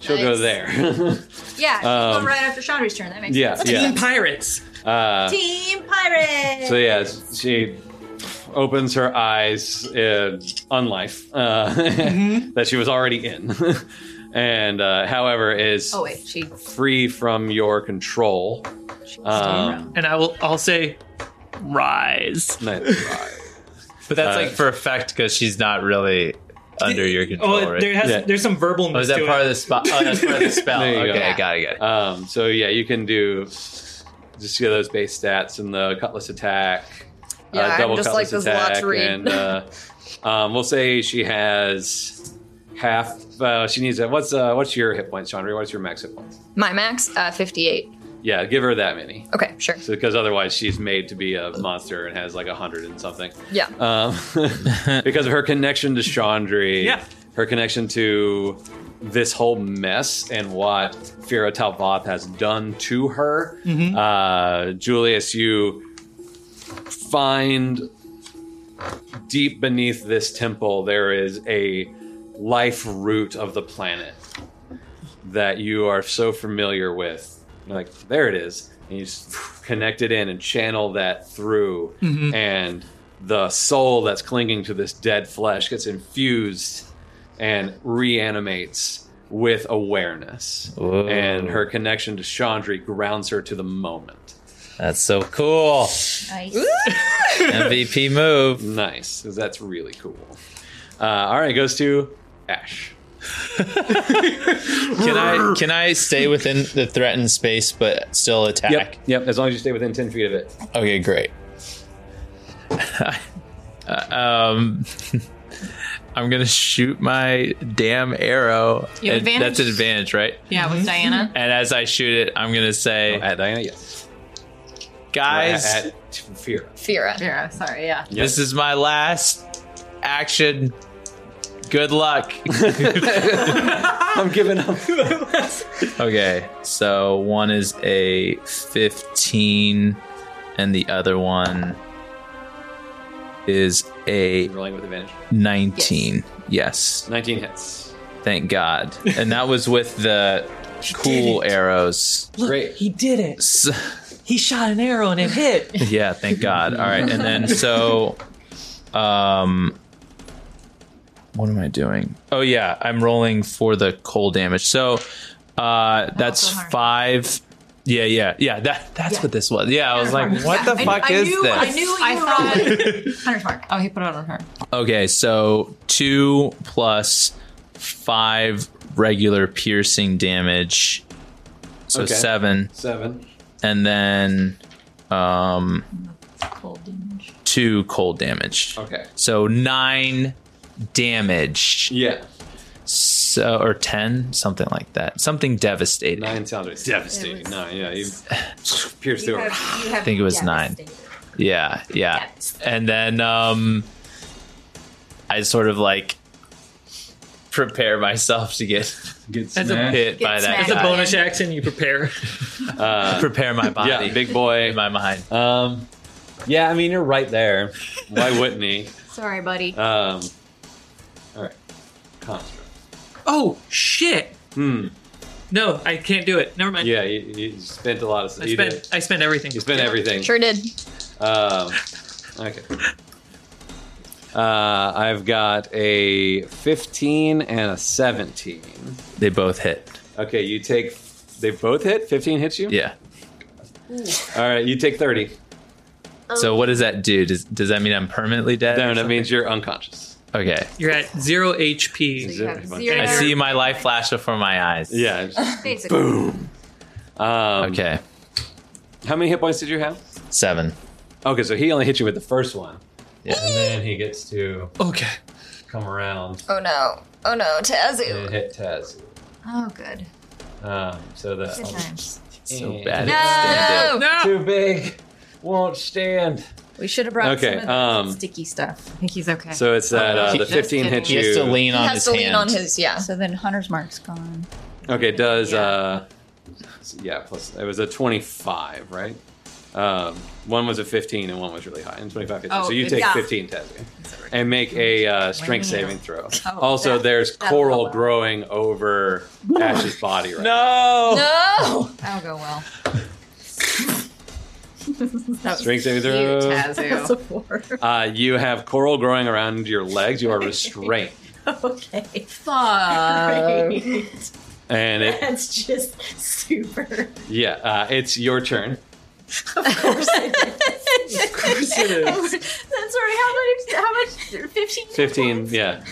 Speaker 2: she'll go
Speaker 3: Nice.
Speaker 2: there. (laughs)
Speaker 3: Yeah, she'll
Speaker 2: Um,
Speaker 3: go right after Chandri's turn. That makes
Speaker 2: yeah,
Speaker 3: sense.
Speaker 2: yeah.
Speaker 7: Teen pirates.
Speaker 2: Uh,
Speaker 3: Team Pirate.
Speaker 2: So yeah, she opens her eyes in unlife uh,
Speaker 4: Mm-hmm.
Speaker 2: (laughs) that she was already in, (laughs) and uh, however is
Speaker 3: oh wait, she.
Speaker 2: free from your control. Um,
Speaker 7: And I will I'll say rise.
Speaker 2: nice try.
Speaker 5: But that's
Speaker 2: Uh,
Speaker 5: like for effect because she's not really under your control,
Speaker 7: Oh, there
Speaker 5: right?
Speaker 7: has
Speaker 2: Yeah.
Speaker 7: there's some verbalness
Speaker 5: Oh, is that
Speaker 7: to
Speaker 5: part
Speaker 7: it.
Speaker 5: of the spot? Oh, that's part of the spell.
Speaker 2: There you
Speaker 5: okay,
Speaker 2: go.
Speaker 5: I got it, got it.
Speaker 2: um, so yeah, you can do just get those base stats and the cutlass attack, uh,
Speaker 4: Yeah, I'm
Speaker 2: double
Speaker 4: just like,
Speaker 2: cutlass
Speaker 4: there's a lot
Speaker 2: attack,
Speaker 4: to read.
Speaker 2: and
Speaker 4: (laughs)
Speaker 2: uh, um, we'll say she has half. Uh, she needs a, what's uh, what's your hit points, Chandra? What's your max hit points?
Speaker 4: My max, uh, 58.
Speaker 2: Yeah, give her that many.
Speaker 4: Okay, sure.
Speaker 2: So, because otherwise she's made to be a monster and has like a hundred and something.
Speaker 4: Yeah.
Speaker 2: Um, (laughs) because of her connection to Chandri,
Speaker 7: Yeah.
Speaker 2: her connection to this whole mess and what Fira Talvath has done to her. Uh, Julius, you find deep beneath this temple there is a life root of the planet that you are so familiar with. You're like, there it is. And you just connect it in and channel that through. And the soul that's clinging to this dead flesh gets infused and reanimates with awareness.
Speaker 5: Whoa.
Speaker 2: And her connection to Chandri grounds her to the moment.
Speaker 5: That's so cool. (laughs)
Speaker 3: Nice.
Speaker 5: MVP move.
Speaker 2: Nice. 'cause That's really cool. Uh, all right, goes to Ash.
Speaker 5: Can I can I stay within the threatened space but still attack?
Speaker 2: Yep, yep. As long as you stay within 10 feet of it.
Speaker 5: Okay, great. (laughs) Uh, um, (laughs) I'm gonna shoot my damn arrow.
Speaker 8: You have
Speaker 5: And That's an
Speaker 8: advantage?
Speaker 5: advantage, right?
Speaker 8: Yeah, with
Speaker 5: (laughs)
Speaker 8: Diana.
Speaker 5: And as I shoot it, I'm gonna say,
Speaker 2: At Diana, yes.
Speaker 5: guys,
Speaker 2: At, at Fira.
Speaker 4: Fira.
Speaker 8: Yeah, sorry, yeah.
Speaker 5: this is my last action. Good luck.
Speaker 2: (laughs) I'm giving (laughs) up.
Speaker 5: Okay, so one is a 15, and the other one is a
Speaker 2: Rolling with advantage.
Speaker 5: 19. Yes,
Speaker 2: 19 hits.
Speaker 5: thank God. And that was with the cool arrows.
Speaker 2: Great.
Speaker 7: He did it.
Speaker 5: S-
Speaker 7: He shot an arrow and it hit.
Speaker 5: Yeah, thank God. All right, and then so, um, what am I doing? Oh yeah, I'm rolling for the cold damage. So, uh, that's
Speaker 8: harm.
Speaker 5: five. Yeah, yeah, yeah. That that's what this was. Yeah, I
Speaker 8: (laughs)
Speaker 5: was like, what the fuck
Speaker 8: I
Speaker 5: is
Speaker 8: knew,
Speaker 5: this?
Speaker 8: I knew you
Speaker 3: I
Speaker 8: were
Speaker 3: thought-
Speaker 7: (laughs)
Speaker 8: Hunter's mark. Oh, he put it on her.
Speaker 5: Okay, so two plus five regular piercing damage, so
Speaker 2: Okay.
Speaker 5: seven,
Speaker 2: Seven.
Speaker 5: and then um
Speaker 8: Cold damage.
Speaker 5: two cold damage.
Speaker 2: Okay.
Speaker 5: So nine damage.
Speaker 2: Yeah.
Speaker 5: so or 10 something like that something devastating
Speaker 2: Nine sounds like devastating. Nine. Yeah. You pierce
Speaker 3: You
Speaker 2: through her.
Speaker 3: have, you have
Speaker 5: I think it was nine.
Speaker 3: devastated.
Speaker 5: yeah yeah
Speaker 3: Yes.
Speaker 5: and then um i sort of like prepare myself
Speaker 13: (laughs)
Speaker 5: to get
Speaker 2: Good
Speaker 7: As a
Speaker 5: hit by
Speaker 3: Get
Speaker 5: that
Speaker 3: smacked.
Speaker 7: As a
Speaker 5: guy.
Speaker 7: bonus action, you prepare.
Speaker 5: prepare my body
Speaker 2: Uh, Yeah, big
Speaker 5: in
Speaker 2: boy.
Speaker 5: my mind
Speaker 2: Um, yeah, I mean, you're right there. Why wouldn't he?
Speaker 3: Sorry, buddy.
Speaker 2: Um, all right. Construct.
Speaker 7: Oh shit!
Speaker 2: Hmm.
Speaker 7: No, I can't do it. Never mind.
Speaker 2: Yeah, you, you spent a lot of
Speaker 7: I
Speaker 2: you
Speaker 7: spent
Speaker 2: did.
Speaker 7: I spent everything.
Speaker 2: You spent everything.
Speaker 4: Sure did.
Speaker 2: Um, okay. Uh, I've got a 15 and a 17.
Speaker 5: they both hit
Speaker 2: Okay, you take. They both hit. Fifteen hits you.
Speaker 5: yeah
Speaker 2: All right, you take thirty.
Speaker 4: Um,
Speaker 5: So what does that do? Does does that mean I'm permanently dead?
Speaker 2: Darren, that means you're unconscious.
Speaker 5: Okay.
Speaker 7: You're at
Speaker 2: (laughs)
Speaker 7: zero HP.
Speaker 2: Zero.
Speaker 3: have zero-
Speaker 5: I see my life flash before my eyes.
Speaker 3: (laughs)
Speaker 2: Yeah. just-
Speaker 3: Basically.
Speaker 2: Um,
Speaker 5: Okay.
Speaker 2: How many hit points did you have?
Speaker 5: Seven.
Speaker 2: Okay, so he only hit you with the first one.
Speaker 5: Yeah.
Speaker 2: And then he gets to
Speaker 7: Okay.
Speaker 2: come around
Speaker 4: Oh no. Oh no, Tazu.
Speaker 2: and hit Taz.
Speaker 3: Oh, good.
Speaker 2: Um, so that
Speaker 3: Good times.
Speaker 5: So bad.
Speaker 4: Um,
Speaker 3: No!
Speaker 2: too big won't stand.
Speaker 3: We should have brought
Speaker 2: Okay,
Speaker 3: some of the
Speaker 2: um,
Speaker 3: sticky stuff.
Speaker 6: I think he's okay.
Speaker 2: So it's that uh, the
Speaker 6: Just
Speaker 2: 15 hit
Speaker 6: kidding.
Speaker 5: He has to
Speaker 2: you.
Speaker 5: lean
Speaker 4: He
Speaker 5: on
Speaker 4: has
Speaker 5: his
Speaker 4: to lean
Speaker 5: hand.
Speaker 4: on his yeah.
Speaker 3: So then Hunter's Mark's
Speaker 8: (laughs)
Speaker 3: gone.
Speaker 2: Okay, it does uh, yeah plus it was a 25, right? Um, one was a 15 and one was really high, and 25 hits. you.
Speaker 3: Oh,
Speaker 2: so you take
Speaker 3: yeah.
Speaker 2: 15, Tazzy, and make a uh, strength saving throw.
Speaker 3: Oh,
Speaker 2: also,
Speaker 3: that-
Speaker 2: there's
Speaker 3: that'll go
Speaker 2: coral
Speaker 3: well.
Speaker 2: growing over Ash's body right now.
Speaker 13: Oh.
Speaker 5: No.
Speaker 4: No!
Speaker 3: That'll go
Speaker 8: (laughs)
Speaker 3: well.
Speaker 2: Strength saving throw.
Speaker 3: That's a four.
Speaker 2: Uh, you have coral growing around your legs. You are restrained,
Speaker 3: (laughs) Okay. Fuck.
Speaker 2: and
Speaker 8: (laughs)
Speaker 2: it
Speaker 3: That's just super.
Speaker 2: yeah, uh, it's your turn.
Speaker 8: (laughs) That's already how much? How much? Fifteen.
Speaker 2: 15, yeah,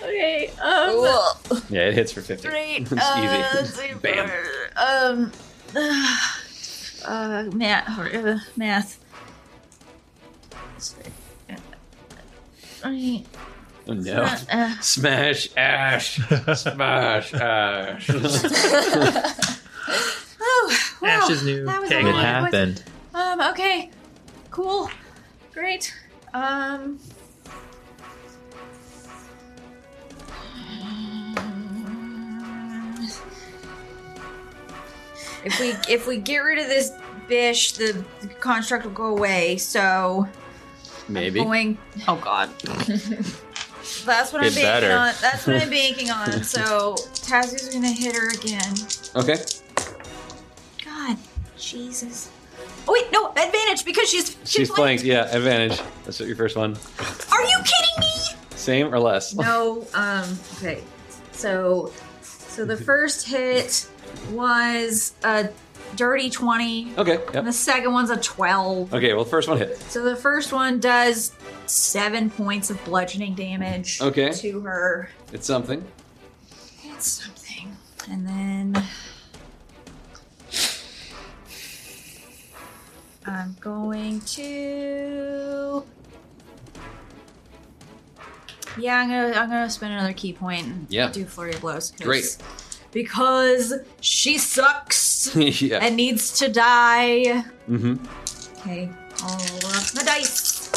Speaker 8: Okay. Um.
Speaker 4: Ugh.
Speaker 2: yeah, it hits for 15.
Speaker 8: Great.
Speaker 2: (laughs) It's
Speaker 8: Uh,
Speaker 2: easy.
Speaker 8: super.
Speaker 2: Bam.
Speaker 8: Um. Uh, math. Uh, math. Okay.
Speaker 2: Oh, no.
Speaker 8: Uh,
Speaker 2: Smash Ash.
Speaker 4: (laughs)
Speaker 2: Smash Ash.
Speaker 8: oh, wow.
Speaker 7: Ash's new
Speaker 8: that was a
Speaker 5: It
Speaker 7: tagline.
Speaker 8: lot.
Speaker 5: happened.
Speaker 8: Um, okay. Cool. Great. Um.
Speaker 3: If we if we get rid of this bish, the construct will go away. So
Speaker 2: (laughs) Maybe.
Speaker 3: going. Oh God. (laughs) That's what I'm
Speaker 5: Get
Speaker 3: banking
Speaker 5: better.
Speaker 3: on. That's what I'm banking on. So Tazu's gonna hit her again.
Speaker 2: Okay.
Speaker 3: God, Jesus. Oh wait, no advantage because she's she's,
Speaker 2: She's
Speaker 3: playing.
Speaker 2: flanked. Yeah, advantage. That's your first one.
Speaker 3: Are you kidding me?
Speaker 2: Same or less?
Speaker 3: No. Um. Okay. So, so the first hit was a dirty twenty.
Speaker 2: Okay.
Speaker 8: The
Speaker 2: Yep.
Speaker 8: second one's a 12.
Speaker 2: Okay, well, the first one hit.
Speaker 8: So the first one does seven points of bludgeoning damage
Speaker 2: Okay.
Speaker 8: to her.
Speaker 2: It's something. (laughs)
Speaker 8: It's something. And then. I'm going to. Yeah, I'm gonna I'm gonna spend another key point and
Speaker 2: Yeah.
Speaker 8: do flurry of blows. 'cause-
Speaker 2: Great.
Speaker 8: Because she sucks
Speaker 2: yeah.
Speaker 8: and needs to die.
Speaker 2: Mm-hmm.
Speaker 8: Okay, I'll roll up my dice.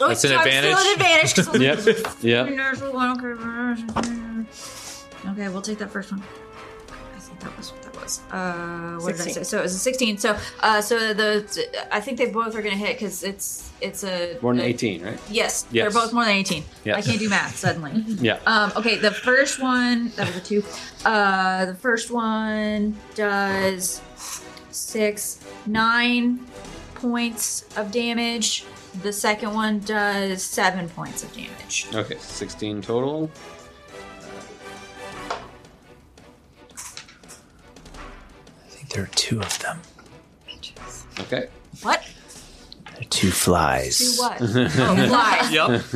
Speaker 8: Oh,
Speaker 5: That's an
Speaker 8: so I'm Still
Speaker 5: advantage?
Speaker 8: an
Speaker 2: (laughs)
Speaker 8: advantage. 'cause I'm
Speaker 2: Yep. Yep.
Speaker 8: Natural one, Okay, okay, we'll take that first one. I think that was what that was. Uh, what did I say? So it was a sixteen. So, uh, so the I think they both are gonna hit because it's it's a
Speaker 2: More than 18, right?
Speaker 8: Yes,
Speaker 2: Yes.
Speaker 8: they're both more than eighteen.
Speaker 2: Yes.
Speaker 8: I can't do math suddenly. (laughs)
Speaker 2: Yeah.
Speaker 8: Um, okay, the first one that was a two. Uh, the first one does six, nine points of damage. The second one does seven points of damage.
Speaker 2: Okay, 16 total.
Speaker 13: I think there are two of them.
Speaker 2: Okay. (laughs)
Speaker 8: What?
Speaker 13: There are two flies.
Speaker 8: Do what? oh, flies.
Speaker 7: Yep.
Speaker 8: I was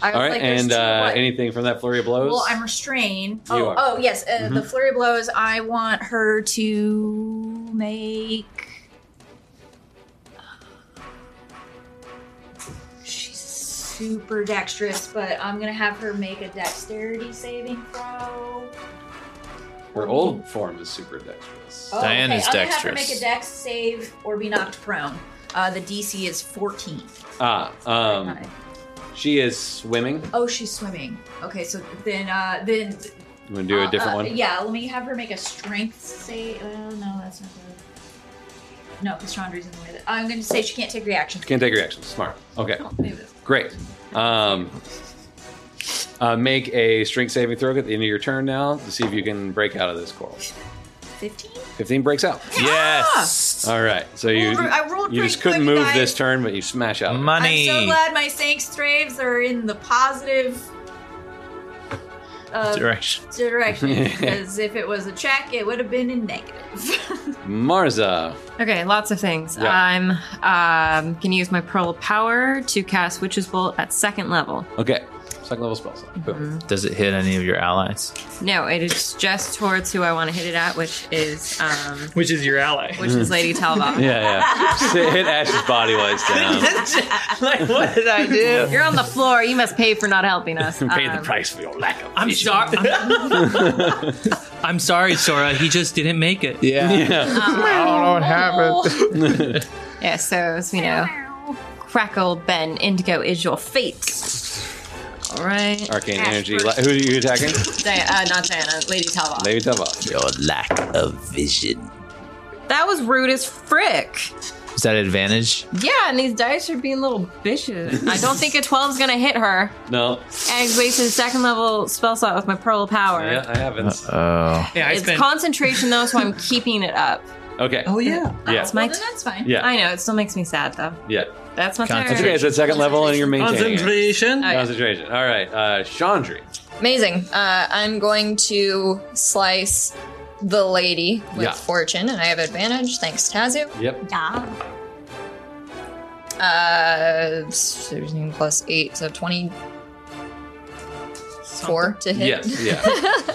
Speaker 2: All right,
Speaker 8: like, there's
Speaker 2: and
Speaker 8: two
Speaker 2: uh,
Speaker 8: what?
Speaker 2: anything from that flurry of blows?
Speaker 8: Well, I'm restrained.
Speaker 2: You
Speaker 8: oh,
Speaker 2: are.
Speaker 8: oh, yes. Uh, The flurry of blows. I want her to make. She's super dexterous, but I'm gonna have her make a dexterity saving throw.
Speaker 2: Her old form is super dexterous.
Speaker 8: Oh,
Speaker 5: Diane
Speaker 8: okay.
Speaker 5: is
Speaker 8: I'm gonna have her
Speaker 5: dexterous.
Speaker 8: make a dex save or be knocked prone. Uh, the DC is 14.
Speaker 2: Ah, um, she is swimming.
Speaker 8: oh, she's swimming. Okay, so then, uh, then
Speaker 2: I'm gonna do a
Speaker 8: Uh,
Speaker 2: different
Speaker 8: uh,
Speaker 2: one.
Speaker 8: Yeah, let me have her make a strength save. Oh, no, that's not good. No, because Chandra's in the way. That, I'm going to say she can't take reactions.
Speaker 2: Can't take reactions. Smart. Okay,
Speaker 8: Oh, maybe that's-
Speaker 2: great. Um, uh, make a strength saving throw at the end of your turn now to see if you can break out of this coral.
Speaker 8: 15?
Speaker 2: 15 breaks out.
Speaker 5: Yes.
Speaker 2: All right, so you
Speaker 8: Well, I rolled
Speaker 2: you
Speaker 8: pretty
Speaker 2: just couldn't
Speaker 8: quick,
Speaker 2: move
Speaker 8: guys.
Speaker 2: this turn, but you smash out. of it.
Speaker 8: I'm
Speaker 5: Money.
Speaker 8: so glad my Sank Straves are in the positive. uh,
Speaker 5: Direction.
Speaker 2: (laughs)
Speaker 8: direction because if it was a check, it would have been in negative. (laughs)
Speaker 2: Marza.
Speaker 6: Okay, lots of things.
Speaker 2: Yeah.
Speaker 6: I'm um, gonna use my pearl of power to cast Witch's Bolt at second level.
Speaker 2: Okay. Second level spell slot. Boom.
Speaker 5: Does it hit any of your allies?
Speaker 6: No, it is just towards who I want to hit it at, which is um,
Speaker 7: which is your ally.
Speaker 6: which is Lady
Speaker 2: (laughs)
Speaker 8: (laughs)
Speaker 6: Talbot.
Speaker 2: Yeah, yeah. hit Ash's body while it's down.
Speaker 5: like, what did I do?
Speaker 6: You're on the floor. You must pay for not helping us.
Speaker 2: Pay the
Speaker 6: Um,
Speaker 2: price for your lack of.
Speaker 7: I'm sorry. I'm, I'm sorry, Sora. He just didn't make it.
Speaker 5: Yeah. I don't know what happened.
Speaker 6: Yeah, so as we know, Crackle Ben Indigo is your fate. All right,
Speaker 2: Arcane energy. La- who are you attacking?
Speaker 6: Di- uh, not Diana, Lady Talbot.
Speaker 2: Lady Tava.
Speaker 13: Your lack of vision.
Speaker 6: That was rude as frick.
Speaker 5: Is that advantage?
Speaker 6: Yeah, and these dice are being little bitches. I don't think a 12 is gonna hit her.
Speaker 2: No.
Speaker 6: And it's wasted a second level spell slot with my Pearl of Power.
Speaker 2: Yeah, I haven't.
Speaker 5: Oh.
Speaker 7: Yeah, I
Speaker 6: It's
Speaker 7: spent.
Speaker 6: concentration though, so I'm keeping it up.
Speaker 2: Okay. Oh yeah. Yeah.
Speaker 6: my
Speaker 8: then that's fine.
Speaker 2: Yeah.
Speaker 6: I know, it still makes me sad though.
Speaker 2: Yeah.
Speaker 6: That's my turn.
Speaker 5: Concentration.
Speaker 2: Okay, so it's second level and you're maintaining. it.
Speaker 7: concentration.
Speaker 6: yeah.
Speaker 2: Concentration. All right. Uh, Chandri.
Speaker 4: Amazing. Uh, I'm going to slice the lady with
Speaker 2: Yeah.
Speaker 4: fortune, and I have advantage thanks, Tazu.
Speaker 2: Yep.
Speaker 4: Uh, 17 plus 8, so 24 to hit.
Speaker 2: Yes. Yeah.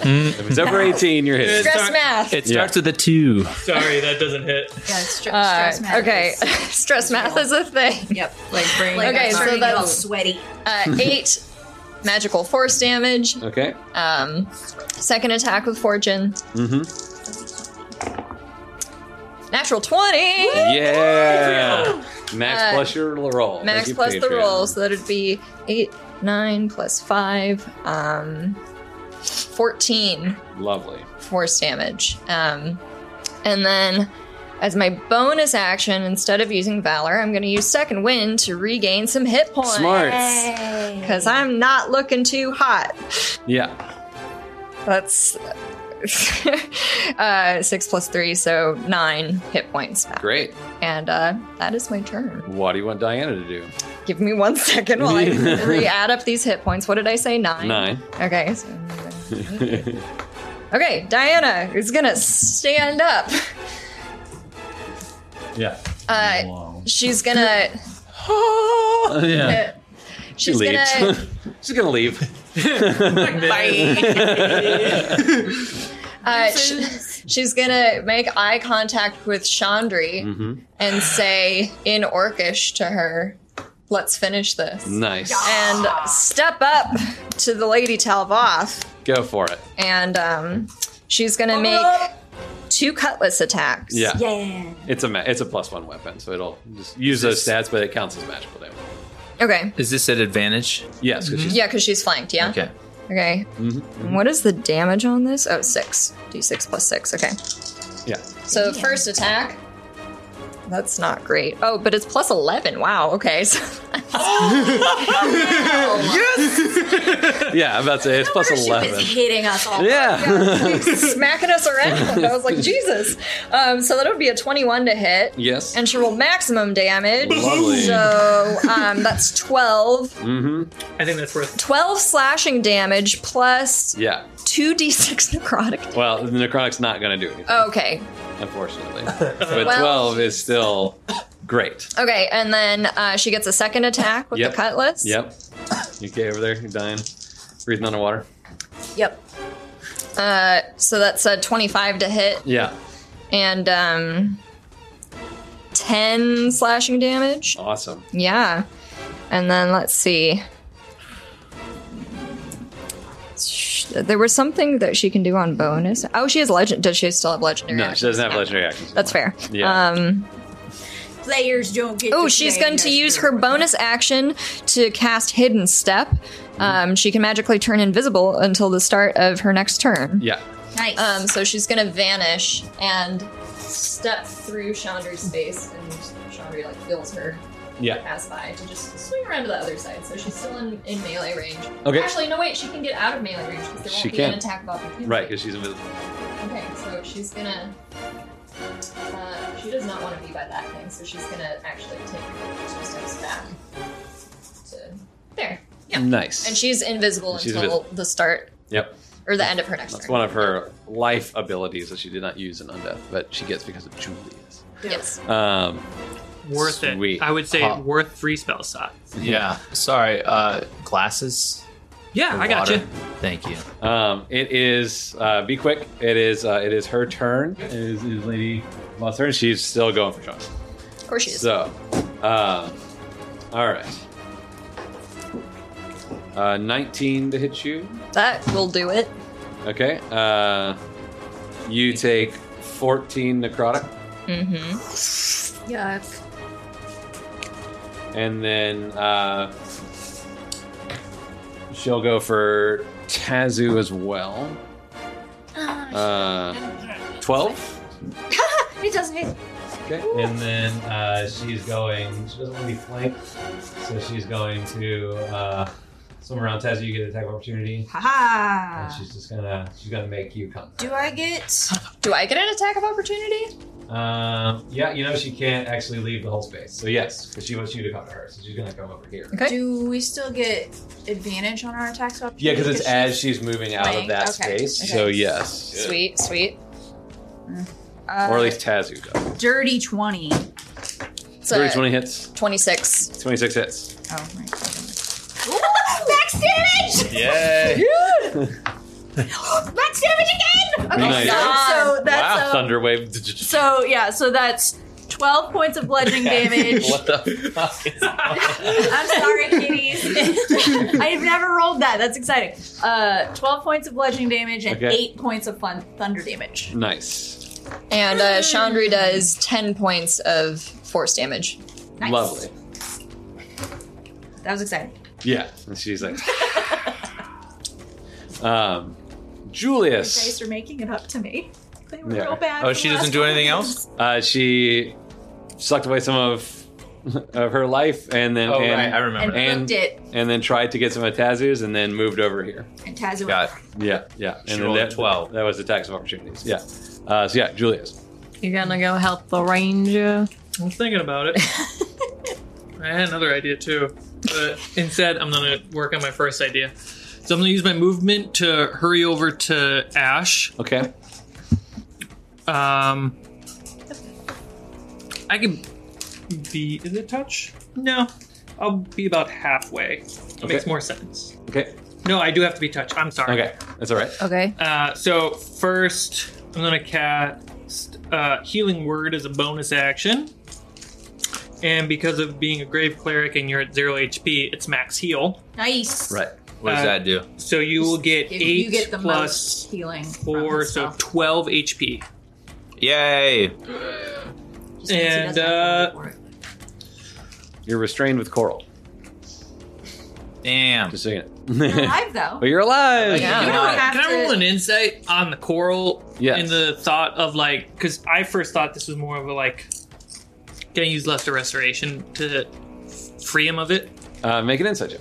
Speaker 2: if (laughs) it's over 18, you're hitting.
Speaker 4: Stress math.
Speaker 5: It
Speaker 2: Yeah.
Speaker 5: starts with a two.
Speaker 7: Sorry, that doesn't hit.
Speaker 8: Yeah, stra-
Speaker 4: Uh,
Speaker 8: stress matters.
Speaker 4: okay, (laughs) stress math is a thing.
Speaker 8: Yep. Like brain.
Speaker 4: Okay, so
Speaker 8: starting to get all
Speaker 4: that's-
Speaker 8: sweaty.
Speaker 4: Uh, 8 magical force damage.
Speaker 2: Okay.
Speaker 4: Um, second attack with fortune.
Speaker 2: Mm-hmm.
Speaker 4: Natural 20.
Speaker 2: Yeah. Max
Speaker 4: Uh,
Speaker 2: plus your roll. Thank
Speaker 4: Max
Speaker 2: you,
Speaker 4: plus the
Speaker 2: Patreon.
Speaker 4: roll, so that'd be 8, 9 plus 5, um, 14
Speaker 2: Lovely.
Speaker 4: force damage. Um, and then, as my bonus action, instead of using Valor, I'm going to use Second Wind to regain some hit points.
Speaker 2: Smart.
Speaker 4: Because I'm not looking too hot.
Speaker 2: Yeah.
Speaker 4: That's (laughs) uh, 6 plus 3, so 9 hit points back.
Speaker 2: Great.
Speaker 4: And uh, that is my turn.
Speaker 2: What do you want Diana to do?
Speaker 4: Give me one (laughs) second
Speaker 2: (laughs)
Speaker 4: while I re-add up these hit points. What did I say? Nine.
Speaker 2: Nine.
Speaker 4: Okay. so- okay, Diana is gonna stand up.
Speaker 2: Yeah.
Speaker 4: Uh, she's gonna. Oh,
Speaker 2: yeah. (laughs) She
Speaker 4: She's
Speaker 2: leaves. (laughs)
Speaker 4: gonna.
Speaker 2: She's gonna
Speaker 4: (laughs)
Speaker 2: leave.
Speaker 4: Uh, sh- (laughs) she's gonna make eye contact with Chandri and say in Orcish to her, "Let's finish this."
Speaker 2: Nice.
Speaker 4: And step up to the Lady Talvoth.
Speaker 2: Go for it.
Speaker 4: and um, she's gonna make two cutlass attacks.
Speaker 2: Yeah. It's a ma- it's a plus one weapon, so it'll just use those stats, but it counts as magical damage.
Speaker 4: Okay.
Speaker 5: Is this at advantage?
Speaker 2: Yes, because she's
Speaker 4: Yeah, because she's flanked. Yeah.
Speaker 5: Okay.
Speaker 4: Okay. And what is the damage on this? Oh, six. D6 plus six. Okay. Mm-hmm.
Speaker 2: yeah.
Speaker 4: So first attack. That's not great. Oh, but it's plus 11. Wow. Okay. (laughs) So
Speaker 2: Yeah, I'm about to say it's plus eleven.
Speaker 8: hitting us all.
Speaker 2: Yeah.
Speaker 4: smacking us around. I was like, Jesus. Um, so that would be a 21 to hit.
Speaker 2: (laughs) Yes.
Speaker 4: And she rolled maximum damage.
Speaker 2: Lovely.
Speaker 4: So um, that's 12.
Speaker 7: I think that's worth.
Speaker 4: 12 slashing damage plus
Speaker 2: yeah.
Speaker 4: 2d6 necrotic damage.
Speaker 2: Well, the necrotic's not gonna do anything,
Speaker 4: Okay. (laughs)
Speaker 2: unfortunately. But
Speaker 4: Oh. Well-
Speaker 2: twelve is still great.
Speaker 4: Okay, and then uh, she gets a second attack with
Speaker 2: Yep.
Speaker 4: the cutlass.
Speaker 2: Yep. You okay over there? You're dying. Breathing underwater.
Speaker 4: Yep. Uh, so that's a 25 to hit
Speaker 2: Yeah.
Speaker 4: and um, 10 slashing damage.
Speaker 2: Awesome.
Speaker 4: Yeah. And then let's see. There was something that she can do on bonus. Oh, she has legend. Does she still have legendary?
Speaker 2: No, she doesn't have
Speaker 4: actions?
Speaker 2: legendary actions.
Speaker 4: That's fair.
Speaker 2: Yeah.
Speaker 4: Um,
Speaker 8: Players don't get.
Speaker 4: Oh, she's going to use her bonus action to cast Hidden Step.
Speaker 2: Mm-hmm.
Speaker 4: Um, she can magically turn invisible until the start of her next turn.
Speaker 2: Yeah.
Speaker 8: Nice.
Speaker 4: Um, so she's going to vanish and step through Chandri's face, and Chandri like feels her
Speaker 2: Yeah.
Speaker 4: pass by to just swing around to the other side. So she's still in, in melee range.
Speaker 2: Okay.
Speaker 4: Actually, no wait, she can get out of melee range because there won't
Speaker 2: She
Speaker 4: be
Speaker 2: can.
Speaker 4: an attack of opportunity.
Speaker 2: Right, because she's invisible.
Speaker 4: Okay, so she's gonna. Uh, she does not want to be by that thing, so she's gonna actually take two steps back. To there,
Speaker 2: Nice.
Speaker 4: and she's invisible
Speaker 2: And she's
Speaker 4: until the start
Speaker 2: Yep.
Speaker 4: or the end of her next
Speaker 2: That's
Speaker 4: turn.
Speaker 2: one of her life abilities that she did not use in Undeath, but she gets because of Julius.
Speaker 4: Yes.
Speaker 2: Um,
Speaker 7: Worth
Speaker 2: Sweet.
Speaker 7: it. I would say
Speaker 5: Huh.
Speaker 7: worth three spell slots.
Speaker 5: Yeah. Sorry. Uh, glasses.
Speaker 7: Yeah,
Speaker 5: for
Speaker 7: Ah, I got
Speaker 5: water.
Speaker 7: you.
Speaker 5: Thank you.
Speaker 2: Um, it is uh, be quick. It is uh, it is her turn. It is, it is Lady Moth's turn. She's still going for Sean.
Speaker 4: Of course she is.
Speaker 2: So, uh, all right. Uh, 19 to hit you.
Speaker 4: that will do it.
Speaker 2: Okay. Uh, you take 14 necrotic,
Speaker 4: Mm-hmm.
Speaker 3: Yuck.
Speaker 2: and then uh, she'll go for Tazu as well. Uh, 12.
Speaker 3: It doesn't hit.
Speaker 2: Okay. And then uh, she's going. She doesn't want to be flanked, so she's going to uh, swim around Tazu. You get an attack of opportunity, and
Speaker 8: Haha.
Speaker 2: she's just gonna she's gonna make you come.
Speaker 8: Do I get?
Speaker 4: Do I get an attack of opportunity?
Speaker 2: Um, yeah, you know she can't actually leave the whole space. So yes, because she wants you to come to her, so she's gonna come over here.
Speaker 4: Okay.
Speaker 8: Do we still get advantage on our attacks? of
Speaker 2: Yeah, because it's
Speaker 8: opportunity?
Speaker 2: as she's moving out of
Speaker 8: Flank,
Speaker 2: that
Speaker 8: okay,
Speaker 2: space.
Speaker 8: okay.
Speaker 2: So yes,
Speaker 4: Sweet, sweet.
Speaker 8: Uh,
Speaker 2: or at least Tazu does.
Speaker 8: dirty twenty. Oh,
Speaker 4: It's uh,
Speaker 2: So,
Speaker 4: a
Speaker 2: 20 hits,
Speaker 4: 26.
Speaker 2: 26 hits.
Speaker 8: Oh my god.
Speaker 3: Max
Speaker 8: (gasps)
Speaker 3: damage!
Speaker 5: Yay.
Speaker 3: Max damage again! Okay,
Speaker 2: Nice.
Speaker 3: so,
Speaker 8: So that's
Speaker 2: wow, (laughs)
Speaker 8: um,
Speaker 2: Thunderwave.
Speaker 8: so yeah. So that's twelve points of
Speaker 2: (laughs)
Speaker 8: bludgeoning damage.
Speaker 5: what the
Speaker 8: (laughs)
Speaker 5: fuck is
Speaker 8: I'm sorry, kitties. (laughs) I've never rolled that. That's exciting. Uh, 12 points of bludgeoning damage and
Speaker 2: Okay.
Speaker 8: 8 points of fun- thunder damage.
Speaker 2: Nice,
Speaker 4: And uh, Chandri does 10 points of force damage.
Speaker 8: Nice.
Speaker 2: lovely.
Speaker 8: That was exciting.
Speaker 2: Yeah, and she's like, (laughs) um,
Speaker 8: You guys
Speaker 2: Julius.
Speaker 8: are making it up to me. They were
Speaker 2: Yeah.
Speaker 8: real bad.
Speaker 5: Oh,
Speaker 8: for
Speaker 5: she
Speaker 8: the
Speaker 5: doesn't
Speaker 8: last
Speaker 5: do
Speaker 8: one.
Speaker 5: anything else?
Speaker 2: Uh, she sucked away some of (laughs) of her life, and then
Speaker 5: Oh,
Speaker 2: and,
Speaker 5: right. I
Speaker 8: And
Speaker 5: remember that.
Speaker 2: And-
Speaker 8: flipped it.
Speaker 2: and then tried to get some of Tazu's, and then moved over here.
Speaker 8: And Tazu went,
Speaker 5: Got
Speaker 2: Yeah, yeah.
Speaker 5: She
Speaker 2: and then
Speaker 5: rolled a
Speaker 2: that,
Speaker 5: 12.
Speaker 2: That was the tax of opportunities. Yeah. Uh, so yeah, Julius.
Speaker 6: You're gonna go help the ranger.
Speaker 7: I'm thinking about it. I had another idea too, but instead I'm gonna work on my first idea. So I'm gonna use my movement to hurry over to Ash.
Speaker 2: Okay.
Speaker 7: Um, I can be. Is it touch? No, I'll be about halfway. It
Speaker 2: Okay.
Speaker 7: Makes more sense.
Speaker 2: Okay.
Speaker 7: No, I do have to be touched. I'm sorry.
Speaker 2: Okay. That's all right.
Speaker 4: Okay.
Speaker 7: Uh, so first, I'm gonna cast uh, Healing Word as a bonus action, and because of being a Grave Cleric and you're at zero HP, it's max heal.
Speaker 8: nice.
Speaker 5: Right. What does
Speaker 7: Uh,
Speaker 5: that do?
Speaker 7: So you will get
Speaker 8: If
Speaker 7: eight
Speaker 8: you get the
Speaker 7: plus
Speaker 8: most healing. from
Speaker 7: four,
Speaker 8: this
Speaker 7: so
Speaker 8: spell.
Speaker 7: twelve HP.
Speaker 5: Yay.
Speaker 8: Just means he doesn't have
Speaker 7: and, uh,
Speaker 8: to roll for it.
Speaker 2: You're restrained with coral.
Speaker 5: Damn.
Speaker 2: Just saying
Speaker 8: You're (laughs)
Speaker 2: it. (laughs)
Speaker 8: alive though.
Speaker 5: (laughs)
Speaker 2: but you're alive.
Speaker 4: Yeah.
Speaker 8: You don't have
Speaker 7: Can I
Speaker 8: to-
Speaker 7: roll an insight on the coral?
Speaker 2: Yes.
Speaker 7: In the thought of like, because I first thought this was more of a like, can I use left of restoration to f- free him of it?
Speaker 2: Uh, make an insight check.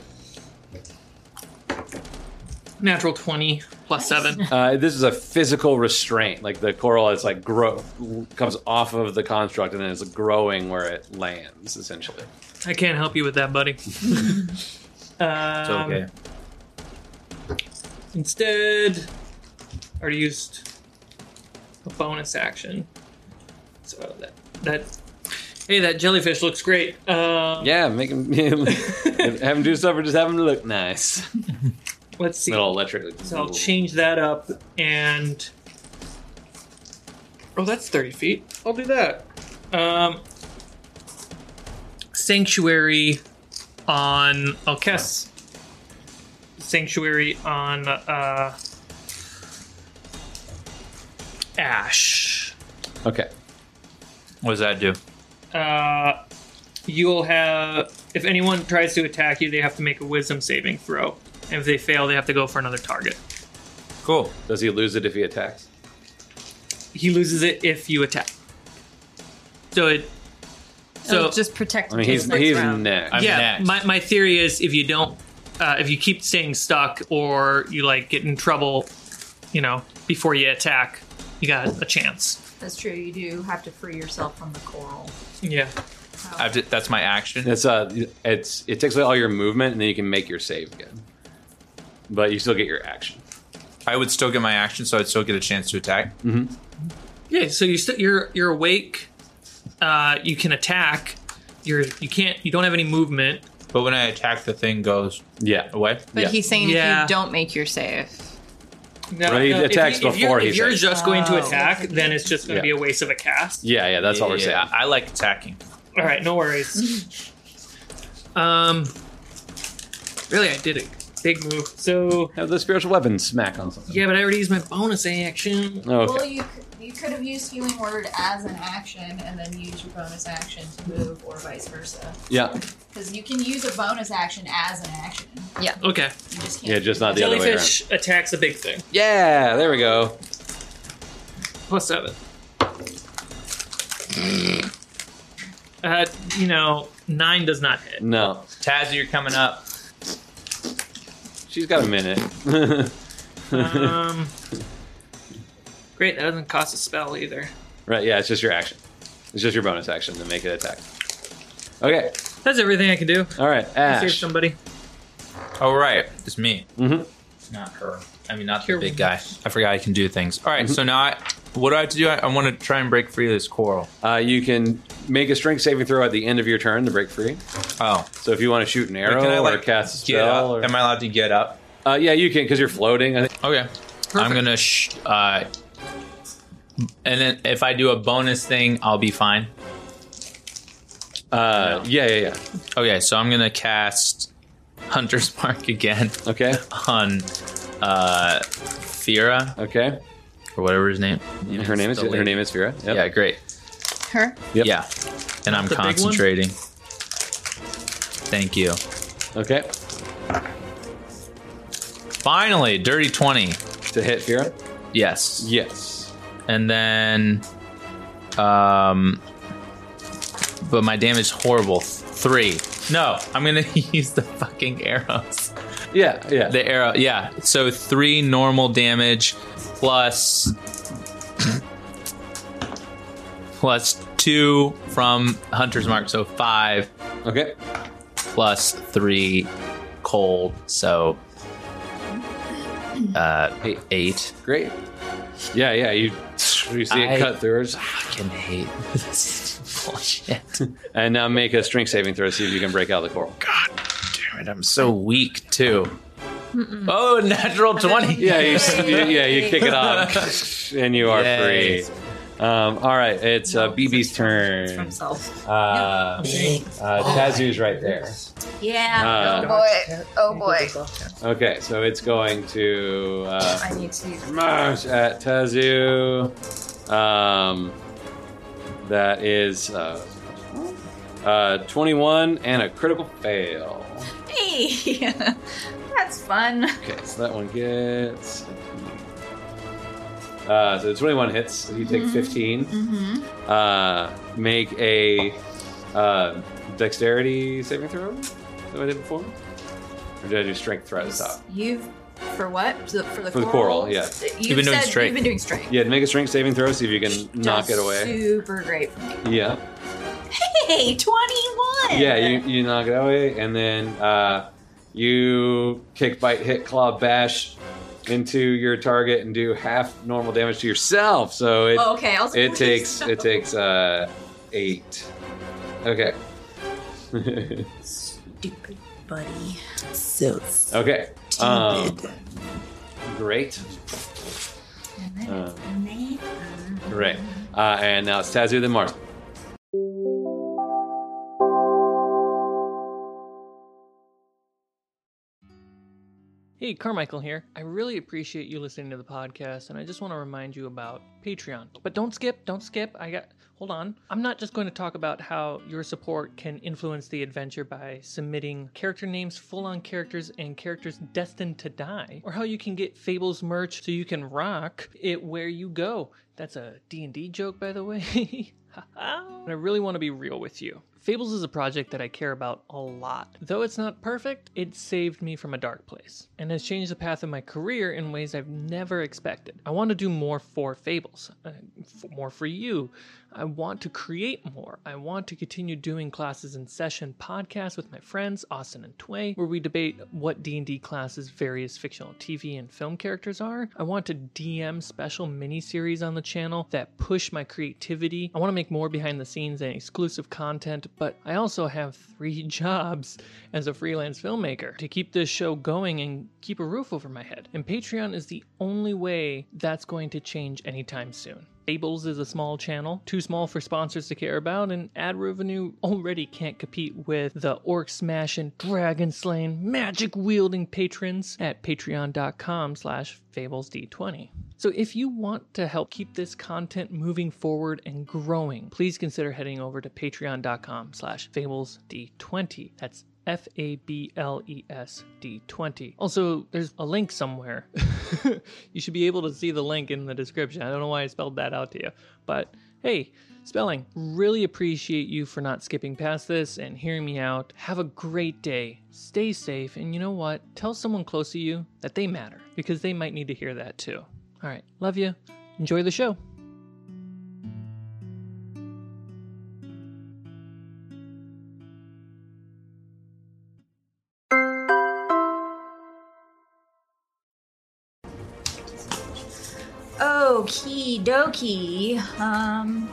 Speaker 7: Natural twenty plus seven.
Speaker 2: Uh, this is a physical restraint. Like the coral is like grow comes off of the construct and then is growing where it lands essentially.
Speaker 7: I can't help you with that, buddy.
Speaker 5: It's
Speaker 7: um,
Speaker 5: okay.
Speaker 7: Instead, I already used a bonus action. So that that hey, that jellyfish looks great. Um,
Speaker 2: Yeah, make him (laughs) have him do stuff or just have him look nice.
Speaker 7: Let's see.
Speaker 2: Little electric.
Speaker 7: So I'll change that up and. Oh, that's 30 feet. I'll do that. Um, sanctuary on. I'll cast Sanctuary on uh, Ash.
Speaker 2: Okay.
Speaker 5: What does that do?
Speaker 7: Uh, you'll have. If anyone tries to attack you, they have to make a wisdom saving throw. And if they fail, they have to go for another target.
Speaker 5: Cool.
Speaker 2: Does he lose it if he attacks?
Speaker 7: he loses it if you attack. So it. So
Speaker 6: It'll Oh, just protect.
Speaker 2: I mean, he's
Speaker 6: his next
Speaker 2: he's
Speaker 6: round.
Speaker 2: next.
Speaker 5: I'm
Speaker 7: yeah,
Speaker 5: next.
Speaker 7: my, my theory is if you don't, uh, if you keep staying stuck or you like get in trouble, you know, before you attack, you got a chance.
Speaker 8: That's true. You do have to free yourself from the coral.
Speaker 7: Yeah.
Speaker 5: I have to, that's my action.
Speaker 2: It's uh, it's it takes away all your movement, and then you can make your save again. But you still get your action.
Speaker 5: I would still get my action, so I'd still get a chance to attack.
Speaker 7: Yeah, so you're still you're you're awake. Uh, you can attack. You're you can't you don't have any movement.
Speaker 5: But when I attack, the thing goes
Speaker 2: Yeah.
Speaker 5: away.
Speaker 6: But
Speaker 2: Yeah.
Speaker 6: he's saying
Speaker 7: Yeah.
Speaker 6: if you don't make your save.
Speaker 7: No,
Speaker 2: Right, he
Speaker 7: if
Speaker 2: attacks
Speaker 7: you- if you're-
Speaker 2: before
Speaker 7: If
Speaker 2: he's
Speaker 7: you're
Speaker 2: like-
Speaker 7: just going to
Speaker 6: Oh.
Speaker 7: attack, then it's just going
Speaker 2: Yeah.
Speaker 7: to be a waste of a cast.
Speaker 2: Yeah, yeah, that's all we're
Speaker 5: Yeah,
Speaker 2: saying.
Speaker 5: I like attacking.
Speaker 7: All right, no worries. um, really, I did a big move. So
Speaker 2: Have the spiritual weapon smack on something.
Speaker 7: yeah, but I already used my bonus action.
Speaker 2: Okay.
Speaker 12: Well, you c- you could have used healing word as an action and then use your bonus action to move, or vice versa.
Speaker 2: Yeah.
Speaker 12: Because you can use a bonus action as an action.
Speaker 7: Okay,
Speaker 12: You just can't.
Speaker 2: Yeah, just not the other way around.
Speaker 7: jellyfish attacks a big thing.
Speaker 2: Yeah, there we go.
Speaker 7: Plus seven. Uh, you know, nine does not hit.
Speaker 2: No.
Speaker 5: Tazzy, you're coming up.
Speaker 2: She's got a minute.
Speaker 6: Uh-huh.
Speaker 7: Um, great, that doesn't cost a spell either.
Speaker 2: (laughs) right, yeah, it's just your action. It's just your bonus action to make it attack. Okay,
Speaker 7: That's everything I can do.
Speaker 2: all right,
Speaker 7: Save
Speaker 2: Ash.
Speaker 7: somebody.
Speaker 5: Oh, right. It's me.
Speaker 2: Mhm.
Speaker 5: Not her. I mean, not
Speaker 7: You're-
Speaker 5: the big guy. I forgot I can do things. All
Speaker 2: Mm-hmm.
Speaker 5: right, so now I, what do I have to do? I, I want to try and break free of this coral.
Speaker 2: Uh, you can make a strength saving throw at the end of your turn to break free.
Speaker 5: Oh.
Speaker 2: So if you want to shoot an arrow
Speaker 5: Can I,
Speaker 2: or
Speaker 5: like,
Speaker 2: cast a
Speaker 5: Get up.
Speaker 2: spell, or-
Speaker 5: Am I allowed to get up?
Speaker 2: uh, yeah, you can because you're floating. I think.
Speaker 5: Okay. I'm going to. Sh- uh, and then if I do a bonus thing, I'll be fine.
Speaker 2: Uh, yeah, yeah, yeah.
Speaker 5: Okay, so I'm going to cast Hunter's (laughs) Mark again
Speaker 2: Okay,
Speaker 5: on uh, Fira,
Speaker 2: okay.
Speaker 5: or whatever his name.
Speaker 2: Her name is
Speaker 5: the
Speaker 2: her
Speaker 5: lady.
Speaker 2: name is Vera. Yep.
Speaker 5: Yeah, great.
Speaker 6: Her?
Speaker 2: Yep.
Speaker 5: Yeah. And I'm
Speaker 7: The big one?
Speaker 5: concentrating. Thank you.
Speaker 2: Okay,
Speaker 5: Finally, dirty 20.
Speaker 2: to hit Vera.
Speaker 5: Yes.
Speaker 2: Yes.
Speaker 5: And then um but my damage is horrible. 3. No, I'm going to (laughs) use the fucking arrows.
Speaker 2: Yeah, yeah.
Speaker 5: The arrow. Yeah. So 3 normal damage plus (coughs) plus 2 from Hunter's Mark, so 5
Speaker 2: okay.
Speaker 5: plus 3 cold, so uh 8.
Speaker 2: Great. Yeah, yeah. You you see it
Speaker 5: I-
Speaker 2: cut through, her,
Speaker 5: Fucking hate (laughs) this bullshit.
Speaker 2: and now make a strength saving throw. See if you can break out of the coral.
Speaker 5: Damn it, I'm so weak too. Oh, natural
Speaker 2: (laughs)
Speaker 5: 20.
Speaker 2: Yeah, you, s- you- yeah. You kick it (laughs)
Speaker 5: (laughs)
Speaker 2: off, and you are
Speaker 5: Yay.
Speaker 2: free. Um, all right, it's uh, BB's turn.
Speaker 6: Himself.
Speaker 2: Uh, uh, Tazu's right there.
Speaker 8: Yeah.
Speaker 2: Uh,
Speaker 4: Boy, oh boy.
Speaker 2: okay, so it's going to uh,
Speaker 4: I need to.
Speaker 2: smash at Tazu. Um, that is uh, uh, 21 and a critical fail.
Speaker 8: Hey. (laughs) That's fun.
Speaker 2: Okay, so that one gets. Uh, so 21 hits. So you take 15. Uh, make a uh, dexterity saving throw. Is that what I did before? Or did I do strength throw at the top?
Speaker 8: You've for what? For the, for the
Speaker 2: For the coral,
Speaker 8: coral?
Speaker 2: yeah.
Speaker 8: You've,
Speaker 5: been doing
Speaker 8: said
Speaker 5: strength.
Speaker 8: You've been doing strength.
Speaker 2: Yeah, make a strength saving throw, see if you can knock it
Speaker 8: That's
Speaker 2: away.
Speaker 8: Super great for me.
Speaker 2: Yeah.
Speaker 8: Hey, twenty-one.
Speaker 2: Yeah, you, you knock it away, and then uh, you kick, bite, hit, claw, bash into your target and do half normal damage to yourself. So it,
Speaker 8: Oh, okay. I'll
Speaker 2: it takes it takes uh eight okay
Speaker 8: Stupid buddy.
Speaker 13: So
Speaker 2: okay um, great Uh, great uh, and now it's tazu then mars
Speaker 1: Hey, Carmichael here. I really appreciate you listening to the podcast, and I just want to remind you about Patreon. But don't skip, don't skip. I got, hold on. I'm not just going to talk about how your support can influence the adventure by submitting character names, full on characters, and characters destined to die, or how you can get Fables merch so you can rock it where you (laughs) go. That's a D&D joke, by the way. and I really want to be real with you. Fables is a project that I care about a lot. Though it's not perfect, it saved me from a dark place and has changed the path of my career in ways I've never expected. I want to do more for Fables, uh, f- more for you. I want to create more. I want to continue doing classes in session podcasts with my friends Austin and Tway, where we debate what D&D classes various fictional TV and film characters are. I want to DM special miniseries on the channel that push my creativity. I want to make more behind the scenes and exclusive content, but I also have three (laughs) jobs as a freelance filmmaker to keep this show going and keep a roof over my head. And Patreon is the only way that's going to change anytime soon. Fables is a small channel, too small for sponsors to care about, and ad revenue already can't compete with the orc smash and dragon slaying magic wielding patrons at patreon.com slash fablesd20. So if you want to help keep this content moving forward and growing, please consider heading over to patreon.com slash fablesd20. That's F A B L E S D 20. Also, there's a link somewhere. (laughs) you should be able to see the link in the description. I don't know why I spelled that out to you, but hey, spelling. Really appreciate you for not skipping past this and hearing me out. Have a great day. Stay safe, and you know what? Tell someone close to you that they matter because they might need to hear that too. All right, love you. Enjoy the show.
Speaker 8: Okie dokie. Um.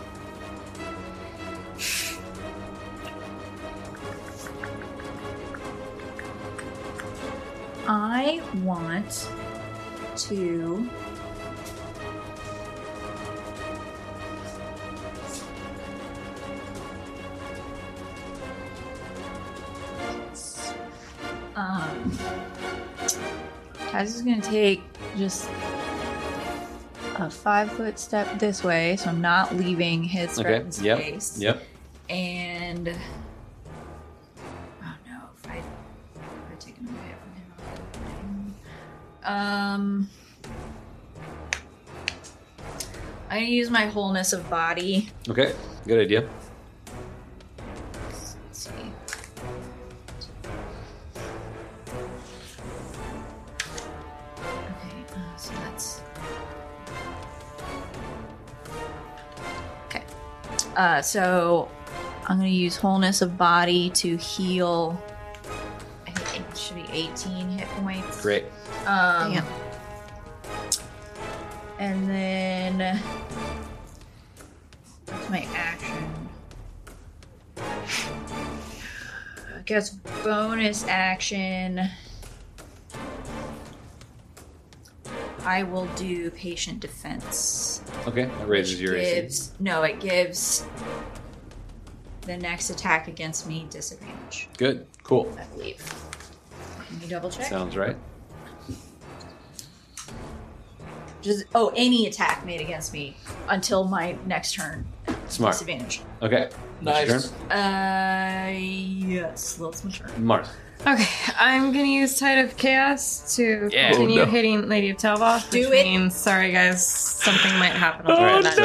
Speaker 8: I want to. Um, Taz is gonna take just a five foot step this way, so I'm not leaving his
Speaker 2: Okay.
Speaker 8: threatened
Speaker 2: Yep.
Speaker 8: space.
Speaker 2: Yep.
Speaker 8: And oh no, if I if I take him away from him, I'll- um, I use my wholeness of body.
Speaker 2: Okay. Good idea.
Speaker 8: Let's see. Okay, uh, so that's okay. Uh, so I'm gonna use wholeness of body to heal. I think it should be 18 hit points.
Speaker 2: Great.
Speaker 8: Um,
Speaker 4: Damn.
Speaker 8: And then that's my action. I guess bonus action. I will do patient defense.
Speaker 2: Okay. That raises your AC.
Speaker 8: gives no, it gives the next attack against me disadvantage.
Speaker 2: Good. Cool.
Speaker 8: I believe. Let me double check.
Speaker 2: Sounds right.
Speaker 8: Just oh, any attack made against me until my next turn.
Speaker 2: Smart.
Speaker 8: Disadvantage.
Speaker 2: Okay. Nice. Your turn.
Speaker 8: Uh, yes, well, it's my turn.
Speaker 2: Mars.
Speaker 6: Okay, I'm gonna use Tide of Chaos to
Speaker 2: Yeah.
Speaker 6: continue
Speaker 2: Oh, no.
Speaker 6: hitting Lady of Talboth.
Speaker 8: Do
Speaker 6: which
Speaker 8: it.
Speaker 6: Means, sorry guys, something might happen. on
Speaker 2: All right.
Speaker 6: the
Speaker 2: So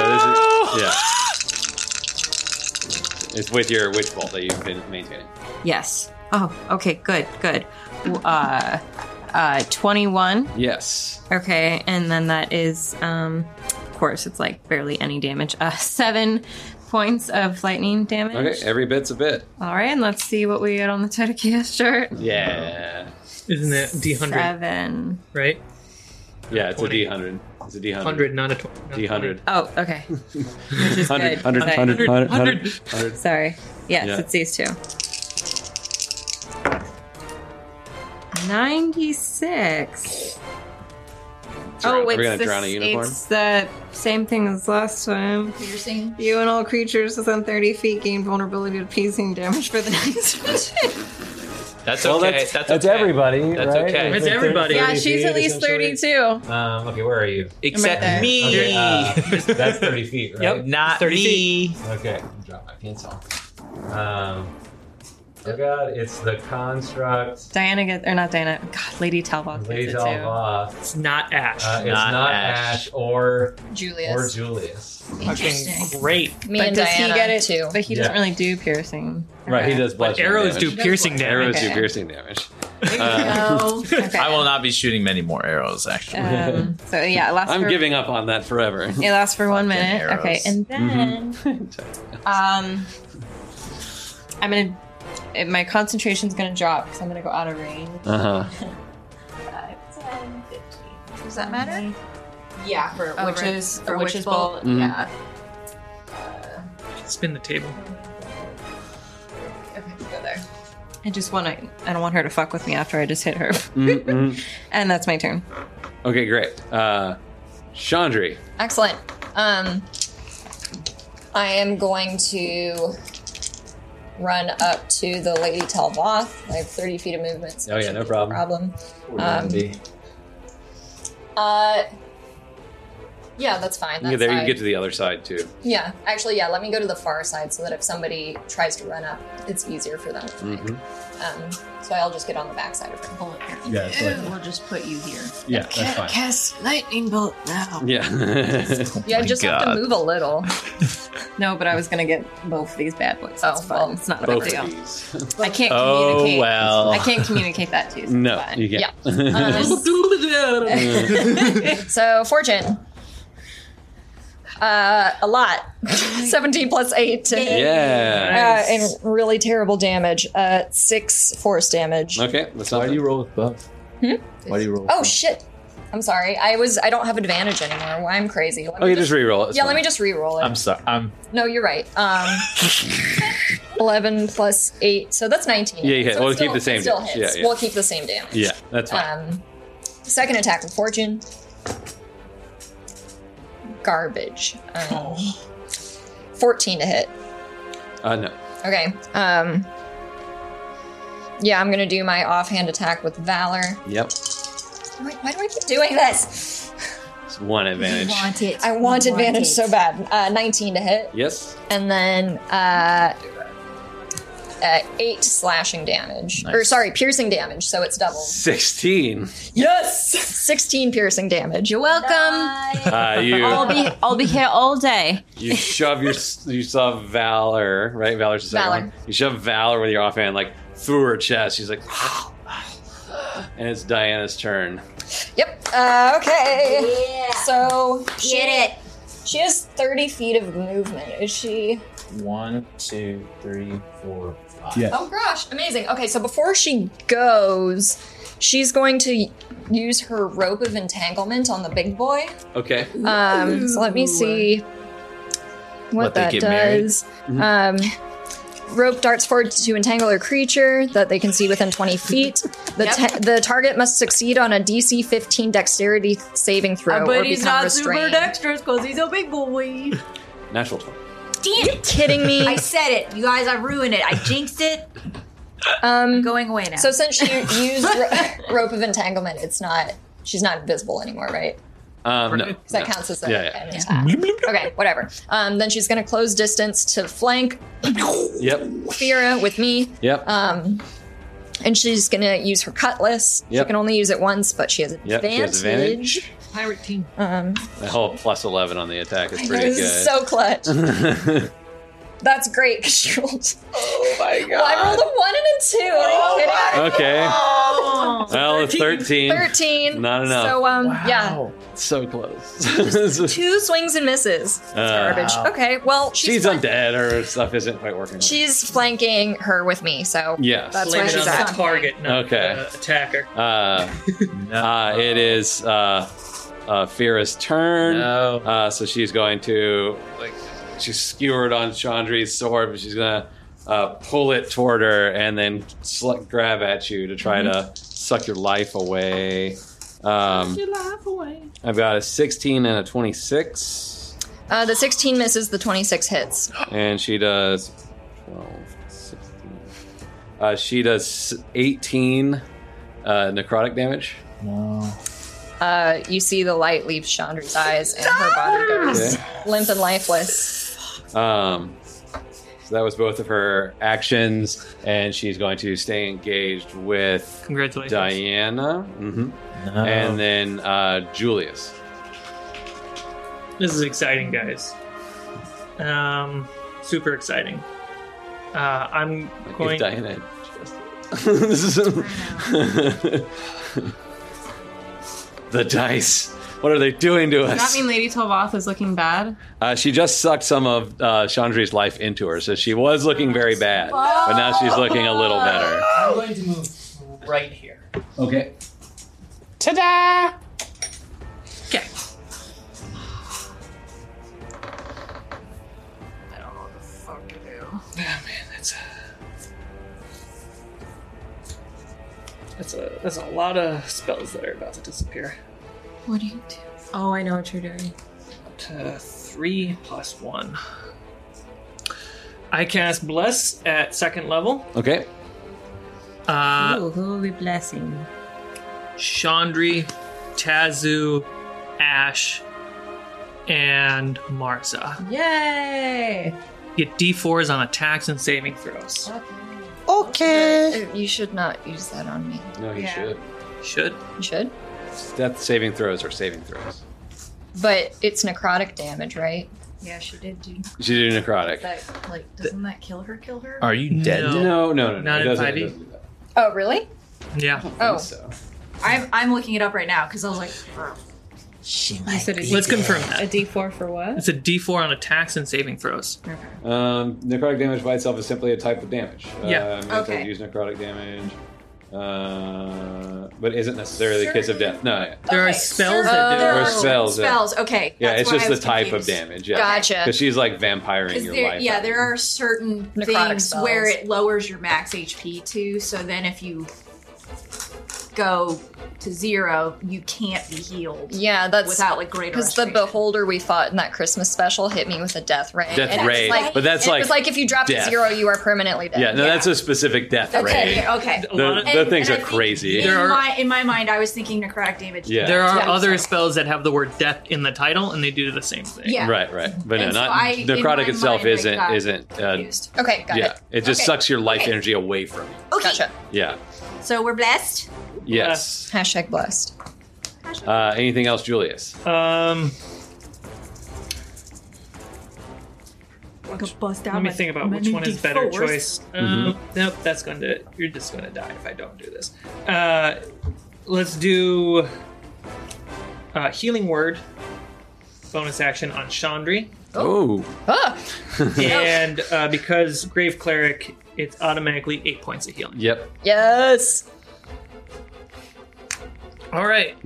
Speaker 6: internet.
Speaker 2: this is, yeah. It's with your witch bolt that you've been maintaining.
Speaker 6: Yes. Oh, okay, good, good. Uh, uh, 21.
Speaker 2: Yes.
Speaker 6: Okay, and then that is, um, of course, it's like barely any damage. Uh, (laughs) seven points of lightning damage.
Speaker 2: Okay. Every bit's a bit.
Speaker 6: All right, and let's see what we get on the Tide of (laughs) Chaos chart.
Speaker 2: Yeah.
Speaker 7: Isn't it D100,
Speaker 6: Seven.
Speaker 7: right?
Speaker 2: Yeah. It's a
Speaker 7: 20.
Speaker 2: D hundred. It's a D hundred.
Speaker 7: 100, not a 20. not a
Speaker 2: D
Speaker 7: 20.
Speaker 2: hundred.
Speaker 6: Oh, okay. Which is
Speaker 2: Hundred.
Speaker 6: good.
Speaker 2: Hundred.
Speaker 6: Sorry.
Speaker 2: Hundred. Hundred.
Speaker 7: Hundred.
Speaker 2: Hundred. Hundred.
Speaker 6: Sorry. Yes,
Speaker 2: Yeah.
Speaker 6: it's these two. 96.
Speaker 2: Drown-
Speaker 6: oh,
Speaker 2: are we
Speaker 6: it's,
Speaker 2: gonna
Speaker 6: this-
Speaker 2: drown a unicorn?
Speaker 6: it's the same thing as last time.
Speaker 12: Piercing.
Speaker 6: You and all creatures within 30 feet gain vulnerability to piercing damage for the next (laughs) round.
Speaker 5: That's
Speaker 13: Well,
Speaker 5: okay.
Speaker 13: that's,
Speaker 5: That's,
Speaker 13: that's
Speaker 5: okay.
Speaker 13: everybody.
Speaker 5: That's
Speaker 13: right?
Speaker 5: okay.
Speaker 7: That's
Speaker 13: Thir-
Speaker 7: everybody.
Speaker 6: yeah,
Speaker 13: 30
Speaker 6: she's
Speaker 13: feet,
Speaker 6: at least
Speaker 13: essentially.
Speaker 6: 32.
Speaker 5: Um, okay, where are you?
Speaker 6: Except there. me.
Speaker 5: Okay, uh, that's 30 feet, right?
Speaker 7: Yep.
Speaker 5: Not
Speaker 7: 30
Speaker 5: me. Okay, drop my pencil. Um,
Speaker 14: Oh god, it's the construct.
Speaker 6: Diana gets, or not Diana, God, Lady Talbot gets
Speaker 14: Lady
Speaker 6: it too.
Speaker 14: Alva.
Speaker 7: It's not Ash.
Speaker 14: Uh, it's
Speaker 5: Not
Speaker 14: not,
Speaker 5: Ash.
Speaker 14: Ash. or
Speaker 4: Julius.
Speaker 14: or Julius.
Speaker 7: Fucking great.
Speaker 4: Me
Speaker 6: But
Speaker 4: and
Speaker 6: does
Speaker 4: Diana
Speaker 6: he get it
Speaker 4: too.
Speaker 6: But he doesn't
Speaker 14: Yeah.
Speaker 6: really do piercing.
Speaker 2: Right, he
Speaker 6: Okay.
Speaker 2: does bludgeoning
Speaker 7: Arrows do
Speaker 2: damage. Uh,
Speaker 7: piercing damage.
Speaker 2: Arrows do
Speaker 4: Okay.
Speaker 2: piercing damage. (laughs)
Speaker 8: No.
Speaker 6: Okay.
Speaker 5: I will not be shooting many more arrows, actually.
Speaker 6: Um, so yeah, it lasts.
Speaker 2: I'm
Speaker 6: for,
Speaker 2: giving up on that forever. (laughs) Mm-hmm.
Speaker 6: It lasts for one
Speaker 5: Fucking
Speaker 6: minute.
Speaker 5: arrows.
Speaker 6: Okay, and then um, I'm gonna. eh, My concentration's gonna drop because I'm gonna go out of range.
Speaker 2: Uh huh.
Speaker 8: Does that matter?
Speaker 12: Yeah, for
Speaker 6: Oh,
Speaker 12: which
Speaker 6: right.
Speaker 12: is
Speaker 6: A
Speaker 12: for
Speaker 6: witch's
Speaker 12: witch's bolt.
Speaker 2: bolt. Mhm.
Speaker 12: Yeah.
Speaker 7: Spin the table.
Speaker 12: Okay, go there.
Speaker 6: I just want to. I don't want her to fuck with me after I just hit her.
Speaker 2: Mm-mm.
Speaker 6: and that's my turn.
Speaker 2: Mm-hmm. Okay, great. Uh, Chandri.
Speaker 4: Excellent. Um, I am going to run up to the Lady Talboth. I have 30 feet of movement. so
Speaker 2: Oh,
Speaker 4: it
Speaker 2: yeah,
Speaker 4: should
Speaker 2: no
Speaker 4: be
Speaker 2: problem.
Speaker 4: problem. Um,
Speaker 13: Randy.
Speaker 4: Uh, yeah, that's fine.
Speaker 2: Yeah,
Speaker 4: That's
Speaker 2: there you
Speaker 4: fine.
Speaker 2: can get to the other side too.
Speaker 4: Yeah, actually, yeah. Let me go to the far side so that if somebody tries to run up, it's easier for them.
Speaker 2: Mhm.
Speaker 4: Um, so I'll just get on the back side of her.
Speaker 14: Yeah, it's like,
Speaker 3: We'll just put you here.
Speaker 2: Yeah, that's fine.
Speaker 4: Cast lightning bolt now.
Speaker 2: Yeah. (laughs)
Speaker 4: Yeah,
Speaker 5: my
Speaker 4: just have
Speaker 5: God.
Speaker 4: to move a little.
Speaker 6: No, but I was gonna get both of these bad boys.
Speaker 4: Oh,
Speaker 6: That's fun.
Speaker 4: well.
Speaker 6: it's not a big
Speaker 2: Both
Speaker 6: deal.
Speaker 2: of these.
Speaker 6: I can't
Speaker 5: Oh,
Speaker 6: communicate.
Speaker 5: well.
Speaker 6: I can't communicate that to you. so
Speaker 2: No, (laughs)
Speaker 6: it's fine.
Speaker 2: you
Speaker 4: Yeah. Um,
Speaker 2: can't.
Speaker 4: (laughs) So fortune. Uh, a lot. (laughs) 17 plus 8 to hit.
Speaker 2: yeah.
Speaker 4: Uh, and really terrible damage. Uh, six force damage.
Speaker 2: Okay, that's
Speaker 14: why
Speaker 2: not
Speaker 14: do you roll with buff? Why do you roll?
Speaker 4: Oh shit! I'm sorry. I was. I don't have advantage anymore. Why I'm crazy. Let me
Speaker 2: Okay, just re-roll it. it's
Speaker 4: yeah, let
Speaker 2: fine.
Speaker 4: me just re-roll it.
Speaker 5: I'm sorry. I'm
Speaker 4: No, you're right.
Speaker 2: (laughs)
Speaker 4: Um, eleven plus eight, so that's nineteen.
Speaker 2: Yeah, you hit.
Speaker 4: So it
Speaker 2: We'll keep
Speaker 4: still-
Speaker 2: the same
Speaker 4: It still
Speaker 2: damage.
Speaker 4: hits.
Speaker 2: Yeah, yeah.
Speaker 4: We'll keep the same damage.
Speaker 2: Yeah, that's fine.
Speaker 4: Um, second attack with fortune. Garbage. Um, Fourteen to hit.
Speaker 2: Uh, no.
Speaker 4: Okay. Um. Yeah, I'm gonna do my offhand attack with valor.
Speaker 2: Yep.
Speaker 4: Why, why do I keep doing this?
Speaker 2: It's one advantage.
Speaker 8: Want it.
Speaker 4: I want advantage
Speaker 8: it.
Speaker 4: so bad. Uh, 19 to hit.
Speaker 2: Yes.
Speaker 4: And then uh, uh, 8 slashing damage. Or,
Speaker 5: Nice.
Speaker 4: sorry, piercing damage, so it's doubled. (laughs)
Speaker 2: 16.
Speaker 4: Yes! 16 piercing damage. You're welcome.
Speaker 2: Uh, you
Speaker 6: be I'll be here all day.
Speaker 2: (laughs) you shove your you shove Valor right. Valor's the second
Speaker 4: Valor.
Speaker 2: one. You shove Valor with your offhand like through her chest. She's like, (sighs) and it's Diana's turn.
Speaker 4: Yep. Uh, okay. So, she,
Speaker 8: Get it.
Speaker 4: she has 30 feet of movement. Is she.
Speaker 13: One, two, three, four, five.
Speaker 14: Yeah.
Speaker 4: Oh gosh, amazing. Okay, so before she goes, she's going to use her rope of entanglement on the big boy.
Speaker 2: Okay.
Speaker 4: Um, so let me see what,
Speaker 5: What, they
Speaker 4: that
Speaker 5: get married? Mm-hmm.
Speaker 4: does. Um, rope darts forward to entangle a creature that they can see within 20 feet. The, ta- the target must succeed on a DC 15 dexterity saving throw or
Speaker 12: but he's
Speaker 4: become
Speaker 12: not super
Speaker 4: restrained.
Speaker 12: dexterous because he's a big boy.
Speaker 2: Natural twenty.
Speaker 8: Damn it.
Speaker 4: Kidding
Speaker 12: (laughs)
Speaker 8: I
Speaker 4: me?
Speaker 8: said it. You guys, I ruined it. I jinxed it.
Speaker 4: Um,
Speaker 8: Going away now.
Speaker 4: so since she
Speaker 12: (laughs)
Speaker 4: used ro- rope of entanglement, it's not she's not invisible anymore, right?
Speaker 2: Um, no.
Speaker 4: Because that counts as a,
Speaker 2: Yeah, yeah.
Speaker 4: an attack. Okay, whatever. Um, then she's going to close distance to flank
Speaker 2: Yep.
Speaker 4: Fira with me.
Speaker 2: Yep.
Speaker 4: Um, and she's gonna use her cutlass. She
Speaker 2: Yep.
Speaker 4: can only use it once, but she has advantage.
Speaker 2: Yep, she has advantage.
Speaker 7: Pirate team.
Speaker 4: Um,
Speaker 2: That whole plus eleven on the attack is pretty
Speaker 4: this
Speaker 2: good.
Speaker 4: is so clutch. That's great because she rolled. Oh my god! Well, I rolled a one and a two. Are you
Speaker 2: (laughs) Oh, okay. Well, it's thirteen.
Speaker 4: kidding? Thirteen.
Speaker 2: Not enough.
Speaker 4: So um, yeah,
Speaker 2: So close. (laughs)
Speaker 4: two swings and misses. That's
Speaker 2: Uh,
Speaker 4: garbage. Okay, well she's
Speaker 2: she's undead. Her stuff isn't quite working.
Speaker 4: she's flanking her with me, so
Speaker 2: yes.
Speaker 4: that's
Speaker 7: Blame
Speaker 4: where
Speaker 7: it on
Speaker 4: she's
Speaker 7: the
Speaker 4: at.
Speaker 7: target, not
Speaker 2: Okay.
Speaker 7: the attacker.
Speaker 2: (laughs) Uh,
Speaker 5: no.
Speaker 2: uh, it is uh, uh, Fira's turn.
Speaker 5: No.
Speaker 2: Uh, so she's going to like she's skewered on Chandri's sword, but she's gonna uh, pull it toward her and then sl- grab at you to try to suck your life away. Um, I've got a 16 and a 26,
Speaker 4: Uh, the sixteen misses, the twenty-six hits.
Speaker 2: and she does 12, 16. Uh, she does 18 uh, necrotic damage.
Speaker 13: No.
Speaker 4: Uh, you see the light leave Chandra's eyes, and her body goes
Speaker 2: Okay.
Speaker 4: limp and lifeless.
Speaker 2: Um, So that was both of her actions, and she's going to stay engaged with
Speaker 7: Congratulations.
Speaker 2: Diana, hmm
Speaker 5: Oh.
Speaker 2: and then uh, Julius.
Speaker 7: This is exciting, guys. Um, super exciting. Uh, I'm
Speaker 2: If
Speaker 7: going.
Speaker 2: Diana. this is (laughs) the dice. What are they doing to
Speaker 15: Does that
Speaker 2: us?
Speaker 15: mean Lady Tolvath is looking bad?
Speaker 2: Uh, she just sucked some of uh, Chandri's life into her, so she was looking very bad, but now she's looking a little better.
Speaker 16: I'm going to move right here.
Speaker 7: Oh,
Speaker 2: Okay.
Speaker 16: Ta-da!
Speaker 15: Okay.
Speaker 16: I don't know what the fuck to do.
Speaker 7: Ah, man, that's That's a that's a lot of spells that are about to disappear.
Speaker 15: What do you do? Oh, I know what you're doing.
Speaker 7: to three plus one. I cast Bless at second level.
Speaker 2: Okay.
Speaker 7: Uh,
Speaker 6: Ooh, who are we blessing?
Speaker 7: Chandri, Tazu, Ash, and Marza.
Speaker 4: Yay!
Speaker 7: Get d4s on attacks and saving throws.
Speaker 4: Okay. You should not use that on me.
Speaker 2: No, he
Speaker 4: Yeah.
Speaker 2: should.
Speaker 7: Should?
Speaker 4: You should.
Speaker 2: Death saving throws are saving throws.
Speaker 4: But it's necrotic damage, right?
Speaker 8: Yeah, she did do
Speaker 2: She did a necrotic.
Speaker 8: that. Like, doesn't that kill her? Kill her?
Speaker 2: Are you dead? No, no, no. no, it
Speaker 7: Not in
Speaker 2: doesn't-
Speaker 7: 5e.
Speaker 2: it doesn't.
Speaker 8: Oh, really?
Speaker 7: Yeah.
Speaker 8: Oh, I'm I'm looking it up right now because I was like, oh.
Speaker 7: She
Speaker 15: You said a
Speaker 7: Let's
Speaker 15: D4.
Speaker 7: confirm that.
Speaker 15: A D4 for what?
Speaker 7: It's a d4 on attacks and saving throws.
Speaker 2: Um, necrotic damage by itself is simply a type of damage.
Speaker 7: Yeah.
Speaker 2: Uh, means
Speaker 7: Okay.
Speaker 2: I've used necrotic damage. Uh, but isn't necessarily a kiss of death. No, yeah.
Speaker 7: There are spells that do
Speaker 2: There
Speaker 7: it.
Speaker 2: are spells. yeah.
Speaker 8: spells, okay,
Speaker 2: Yeah,
Speaker 8: that's
Speaker 2: it's
Speaker 8: why
Speaker 2: just
Speaker 8: I
Speaker 2: the
Speaker 8: was
Speaker 2: type of
Speaker 8: confused.
Speaker 2: damage. Yeah.
Speaker 8: Gotcha.
Speaker 2: Because she's like vampiring your
Speaker 8: there,
Speaker 2: life.
Speaker 8: yeah, there are certain
Speaker 4: Necrotic
Speaker 8: things
Speaker 4: spells.
Speaker 8: where it lowers your max HP too. So then if you go to zero, you can't be healed.
Speaker 4: Yeah, that's
Speaker 8: without like greater.
Speaker 4: Because the beholder we fought in that Christmas special hit me with a death ray.
Speaker 2: Death
Speaker 4: it was
Speaker 2: ray, but that's
Speaker 4: and
Speaker 2: like
Speaker 4: it was like if you drop to
Speaker 2: death.
Speaker 4: zero, you are permanently dead.
Speaker 2: Yeah, no, that's a specific death
Speaker 8: Okay,
Speaker 2: ray.
Speaker 8: yeah, okay. A lot
Speaker 2: The,
Speaker 8: of-
Speaker 2: the
Speaker 8: and-
Speaker 2: things
Speaker 8: and I
Speaker 2: are
Speaker 8: think
Speaker 2: crazy.
Speaker 8: in my in my mind, I was thinking necrotic damage.
Speaker 2: Yeah.
Speaker 7: There are
Speaker 8: Yeah.
Speaker 7: other spells that have the word death in the title and they do the same thing.
Speaker 8: Yeah.
Speaker 2: Right, right. But no,
Speaker 8: And so
Speaker 2: not
Speaker 8: I- in my
Speaker 2: necrotic itself
Speaker 8: mind, I
Speaker 2: isn't
Speaker 8: got
Speaker 2: isn't uh,
Speaker 8: Okay, got
Speaker 2: yeah,
Speaker 8: it.
Speaker 2: just
Speaker 8: Okay.
Speaker 2: sucks your life
Speaker 8: Okay.
Speaker 2: energy away from you.
Speaker 8: Okay,
Speaker 2: Yeah.
Speaker 8: so we're
Speaker 2: Uh,
Speaker 8: blessed.
Speaker 2: Yes.
Speaker 4: Hashtag blessed.
Speaker 2: Uh, anything else, Julius?
Speaker 7: Um,
Speaker 8: bust
Speaker 7: Let me think about which one is better choice. Um, Nope, that's going to. You're just going to die if I don't do this. Uh, let's do uh, healing word bonus action on Chandri.
Speaker 2: Oh.
Speaker 7: and uh, because grave cleric, it's automatically eight points of healing.
Speaker 2: Yep. (laughs)
Speaker 4: Yes.
Speaker 7: All right.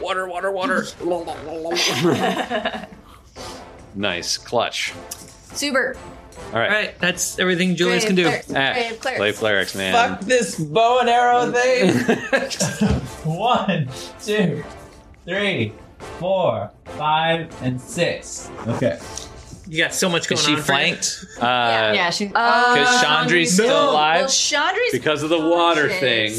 Speaker 2: water, water, water. nice clutch.
Speaker 8: Super.
Speaker 2: All right.
Speaker 7: All right, that's everything Julius can do.
Speaker 8: Grave clerics,
Speaker 2: Ah,
Speaker 8: grave clerics.
Speaker 2: Play clerics, man. Uh,
Speaker 5: Fuck this bow and (laughs) arrow thing.
Speaker 2: (laughs)
Speaker 5: (laughs) One, two, three, four, five, and six.
Speaker 14: Okay.
Speaker 7: You got so much going
Speaker 5: Is
Speaker 7: on.
Speaker 5: she flanked?
Speaker 2: Uh,
Speaker 5: yeah,
Speaker 4: she.
Speaker 6: Uh,
Speaker 5: Because
Speaker 4: Uh,
Speaker 5: Chandri's still alive.
Speaker 8: Chandri's
Speaker 2: because of the water thing.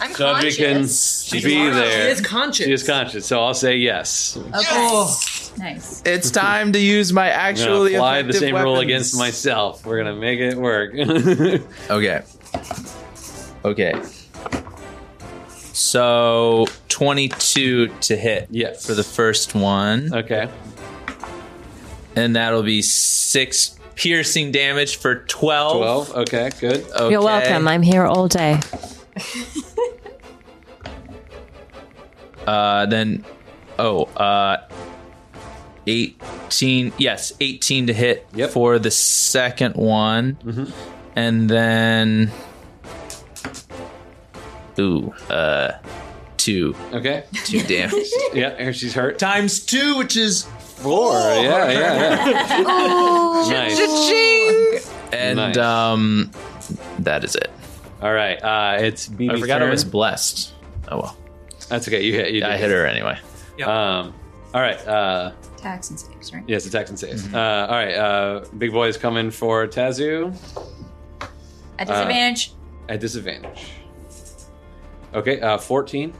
Speaker 4: I'm
Speaker 2: Chandra can
Speaker 5: conscious.
Speaker 2: be
Speaker 5: She is.
Speaker 2: there.
Speaker 5: She is conscious.
Speaker 2: She is conscious. So I'll say yes.
Speaker 8: Nice.
Speaker 5: It's time to use my
Speaker 2: I'm gonna
Speaker 5: actually
Speaker 2: apply the
Speaker 5: effective
Speaker 2: same
Speaker 5: weapons.
Speaker 2: rule against myself. We're gonna make it work. (laughs) okay.
Speaker 5: Okay. So 22 to hit. Yes. For the first one.
Speaker 2: Okay.
Speaker 5: And that'll be six piercing damage for 12.
Speaker 2: 12. Okay, good.
Speaker 5: Okay.
Speaker 17: You're welcome. I'm here all day.
Speaker 5: Uh, then, oh, uh, 18. Yes, 18 to hit for the second one. And then, ooh, uh, two.
Speaker 2: Okay.
Speaker 5: (laughs) Two damage.
Speaker 2: yeah, and she's hurt.
Speaker 5: Times two, which is
Speaker 2: four. Yeah, yeah, yeah.
Speaker 5: Oh.
Speaker 2: Nice.
Speaker 5: And,
Speaker 2: um, that is it. All right. Uh, it's BB
Speaker 5: I forgot I
Speaker 2: turn.
Speaker 5: was blessed. Oh, well.
Speaker 2: That's okay. You hit. You
Speaker 5: I
Speaker 2: did.
Speaker 5: hit her (laughs) anyway.
Speaker 2: Um. All right. Uh,
Speaker 8: Tax and saves, right?
Speaker 2: yes, attacks and
Speaker 5: Mm-hmm.
Speaker 2: saves. Uh, all right. Uh, big boy is coming for Tazu.
Speaker 8: At disadvantage.
Speaker 2: Uh, at disadvantage. Okay. Uh, Fourteen.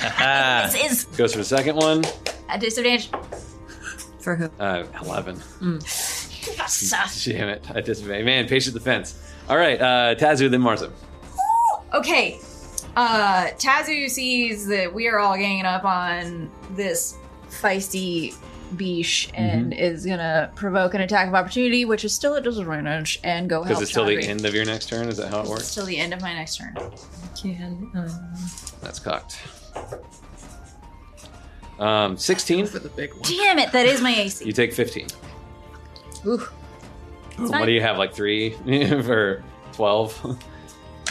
Speaker 8: This
Speaker 5: (laughs)
Speaker 8: is-
Speaker 2: goes for the second one.
Speaker 8: At disadvantage.
Speaker 2: For who? Uh, Eleven. Oh,
Speaker 6: Mm.
Speaker 2: (laughs) Damn it. I disobeyed. Man, patient defense. All right, uh, Tazu, then Martha.
Speaker 8: Okay. Uh, Tazu sees that we are all ganging up on this feisty beesh and
Speaker 2: Mm-hmm.
Speaker 8: is gonna provoke an attack of opportunity, which is still at disadvantage, and go help.
Speaker 2: Because it's till the
Speaker 8: Chandri.
Speaker 2: end of your next turn. Is that how it
Speaker 8: It's
Speaker 2: works?
Speaker 8: till the end of my next turn. Can
Speaker 2: That's cocked. Um, 16. For
Speaker 8: the big one. Damn it! That is my AC.
Speaker 2: (laughs) You take 15.
Speaker 8: Ooh.
Speaker 2: What do you have, like three (laughs) or (laughs) 12?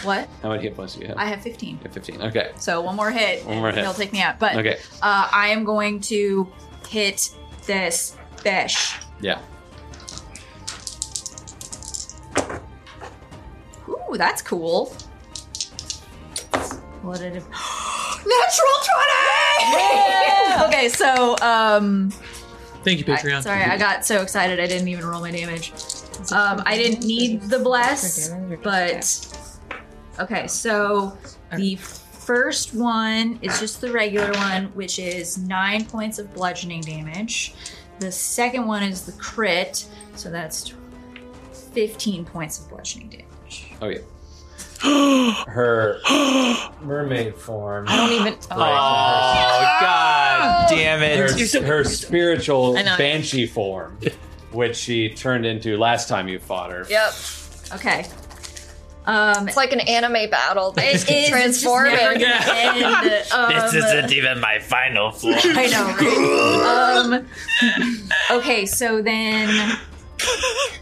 Speaker 8: What?
Speaker 2: How many hit points do you have?
Speaker 8: I have 15.
Speaker 2: You have 15. Okay.
Speaker 8: So one more hit.
Speaker 2: One more hit.
Speaker 8: He'll take me out. But
Speaker 2: Okay.
Speaker 8: uh, I am going to hit this fish.
Speaker 2: Yeah.
Speaker 8: Ooh, that's cool. What (gasps) did it? Natural 20! (laughs) okay, so um
Speaker 7: Thank you, Patreon.
Speaker 8: I- sorry, I got so excited I didn't even roll my damage. Um, I didn't need the bless, but okay. So the first one is just the regular one, which is nine points of bludgeoning damage. The second one is the crit, so that's fifteen points of bludgeoning damage.
Speaker 2: Oh,
Speaker 6: (gasps)
Speaker 2: yeah. Her (gasps) mermaid form.
Speaker 6: I don't even.
Speaker 2: Oh, God damn
Speaker 5: Oh, it.
Speaker 2: Her,
Speaker 5: You're so-
Speaker 2: her spiritual
Speaker 8: I know.
Speaker 2: banshee form, which she turned into last time you fought her.
Speaker 4: Yep.
Speaker 8: Okay. Um,
Speaker 4: it's like an anime battle. They just keep transforming.
Speaker 8: um,
Speaker 5: even my (laughs) final form.
Speaker 8: I know, right?
Speaker 5: (laughs)
Speaker 8: um, okay, so then,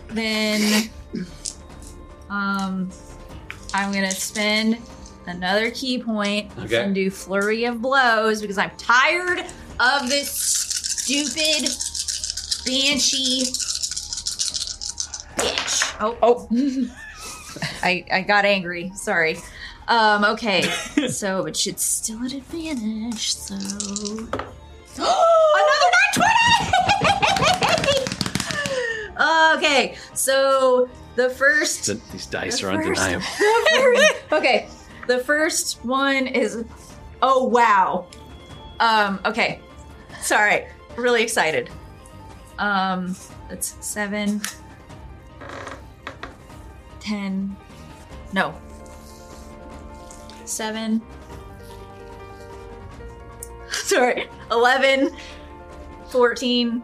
Speaker 8: then, um, I'm gonna spend another key point
Speaker 16: Okay.
Speaker 8: and do flurry of blows because I'm tired of this stupid banshee bitch. Oh, oh. (laughs) I, I got angry. Sorry. Um, okay. so, but it's still at advantage, so. Another nat 20! (laughs) okay, so the first
Speaker 2: Th- These dice
Speaker 8: the
Speaker 2: are
Speaker 8: first-
Speaker 2: undeniable.
Speaker 8: okay, (laughs) the first one is. Oh wow. Um. Okay. Sorry. Really excited. Um. That's seven. Ten. No. Seven. (laughs) Sorry. Eleven. Fourteen.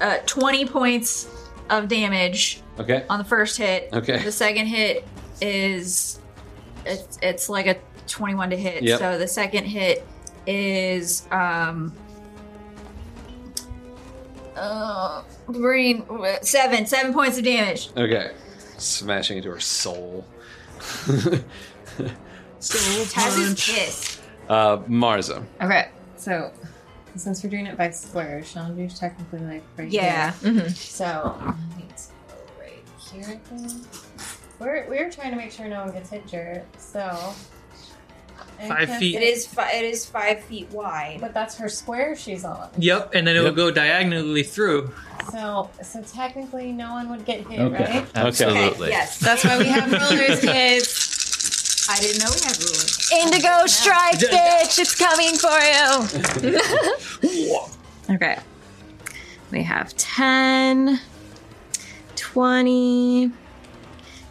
Speaker 8: Uh, Twenty points of damage
Speaker 2: Okay.
Speaker 8: on the first hit.
Speaker 2: Okay.
Speaker 8: The second hit is it's it's like a 21 to hit.
Speaker 16: Yep.
Speaker 8: So the second hit is um uh green seven seven points of damage.
Speaker 2: Okay. Smashing into her soul. (laughs)
Speaker 8: Taz's kiss.
Speaker 2: Uh, Marza.
Speaker 15: Okay, so since we're doing it by splurge, Chandru's technically like right
Speaker 8: Yeah.
Speaker 15: here.
Speaker 8: Mhm.
Speaker 15: So let's go right here. I think. We're we're trying to make sure no one gets injured. So
Speaker 7: Five feet. It
Speaker 15: is fi- it is five feet wide, but that's her square she's on.
Speaker 7: Yep, and then it would go diagonally through.
Speaker 15: So so technically, no one would get hit,
Speaker 7: Okay.
Speaker 15: right?
Speaker 7: Absolutely. Okay,
Speaker 6: (laughs)
Speaker 7: yes.
Speaker 15: that's why we have (laughs) rulers, kids.
Speaker 8: I didn't know we had rulers.
Speaker 17: Indigo strike, bitch! It's coming for you.
Speaker 6: (laughs) Okay. We have 10, 20,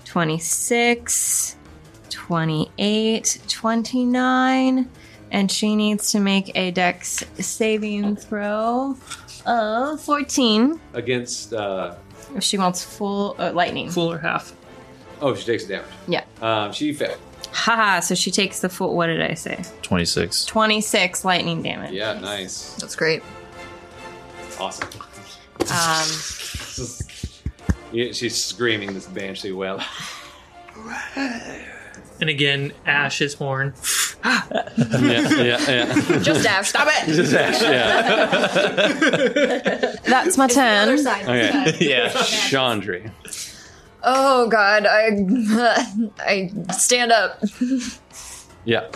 Speaker 6: 26, 28, 29, and she needs to make a dex saving throw of 14
Speaker 2: Against. Uh,
Speaker 6: if she wants full uh, lightning.
Speaker 7: Full or half.
Speaker 2: oh, she takes damage.
Speaker 6: Yeah.
Speaker 2: Um, she failed.
Speaker 6: Haha, so she takes the full, what did I say? (laughs)
Speaker 5: 26.
Speaker 6: 26 lightning damage.
Speaker 2: Yeah, nice.
Speaker 6: That's great.
Speaker 2: Awesome.
Speaker 6: Um,
Speaker 2: (laughs) Yeah, she's screaming this banshee wail.
Speaker 7: And again, Ash's horn.
Speaker 2: yeah, yeah,
Speaker 13: (laughs)
Speaker 2: yeah.
Speaker 4: Just Ash, stop it!
Speaker 2: Just Ash, yeah.
Speaker 4: That's my turn.
Speaker 2: Okay. Yeah. Chandri.
Speaker 4: Oh god, I (laughs) I stand up.
Speaker 2: Yeah.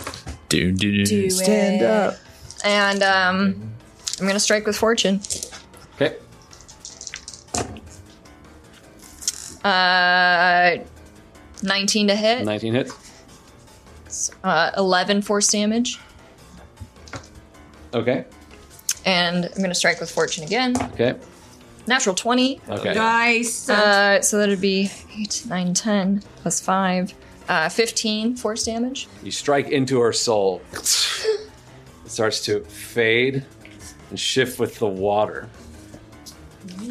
Speaker 5: Do, do, do.
Speaker 4: Stand up. And um I'm gonna strike with fortune.
Speaker 2: Okay.
Speaker 4: Uh 19 to hit.
Speaker 2: 19 hits.
Speaker 4: Uh, 11 force damage.
Speaker 2: Okay.
Speaker 4: And I'm going to strike with fortune again.
Speaker 2: Okay.
Speaker 4: Natural 20.
Speaker 2: Okay.
Speaker 4: Nice. Uh, so that'd be 8, 9, 10, plus 5. Uh, 15 force damage.
Speaker 2: You strike into her soul. It starts to fade and shift with the water.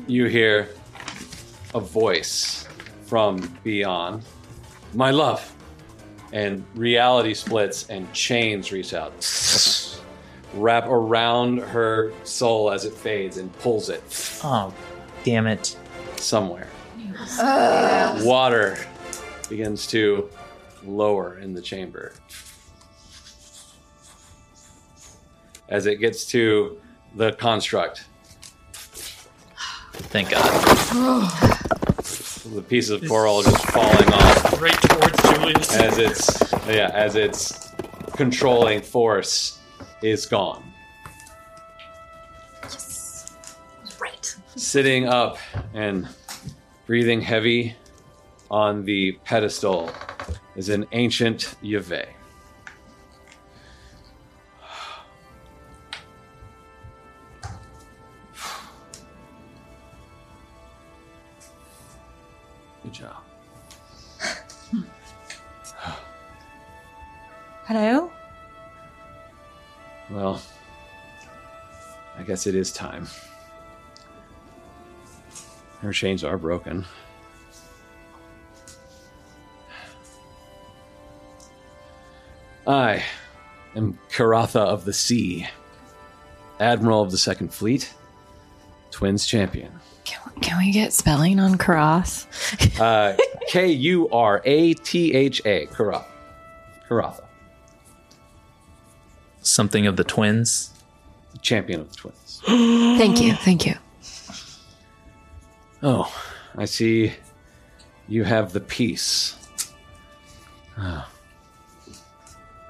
Speaker 2: You hear a voice from beyond My love. And reality splits and chains reach out, wrap around her soul as it fades and pulls it
Speaker 13: Oh, damn it.
Speaker 2: somewhere.
Speaker 13: Ugh.
Speaker 2: Water begins to lower in the chamber. As it gets to the construct,
Speaker 13: Thank God.
Speaker 2: the pieces of coral just falling off
Speaker 7: right towards Julius.
Speaker 2: as its yeah, as its controlling force is gone.
Speaker 3: Right.
Speaker 2: Sitting up and breathing heavy on the pedestal is an ancient Yahweh. (sighs) Good job.
Speaker 6: Hello?
Speaker 2: Well, I guess it is time. Her chains are broken. I am Karatha of the Sea, Admiral of the Second Fleet, Twins Champion.
Speaker 18: Can we get spelling on Karoth?
Speaker 2: Uh, K U R A T H A, Karatha. Karatha,
Speaker 5: Something of the twins.
Speaker 2: Champion of the Twins.
Speaker 18: (gasps) thank you, thank you.
Speaker 2: Oh, I see you have the peace. Ah.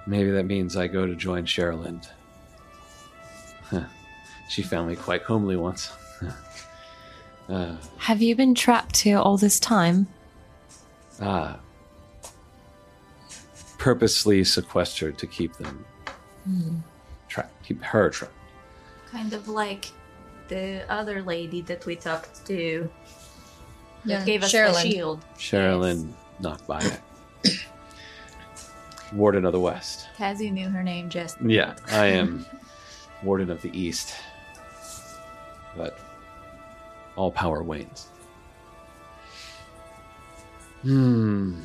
Speaker 2: Maybe that means I go to join Sherilyn. Huh. She found me quite homely once. Huh. Uh,
Speaker 18: Have you been trapped here all this time?
Speaker 2: ah. Purposely sequestered to keep them
Speaker 18: Hmm.
Speaker 2: trapped, keep her trapped.
Speaker 8: Kind of like the other lady that we talked to.
Speaker 4: Yeah,
Speaker 8: that gave us
Speaker 4: Sherilyn.
Speaker 8: the shield.
Speaker 2: Sherilyn knocked by it. (coughs) Warden of the West.
Speaker 8: Cassie knew her name just.
Speaker 2: Yeah, I am (laughs) Warden of the East. But all power wanes. Hmm.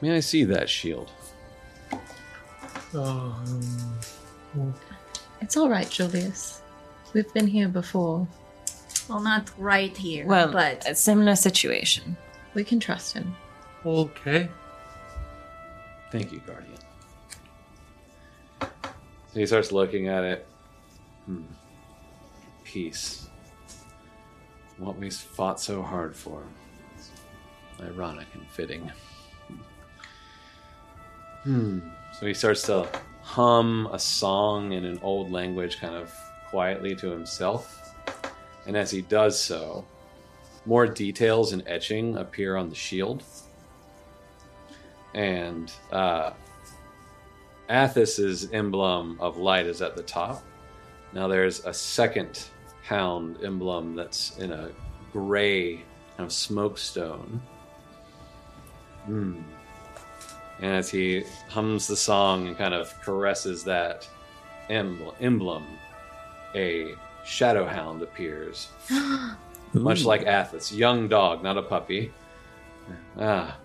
Speaker 2: May I see that shield?
Speaker 18: It's all right, Julius. We've been here before.
Speaker 8: Well, not right here.
Speaker 18: Well,
Speaker 8: but
Speaker 6: uh,
Speaker 18: a similar situation. We can trust him.
Speaker 7: Okay.
Speaker 2: Thank you, Guardian. So he starts looking at it. Hmm. Peace. What we fought so hard for. Ironic and fitting. Hmm. So he starts to hum a song in an old language, kind of quietly to himself. And as he does so, more details and etching appear on the shield. And uh, Athis's emblem of light is at the top. Now there's a second hound emblem that's in a gray kind of smoke stone. Hmm. And as he hums the song and kind of caresses that emblem, emblem a shadow hound appears, much like Athos, young dog, not a puppy. Ah,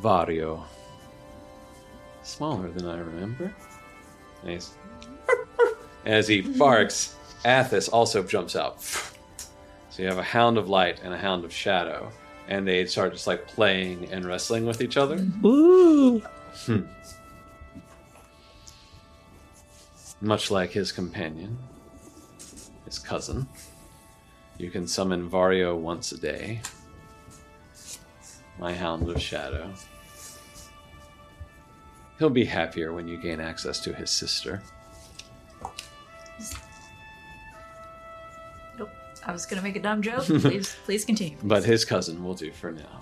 Speaker 2: Vario. Smaller than I remember. And he's- As he barks, Athos also jumps out. So you have a hound of light and a hound of shadow, and they start just like playing and wrestling with each other.
Speaker 5: Ooh.
Speaker 2: Hmm. Much like his companion, his cousin, you can summon Vario once a day. My Hound of Shadow. He'll be happier when you gain access to his sister.
Speaker 8: Nope. I was gonna make a dumb joke. Please, please continue.
Speaker 2: But his cousin will do for now.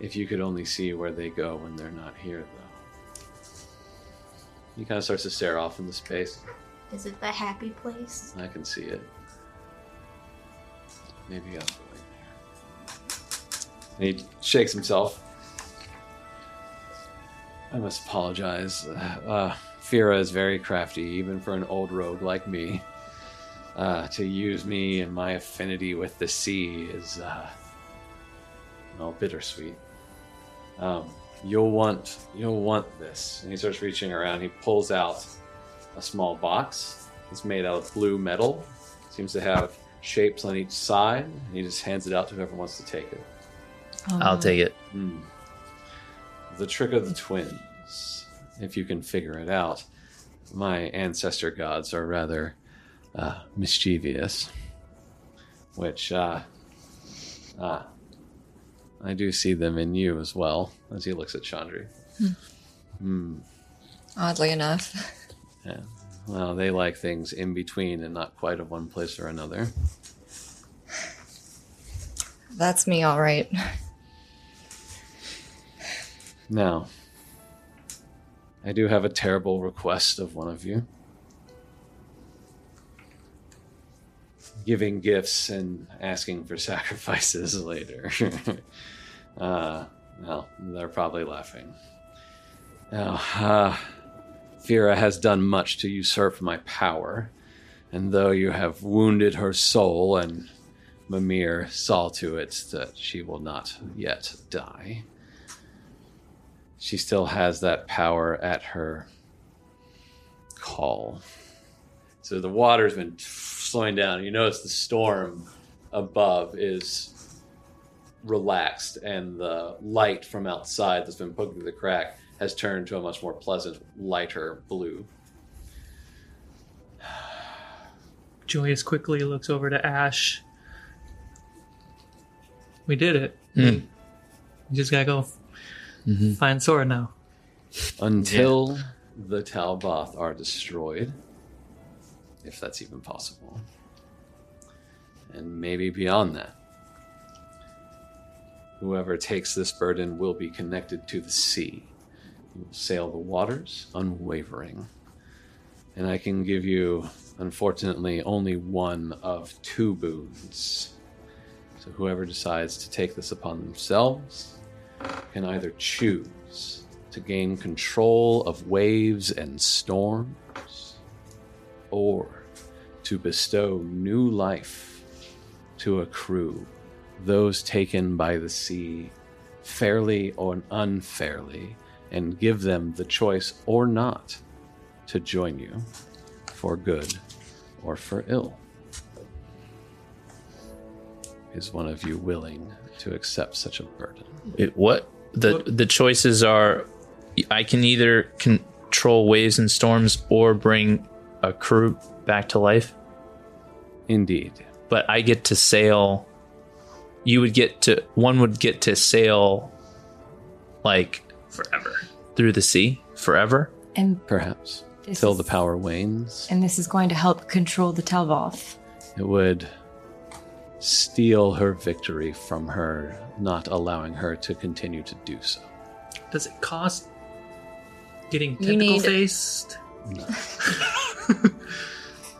Speaker 2: If you could only see where they go when they're not here, though. He kind of starts to stare off into space.
Speaker 12: Is it the happy place?
Speaker 2: I can see it. Maybe I'll. And he shakes himself. I must apologize. Uh, Fira is very crafty, even for an old rogue like me. Uh, to use me and my affinity with the sea is, uh, well, bittersweet. Um, you'll want, you'll want this. And he starts reaching around. He pulls out a small box. It's made out of blue metal. Seems to have shapes on each side. And he just hands it out to whoever wants to take it.
Speaker 13: I'll take it.
Speaker 2: Hmm. The trick of the twins, if you can figure it out. My ancestor gods are rather uh, mischievous, which uh, uh, I do see them in you as well, as he looks at Chandri.
Speaker 4: Hmm.
Speaker 2: Hmm.
Speaker 4: Oddly enough. (laughs)
Speaker 2: Yeah. Well, they like things in between and not quite of one place or another.
Speaker 4: That's me, all right.
Speaker 2: Now, I do have a terrible request of one of you. Giving gifts and asking for (laughs) sacrifices later. (laughs) uh, well, they're probably laughing. Now, uh, Fira has done much to usurp my power, and though you have wounded her soul, and Mimir saw to it that she will not yet die she still has that power at her call. So the water's been slowing down. You notice the storm above is relaxed, and the light from outside that's been poking through the crack has turned to a much more pleasant, lighter blue.
Speaker 7: Julius quickly looks over to Ash. We did it. You just gotta go find Sora now.
Speaker 2: Until the Talboth are destroyed, if that's even possible. And maybe beyond that. Whoever takes this burden will be connected to the sea. You will sail the waters unwavering. And I can give you, unfortunately, only one of two boons. So whoever decides to take this upon themselves can either choose to gain control of waves and storms, or to bestow new life to a crew, those taken by the sea, fairly or unfairly, and give them the choice or not to join you for good or for ill. Is one of you willing to accept such a burden?
Speaker 13: It, what the the choices are? I can either control waves and storms or bring a crew back to life.
Speaker 2: Indeed,
Speaker 13: but I get to sail. You would get to one would get to sail, like
Speaker 7: forever
Speaker 13: through the sea forever.
Speaker 6: And
Speaker 2: perhaps
Speaker 6: This
Speaker 2: till
Speaker 6: is-
Speaker 2: the power wanes.
Speaker 6: And this is going to help control the Talvoth.
Speaker 2: It would steal her victory from her, not allowing her to continue to do so.
Speaker 7: Does it cost getting
Speaker 4: You
Speaker 7: tentacle
Speaker 4: need-
Speaker 7: faced?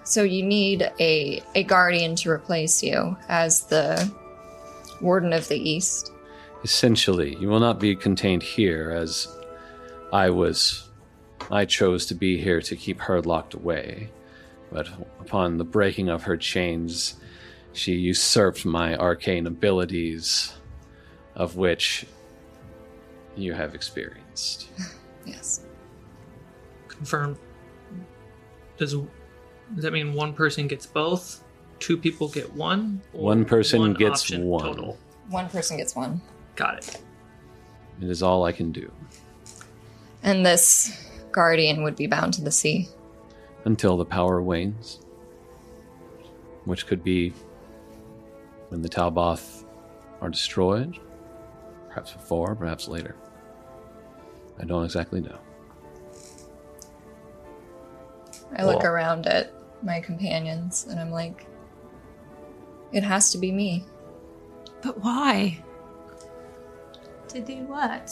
Speaker 4: So you need a, a guardian to replace you as the Warden of the East.
Speaker 2: Essentially, you will not be contained here as I was. I chose to be here to keep her locked away, but upon the breaking of her chains, she usurped my arcane abilities, of which you have experienced.
Speaker 4: Yes.
Speaker 7: Confirmed. Does does that mean one person gets both? Two people get one?
Speaker 2: One person
Speaker 7: one
Speaker 2: gets
Speaker 7: option
Speaker 2: one.
Speaker 7: total.
Speaker 4: One person gets one.
Speaker 7: Got it.
Speaker 2: It is all I can do
Speaker 4: And this guardian would be bound to the sea.
Speaker 2: until the power wanes, which could be when the Talboth are destroyed, perhaps before, perhaps later. I don't exactly know.
Speaker 4: I look
Speaker 2: Cool.
Speaker 4: around at my companions and I'm like, it has to be me.
Speaker 6: But why?
Speaker 12: To do what?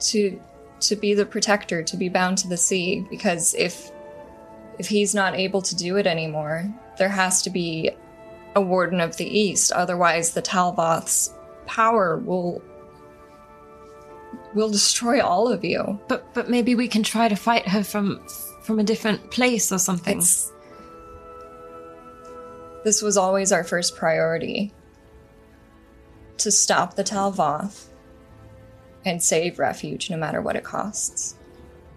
Speaker 4: to to be the protector to be bound to the sea because if if he's not able to do it anymore, there has to be a Warden of the East. Otherwise, the Talboth's power will will destroy all of you.
Speaker 19: But but maybe we can try to fight her from from a different place or something.
Speaker 4: This was always our first priority to stop the Talvoth and save refuge no matter what it costs.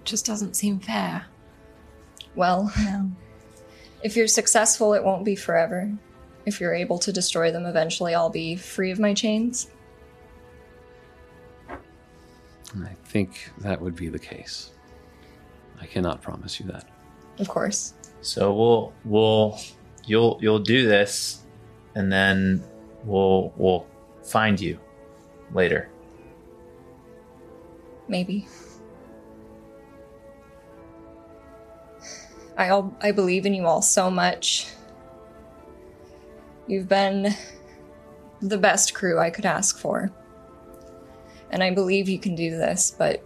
Speaker 19: Just doesn't seem fair.
Speaker 4: Well, (laughs) if you're successful, it won't be forever. If you're able to destroy them eventually, I'll be free of my chains.
Speaker 2: I think that would be the case. I cannot promise you that.
Speaker 4: Of course.
Speaker 13: So we'll we'll you'll you'll do this, and then we'll we'll find you later.
Speaker 4: Maybe. I all, I believe in you all so much. You've been the best crew I could ask for. And I believe you can do this, but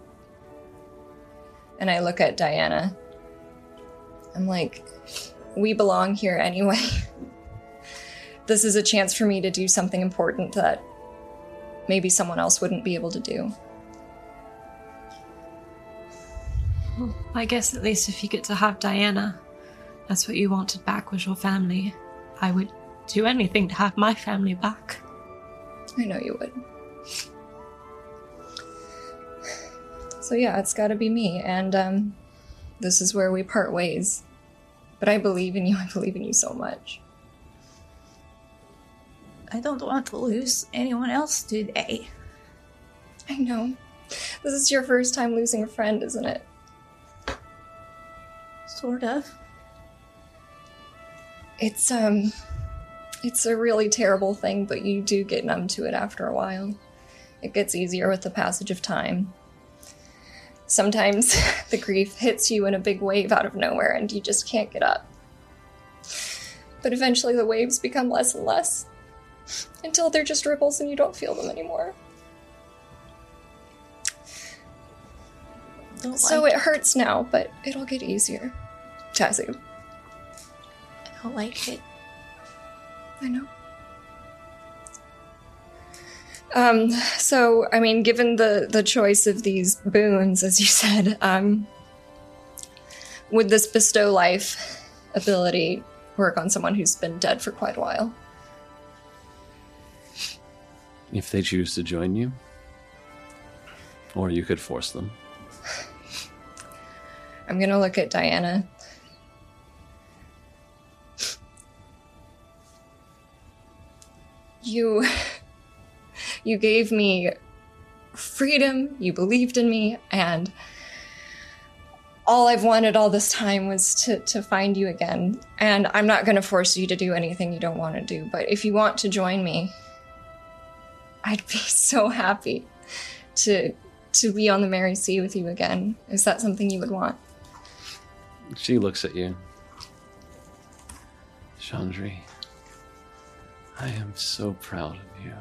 Speaker 4: and I look at Diana. I'm like, we belong here anyway. (laughs) this is a chance for me to do something important that maybe someone else wouldn't be able to do.
Speaker 19: Well, I guess at least if you get to have Diana, that's what you wanted back was your family. I would do anything to have my family back.
Speaker 4: I know you would. So yeah, it's got to be me, and um, this is where we part ways. But I believe in you. I believe in you so much.
Speaker 20: I don't want to lose anyone else today.
Speaker 4: I know. This is your first time losing a friend, isn't it?
Speaker 20: Sort of.
Speaker 4: It's um, it's a really terrible thing, but you do get numb to it after a while. It gets easier with the passage of time. Sometimes (laughs) the grief hits you in a big wave out of nowhere, and you just can't get up. But eventually, the waves become less and less until they're just ripples and you don't feel them anymore.
Speaker 20: Don't
Speaker 4: So
Speaker 20: like
Speaker 4: it hurts now, but it'll get easier. Tazu.
Speaker 20: I don't like it.
Speaker 4: I know. Um, so I mean, given the the choice of these boons, as you (laughs) said, um, would this bestow life ability work on someone who's been dead for quite a while?
Speaker 2: If they choose to join you, or you could force them.
Speaker 4: I'm gonna look at Diana. You (laughs) you gave me freedom, you believed in me, and all I've wanted all this time was to, to find you again. And I'm not gonna force you to do anything you don't want to do, but if you want to join me, I'd be (laughs) so happy to to be on the Mary Sea with you again. Is that something you would want?
Speaker 2: She looks at you. Chandri, I am so proud of you.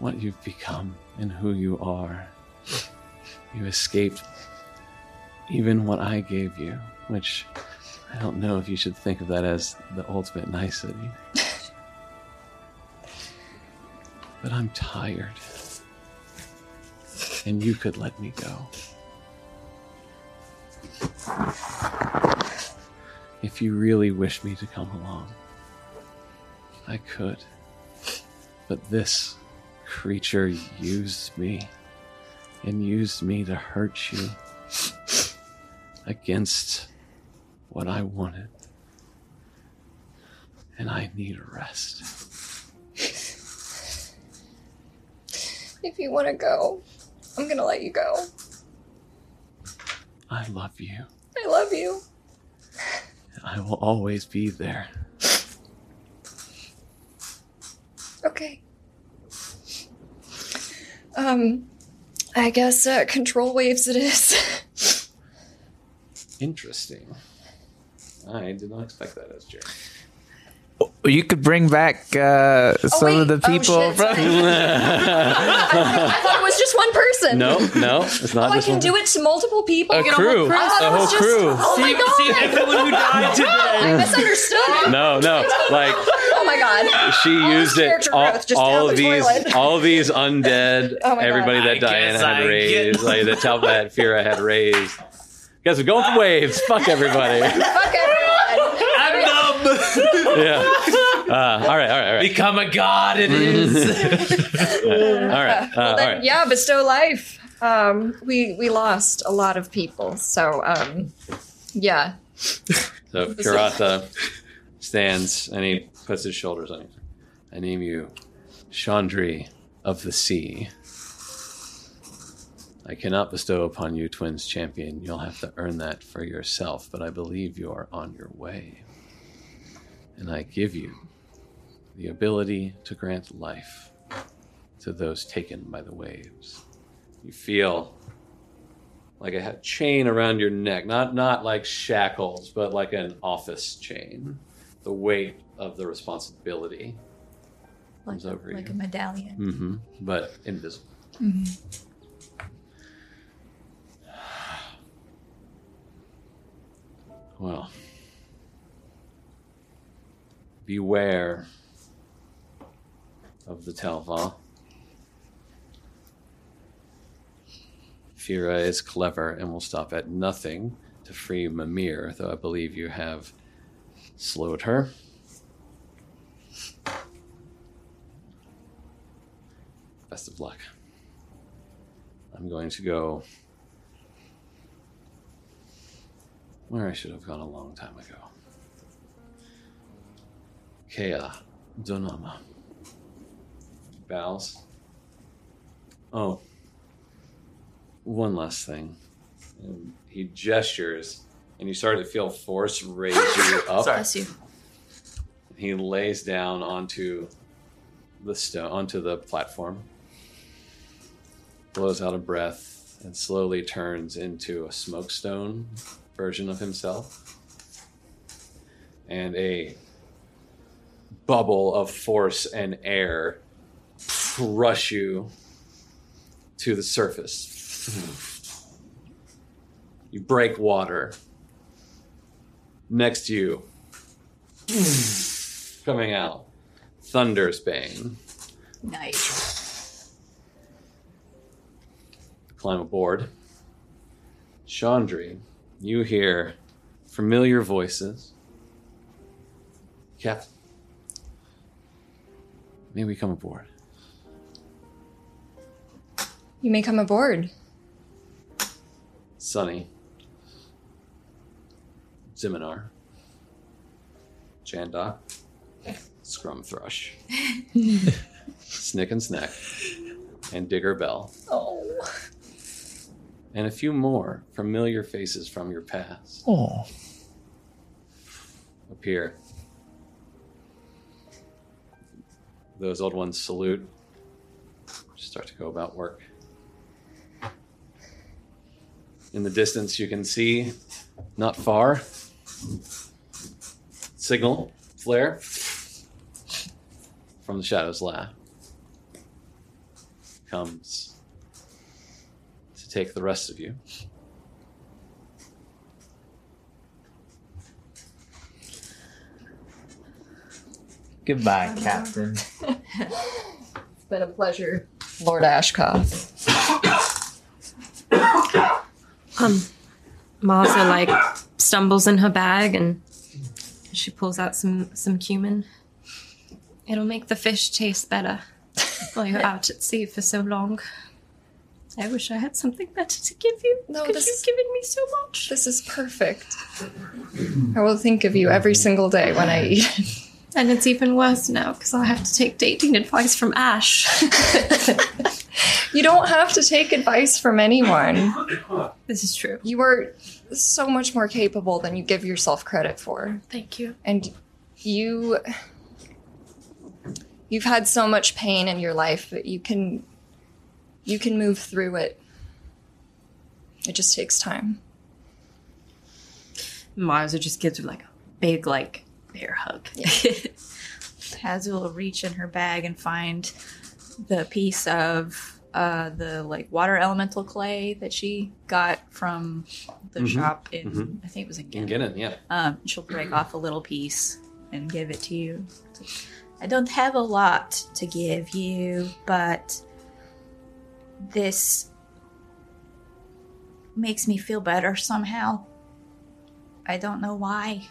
Speaker 2: What you've become and who you are. You escaped even what I gave you, which I don't know if you should think of that as the ultimate nicety. but I'm tired. And you could let me go. If you really wish me to come along, I could. But this creature used me and used me to hurt you against what I wanted. And I need rest.
Speaker 4: If you want to go, I'm gonna let you go.
Speaker 2: I love you.
Speaker 4: I love you.
Speaker 2: I will always be there.
Speaker 4: Okay. Um, I guess uh, control waves
Speaker 2: (laughs)
Speaker 4: it is.
Speaker 2: Interesting. I did not expect that as Jerry.
Speaker 21: you could bring back uh, some of the
Speaker 4: Oh,
Speaker 21: people
Speaker 4: shit,
Speaker 21: from.
Speaker 4: (laughs) I thought it was just one person.
Speaker 2: no, no, it's not.
Speaker 4: Oh, I
Speaker 2: this
Speaker 4: can
Speaker 2: one.
Speaker 4: do it to multiple people.
Speaker 2: A
Speaker 4: Get whole
Speaker 2: crew.
Speaker 4: I thought
Speaker 2: A
Speaker 4: it was
Speaker 2: whole
Speaker 4: just-
Speaker 2: crew.
Speaker 4: Oh my
Speaker 2: See-
Speaker 4: god!
Speaker 2: see everyone who died
Speaker 4: (laughs)
Speaker 2: today.
Speaker 4: I misunderstood.
Speaker 2: (laughs) No, no, like
Speaker 4: Oh my god.
Speaker 2: she used it.
Speaker 4: character
Speaker 2: All,
Speaker 4: growth just
Speaker 2: all
Speaker 4: down
Speaker 2: of
Speaker 4: the
Speaker 2: these,
Speaker 4: toilet.
Speaker 2: (laughs) all of these undead,
Speaker 4: (laughs) Oh my God.
Speaker 2: everybody that Diana had raised, like the top that Fira had raised. Guys, we're going for waves. Fuck
Speaker 4: (laughs)
Speaker 2: everybody.
Speaker 4: Fuck everyone.
Speaker 2: Uh,
Speaker 5: I'm numb.
Speaker 2: yeah. Uh, all right, all right, all right.
Speaker 5: Become a god, it is.
Speaker 2: all right, uh, all
Speaker 4: Then,
Speaker 2: right.
Speaker 4: Yeah, bestow life. Um, we we lost a lot of people, so um, yeah.
Speaker 2: So Kirata stands and he puts his shoulders on you. I name you Chandri of the Sea. I cannot bestow upon you twins champion. You'll have to earn that for yourself, but I believe you are on your way. And I give you the ability to grant life to those taken by the waves. You feel like a ha- chain around your neck, not not like shackles, but like an office chain. The weight of the responsibility comes over
Speaker 20: like a
Speaker 2: you.
Speaker 20: medallion. Mm-hmm.
Speaker 2: hmm But invisible. Well, beware of the Talva. Fira is clever and will stop at nothing to free Mimir, though I believe you have slowed her. Best of luck. I'm going to go where I should have gone a long time ago. Kea Donama. Bows. Oh, one last thing. And he gestures, and you start to feel force
Speaker 20: (laughs)
Speaker 2: raise you up.
Speaker 20: Bless you.
Speaker 2: He lays down onto the stone, onto the platform, blows out a breath, and slowly turns into a smokestone version of himself. And a bubble of force and air rush you to the surface. You break water. Next to you, coming out, Thunder's Bane.
Speaker 8: Nice.
Speaker 2: Climb aboard. Chandri, you hear familiar voices. Captain, may we come aboard?
Speaker 4: You may come aboard.
Speaker 2: Sunny, Ziminar, Janda, Scrum Thrush, Snick and Snack, and Digger Bell,
Speaker 4: Oh.
Speaker 2: and a few more familiar faces from your past
Speaker 21: Oh.
Speaker 2: appear. Those old ones salute, start to go about work. In the distance, you can see, not far, signal flare from the shadows lab comes to take the rest of you.
Speaker 14: Goodbye, Captain.
Speaker 3: It's been a pleasure.
Speaker 4: Lord Ashcoff.
Speaker 6: Um, Martha like stumbles in her bag and she pulls out some some cumin.
Speaker 19: It'll make the fish taste better while you're out at sea for so long. I wish I had something better to give you.
Speaker 4: No,
Speaker 19: Could
Speaker 4: this
Speaker 19: you've given me so much.
Speaker 4: This is perfect. I will think of you every single day when I eat.
Speaker 19: And it's even worse now because I'll have to take dating advice from Ash. (laughs)
Speaker 4: You don't have to take advice from anyone.
Speaker 19: This is true.
Speaker 4: You are so much more capable than you give yourself credit for.
Speaker 19: Thank you.
Speaker 4: And you you've had so much pain in your life, but you can you can move through it. It just takes time.
Speaker 8: (laughs)
Speaker 6: Marza just gives her like a big like bear hug.
Speaker 8: Azul will reach in her bag and find the piece of uh, the like water elemental clay that she got from the
Speaker 2: Mhm.
Speaker 8: shop in
Speaker 2: Mhm.
Speaker 8: I think it was in
Speaker 2: In
Speaker 8: Ghent.
Speaker 2: Ginnon, yeah.
Speaker 8: Um, she'll break off a little piece and give it to you. I don't have a lot to give you, but this makes me feel better somehow. I don't know why,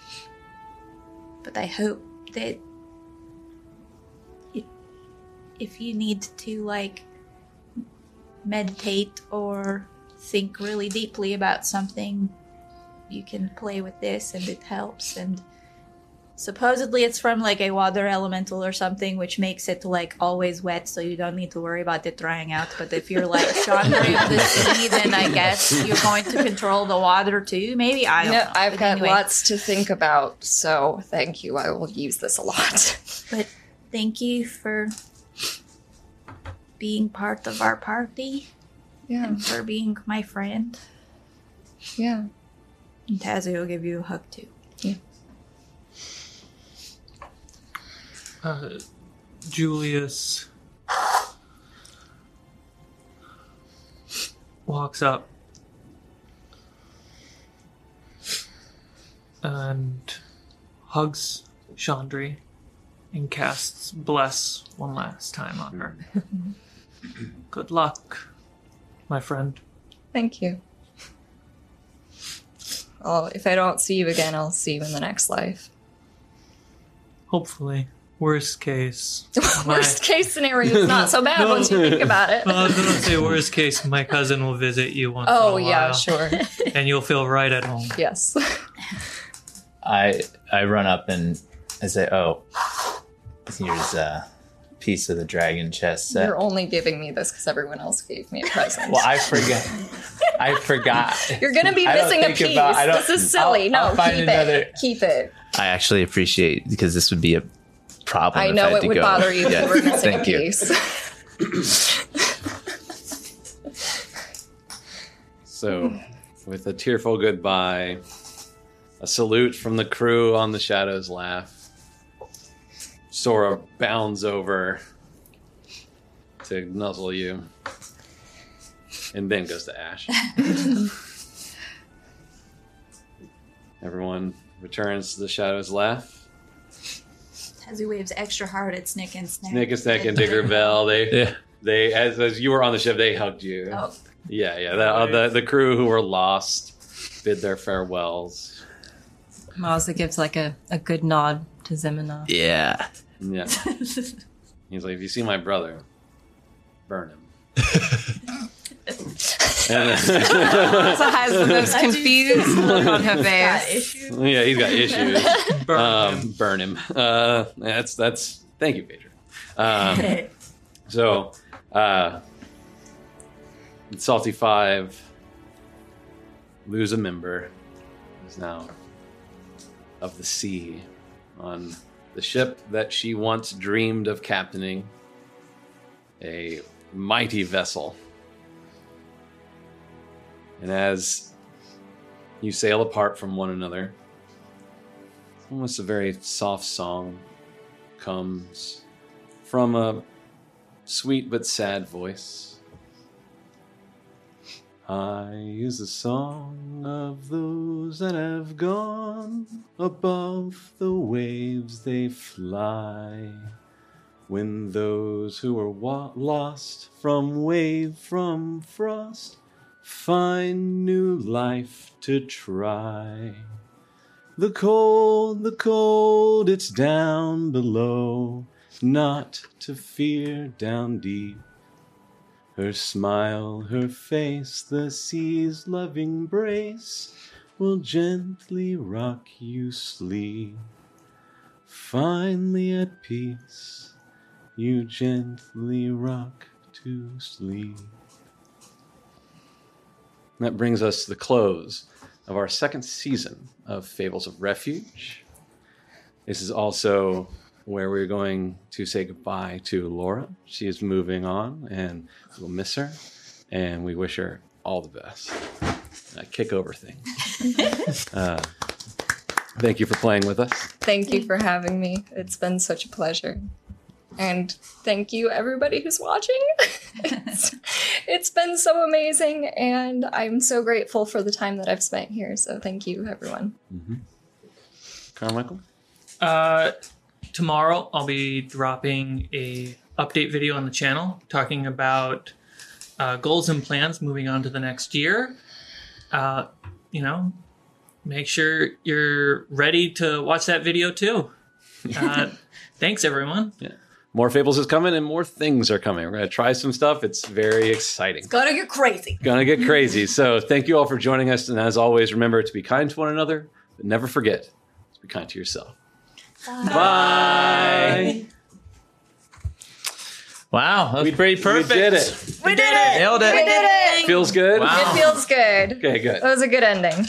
Speaker 8: but I hope that i- if you need to, like, meditate or think really deeply about something, you can play with this and it helps. And supposedly it's from like a water elemental or something, which makes it like always wet, so you don't need to worry about it drying out. But if you're like Chandra of the sea, then I guess you're going to control the water too. Maybe I don't
Speaker 4: No,
Speaker 8: know.
Speaker 4: I've
Speaker 8: But
Speaker 4: got
Speaker 8: anyway.
Speaker 4: lots to think about, so thank you. I will use this a lot. (laughs)
Speaker 8: But thank you for being part of our party. Yeah. And for being my friend.
Speaker 4: Yeah.
Speaker 8: And Tazzy will give you a hug too. Yeah.
Speaker 7: Uh, Julius walks up and hugs Chandri and casts Bless one last time on her. Good luck, my friend.
Speaker 4: Thank you. Oh, if I don't see you again, I'll see you in the next life. (laughs)
Speaker 7: Hopefully, worst case.
Speaker 4: Worst case scenario is not so
Speaker 14: (laughs)
Speaker 4: bad once you think about it.
Speaker 7: Well, I was gonna say worst case, my cousin will visit you once. in
Speaker 4: (laughs)
Speaker 7: a
Speaker 4: oh yeah,
Speaker 14: (laughs)
Speaker 7: while,
Speaker 4: sure.
Speaker 7: And you'll feel right at home.
Speaker 4: yes. (laughs)
Speaker 14: I I run up and I say, "Oh, here's a piece of the dragon chest set."
Speaker 4: You're only giving me this because everyone else gave me a present.
Speaker 14: Well, I forgot. I forgot.
Speaker 4: You're gonna be
Speaker 14: I don't
Speaker 4: missing a
Speaker 14: think
Speaker 4: piece.
Speaker 14: about- I don't-
Speaker 4: this is silly.
Speaker 14: I'll- I'll
Speaker 4: no,
Speaker 14: find
Speaker 4: keep
Speaker 14: another-
Speaker 4: it. Keep it.
Speaker 13: I actually appreciate because this would be a problem.
Speaker 4: I
Speaker 13: if
Speaker 4: know
Speaker 13: had
Speaker 4: it
Speaker 13: to
Speaker 4: would
Speaker 13: go.
Speaker 4: bother you
Speaker 13: Yeah,
Speaker 4: if you were missing a
Speaker 13: thank you.
Speaker 4: piece. (laughs)
Speaker 2: So, with a tearful goodbye, a salute from the crew on the Shadow's Laugh, Sora bounds over to nuzzle you and then goes to Ash. Everyone returns to the Shadow's Laugh.
Speaker 8: Tazzy waves extra hard at Snick and Snack.
Speaker 2: Nick and Snack and Digger Bell, they, they as, as you were on the ship, they hugged you.
Speaker 8: Oh.
Speaker 2: Yeah, yeah. The, uh, the, the crew who were lost bid their farewells.
Speaker 6: Mazda gives like a, a good nod to Zemina.
Speaker 2: Yeah. Yeah. He's like, if you see my brother, burn him.
Speaker 6: Mazda has the most confused look on her face.
Speaker 2: (laughs) yeah, he's got issues. Burn him. Burn him. Uh, that's that's. Thank you, Pedro.
Speaker 8: (laughs)
Speaker 2: Um, so, uh, salty five lose a member. Is now of the sea on the ship that she once dreamed of captaining. A mighty vessel. And as you sail apart from one another, almost a very soft song comes from a sweet but sad voice. I is a song of those that have gone above the waves they fly. When those who are wa- lost from wave, from frost, find new life to try. The cold, the cold, it's down below, not to fear down deep. Her smile, her face, the sea's loving brace will gently rock you sleep. Finally at peace, you gently rock to sleep. And that brings us to the close of our second season of Fables of Refuge. This is also where we're going to say goodbye to Laura. She is moving on, and we'll miss her, and we wish her all the best. Uh, kick over thing. uh, Thank you for playing with us.
Speaker 4: Thank you for having me. It's been such a pleasure. And thank you, everybody who's watching. (laughs) it's, it's been so amazing, and I'm so grateful for the time that I've spent here. So, thank you, everyone.
Speaker 2: Carmichael?
Speaker 7: Uh, tomorrow I'll be dropping a update video on the channel talking about uh, goals and plans moving on to the next year. Uh, you know, make sure you're ready to watch that video too. Uh, thanks, everyone.
Speaker 2: More fables is coming and more things are coming. We're going to try some stuff. It's very exciting.
Speaker 3: Gotta get crazy.
Speaker 2: Gonna
Speaker 4: (laughs)
Speaker 2: get crazy. So thank you all for joining us. And as always, remember to be kind to one another, but never forget to be kind to yourself. Bye.
Speaker 14: Wow, that was pretty perfect.
Speaker 2: We did it.
Speaker 4: We did it!
Speaker 14: Nailed it.
Speaker 4: We did it!
Speaker 2: Feels good.
Speaker 4: It feels good.
Speaker 2: Okay, good.
Speaker 4: That was a good ending.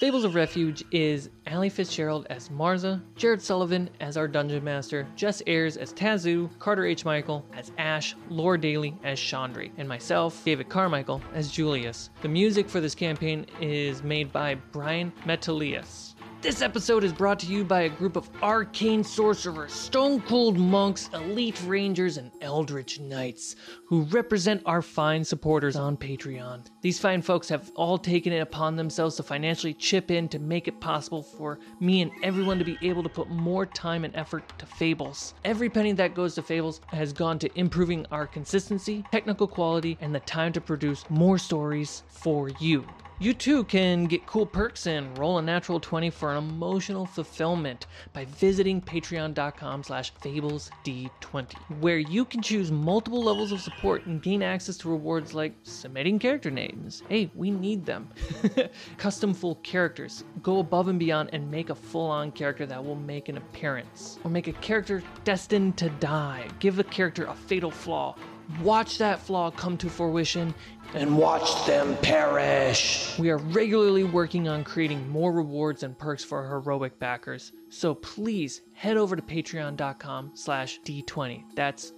Speaker 1: Fables of Refuge is Allie Fitzgerald as Marza, Jared Sullivan as our Dungeon Master, Jess Ayers as Tazoo, Carter H. Michael as Ash, Laura Daly as Chandri, and myself, David Carmichael, as Julius. The music for this campaign is made by Brian Metalius. This episode is brought to you by a group of arcane sorcerers, stone cold monks, elite rangers, and eldritch knights who represent our fine supporters on Patreon. These fine folks have all taken it upon themselves to financially chip in to make it possible for me and everyone to be able to put more time and effort to Fables. Every penny that goes to Fables has gone to improving our consistency, technical quality, and the time to produce more stories for you. You too can get cool perks and roll a natural 20 for an emotional fulfillment by visiting patreon.com slash fablesd20, where you can choose multiple levels of support and gain access to rewards like submitting character names. Hey, we need them. (laughs) Custom full characters. Go above and beyond and make a full-on character that will make an appearance. Or make a character destined to die. Give the character a fatal flaw. Watch that flaw come to fruition and watch them perish. We are regularly working on creating more rewards and perks for our heroic backers, so please head over to patreon.com slash d20. That's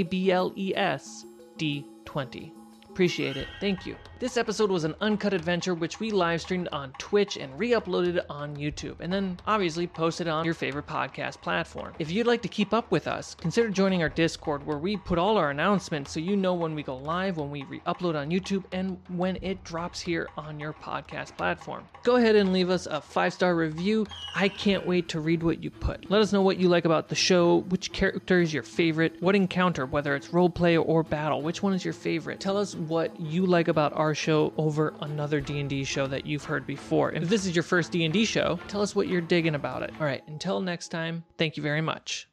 Speaker 1: E F-A-B-L-E-S D20. Appreciate it. Thank you. This episode was an uncut adventure which we live streamed on Twitch and re uploaded on YouTube, and then obviously posted on your favorite podcast platform. If you'd like to keep up with us, consider joining our Discord where we put all our announcements so you know when we go live, when we re upload on YouTube, and when it drops here on your podcast platform. Go ahead and leave us a five star review. I can't wait to read what you put. Let us know what you like about the show, which character is your favorite, what encounter, whether it's roleplay or battle, which one is your favorite. Tell us what you like about our show over another D&D show that you've heard before. If this is your first D&D show, tell us what you're digging about it. All right, until next time, thank you very much.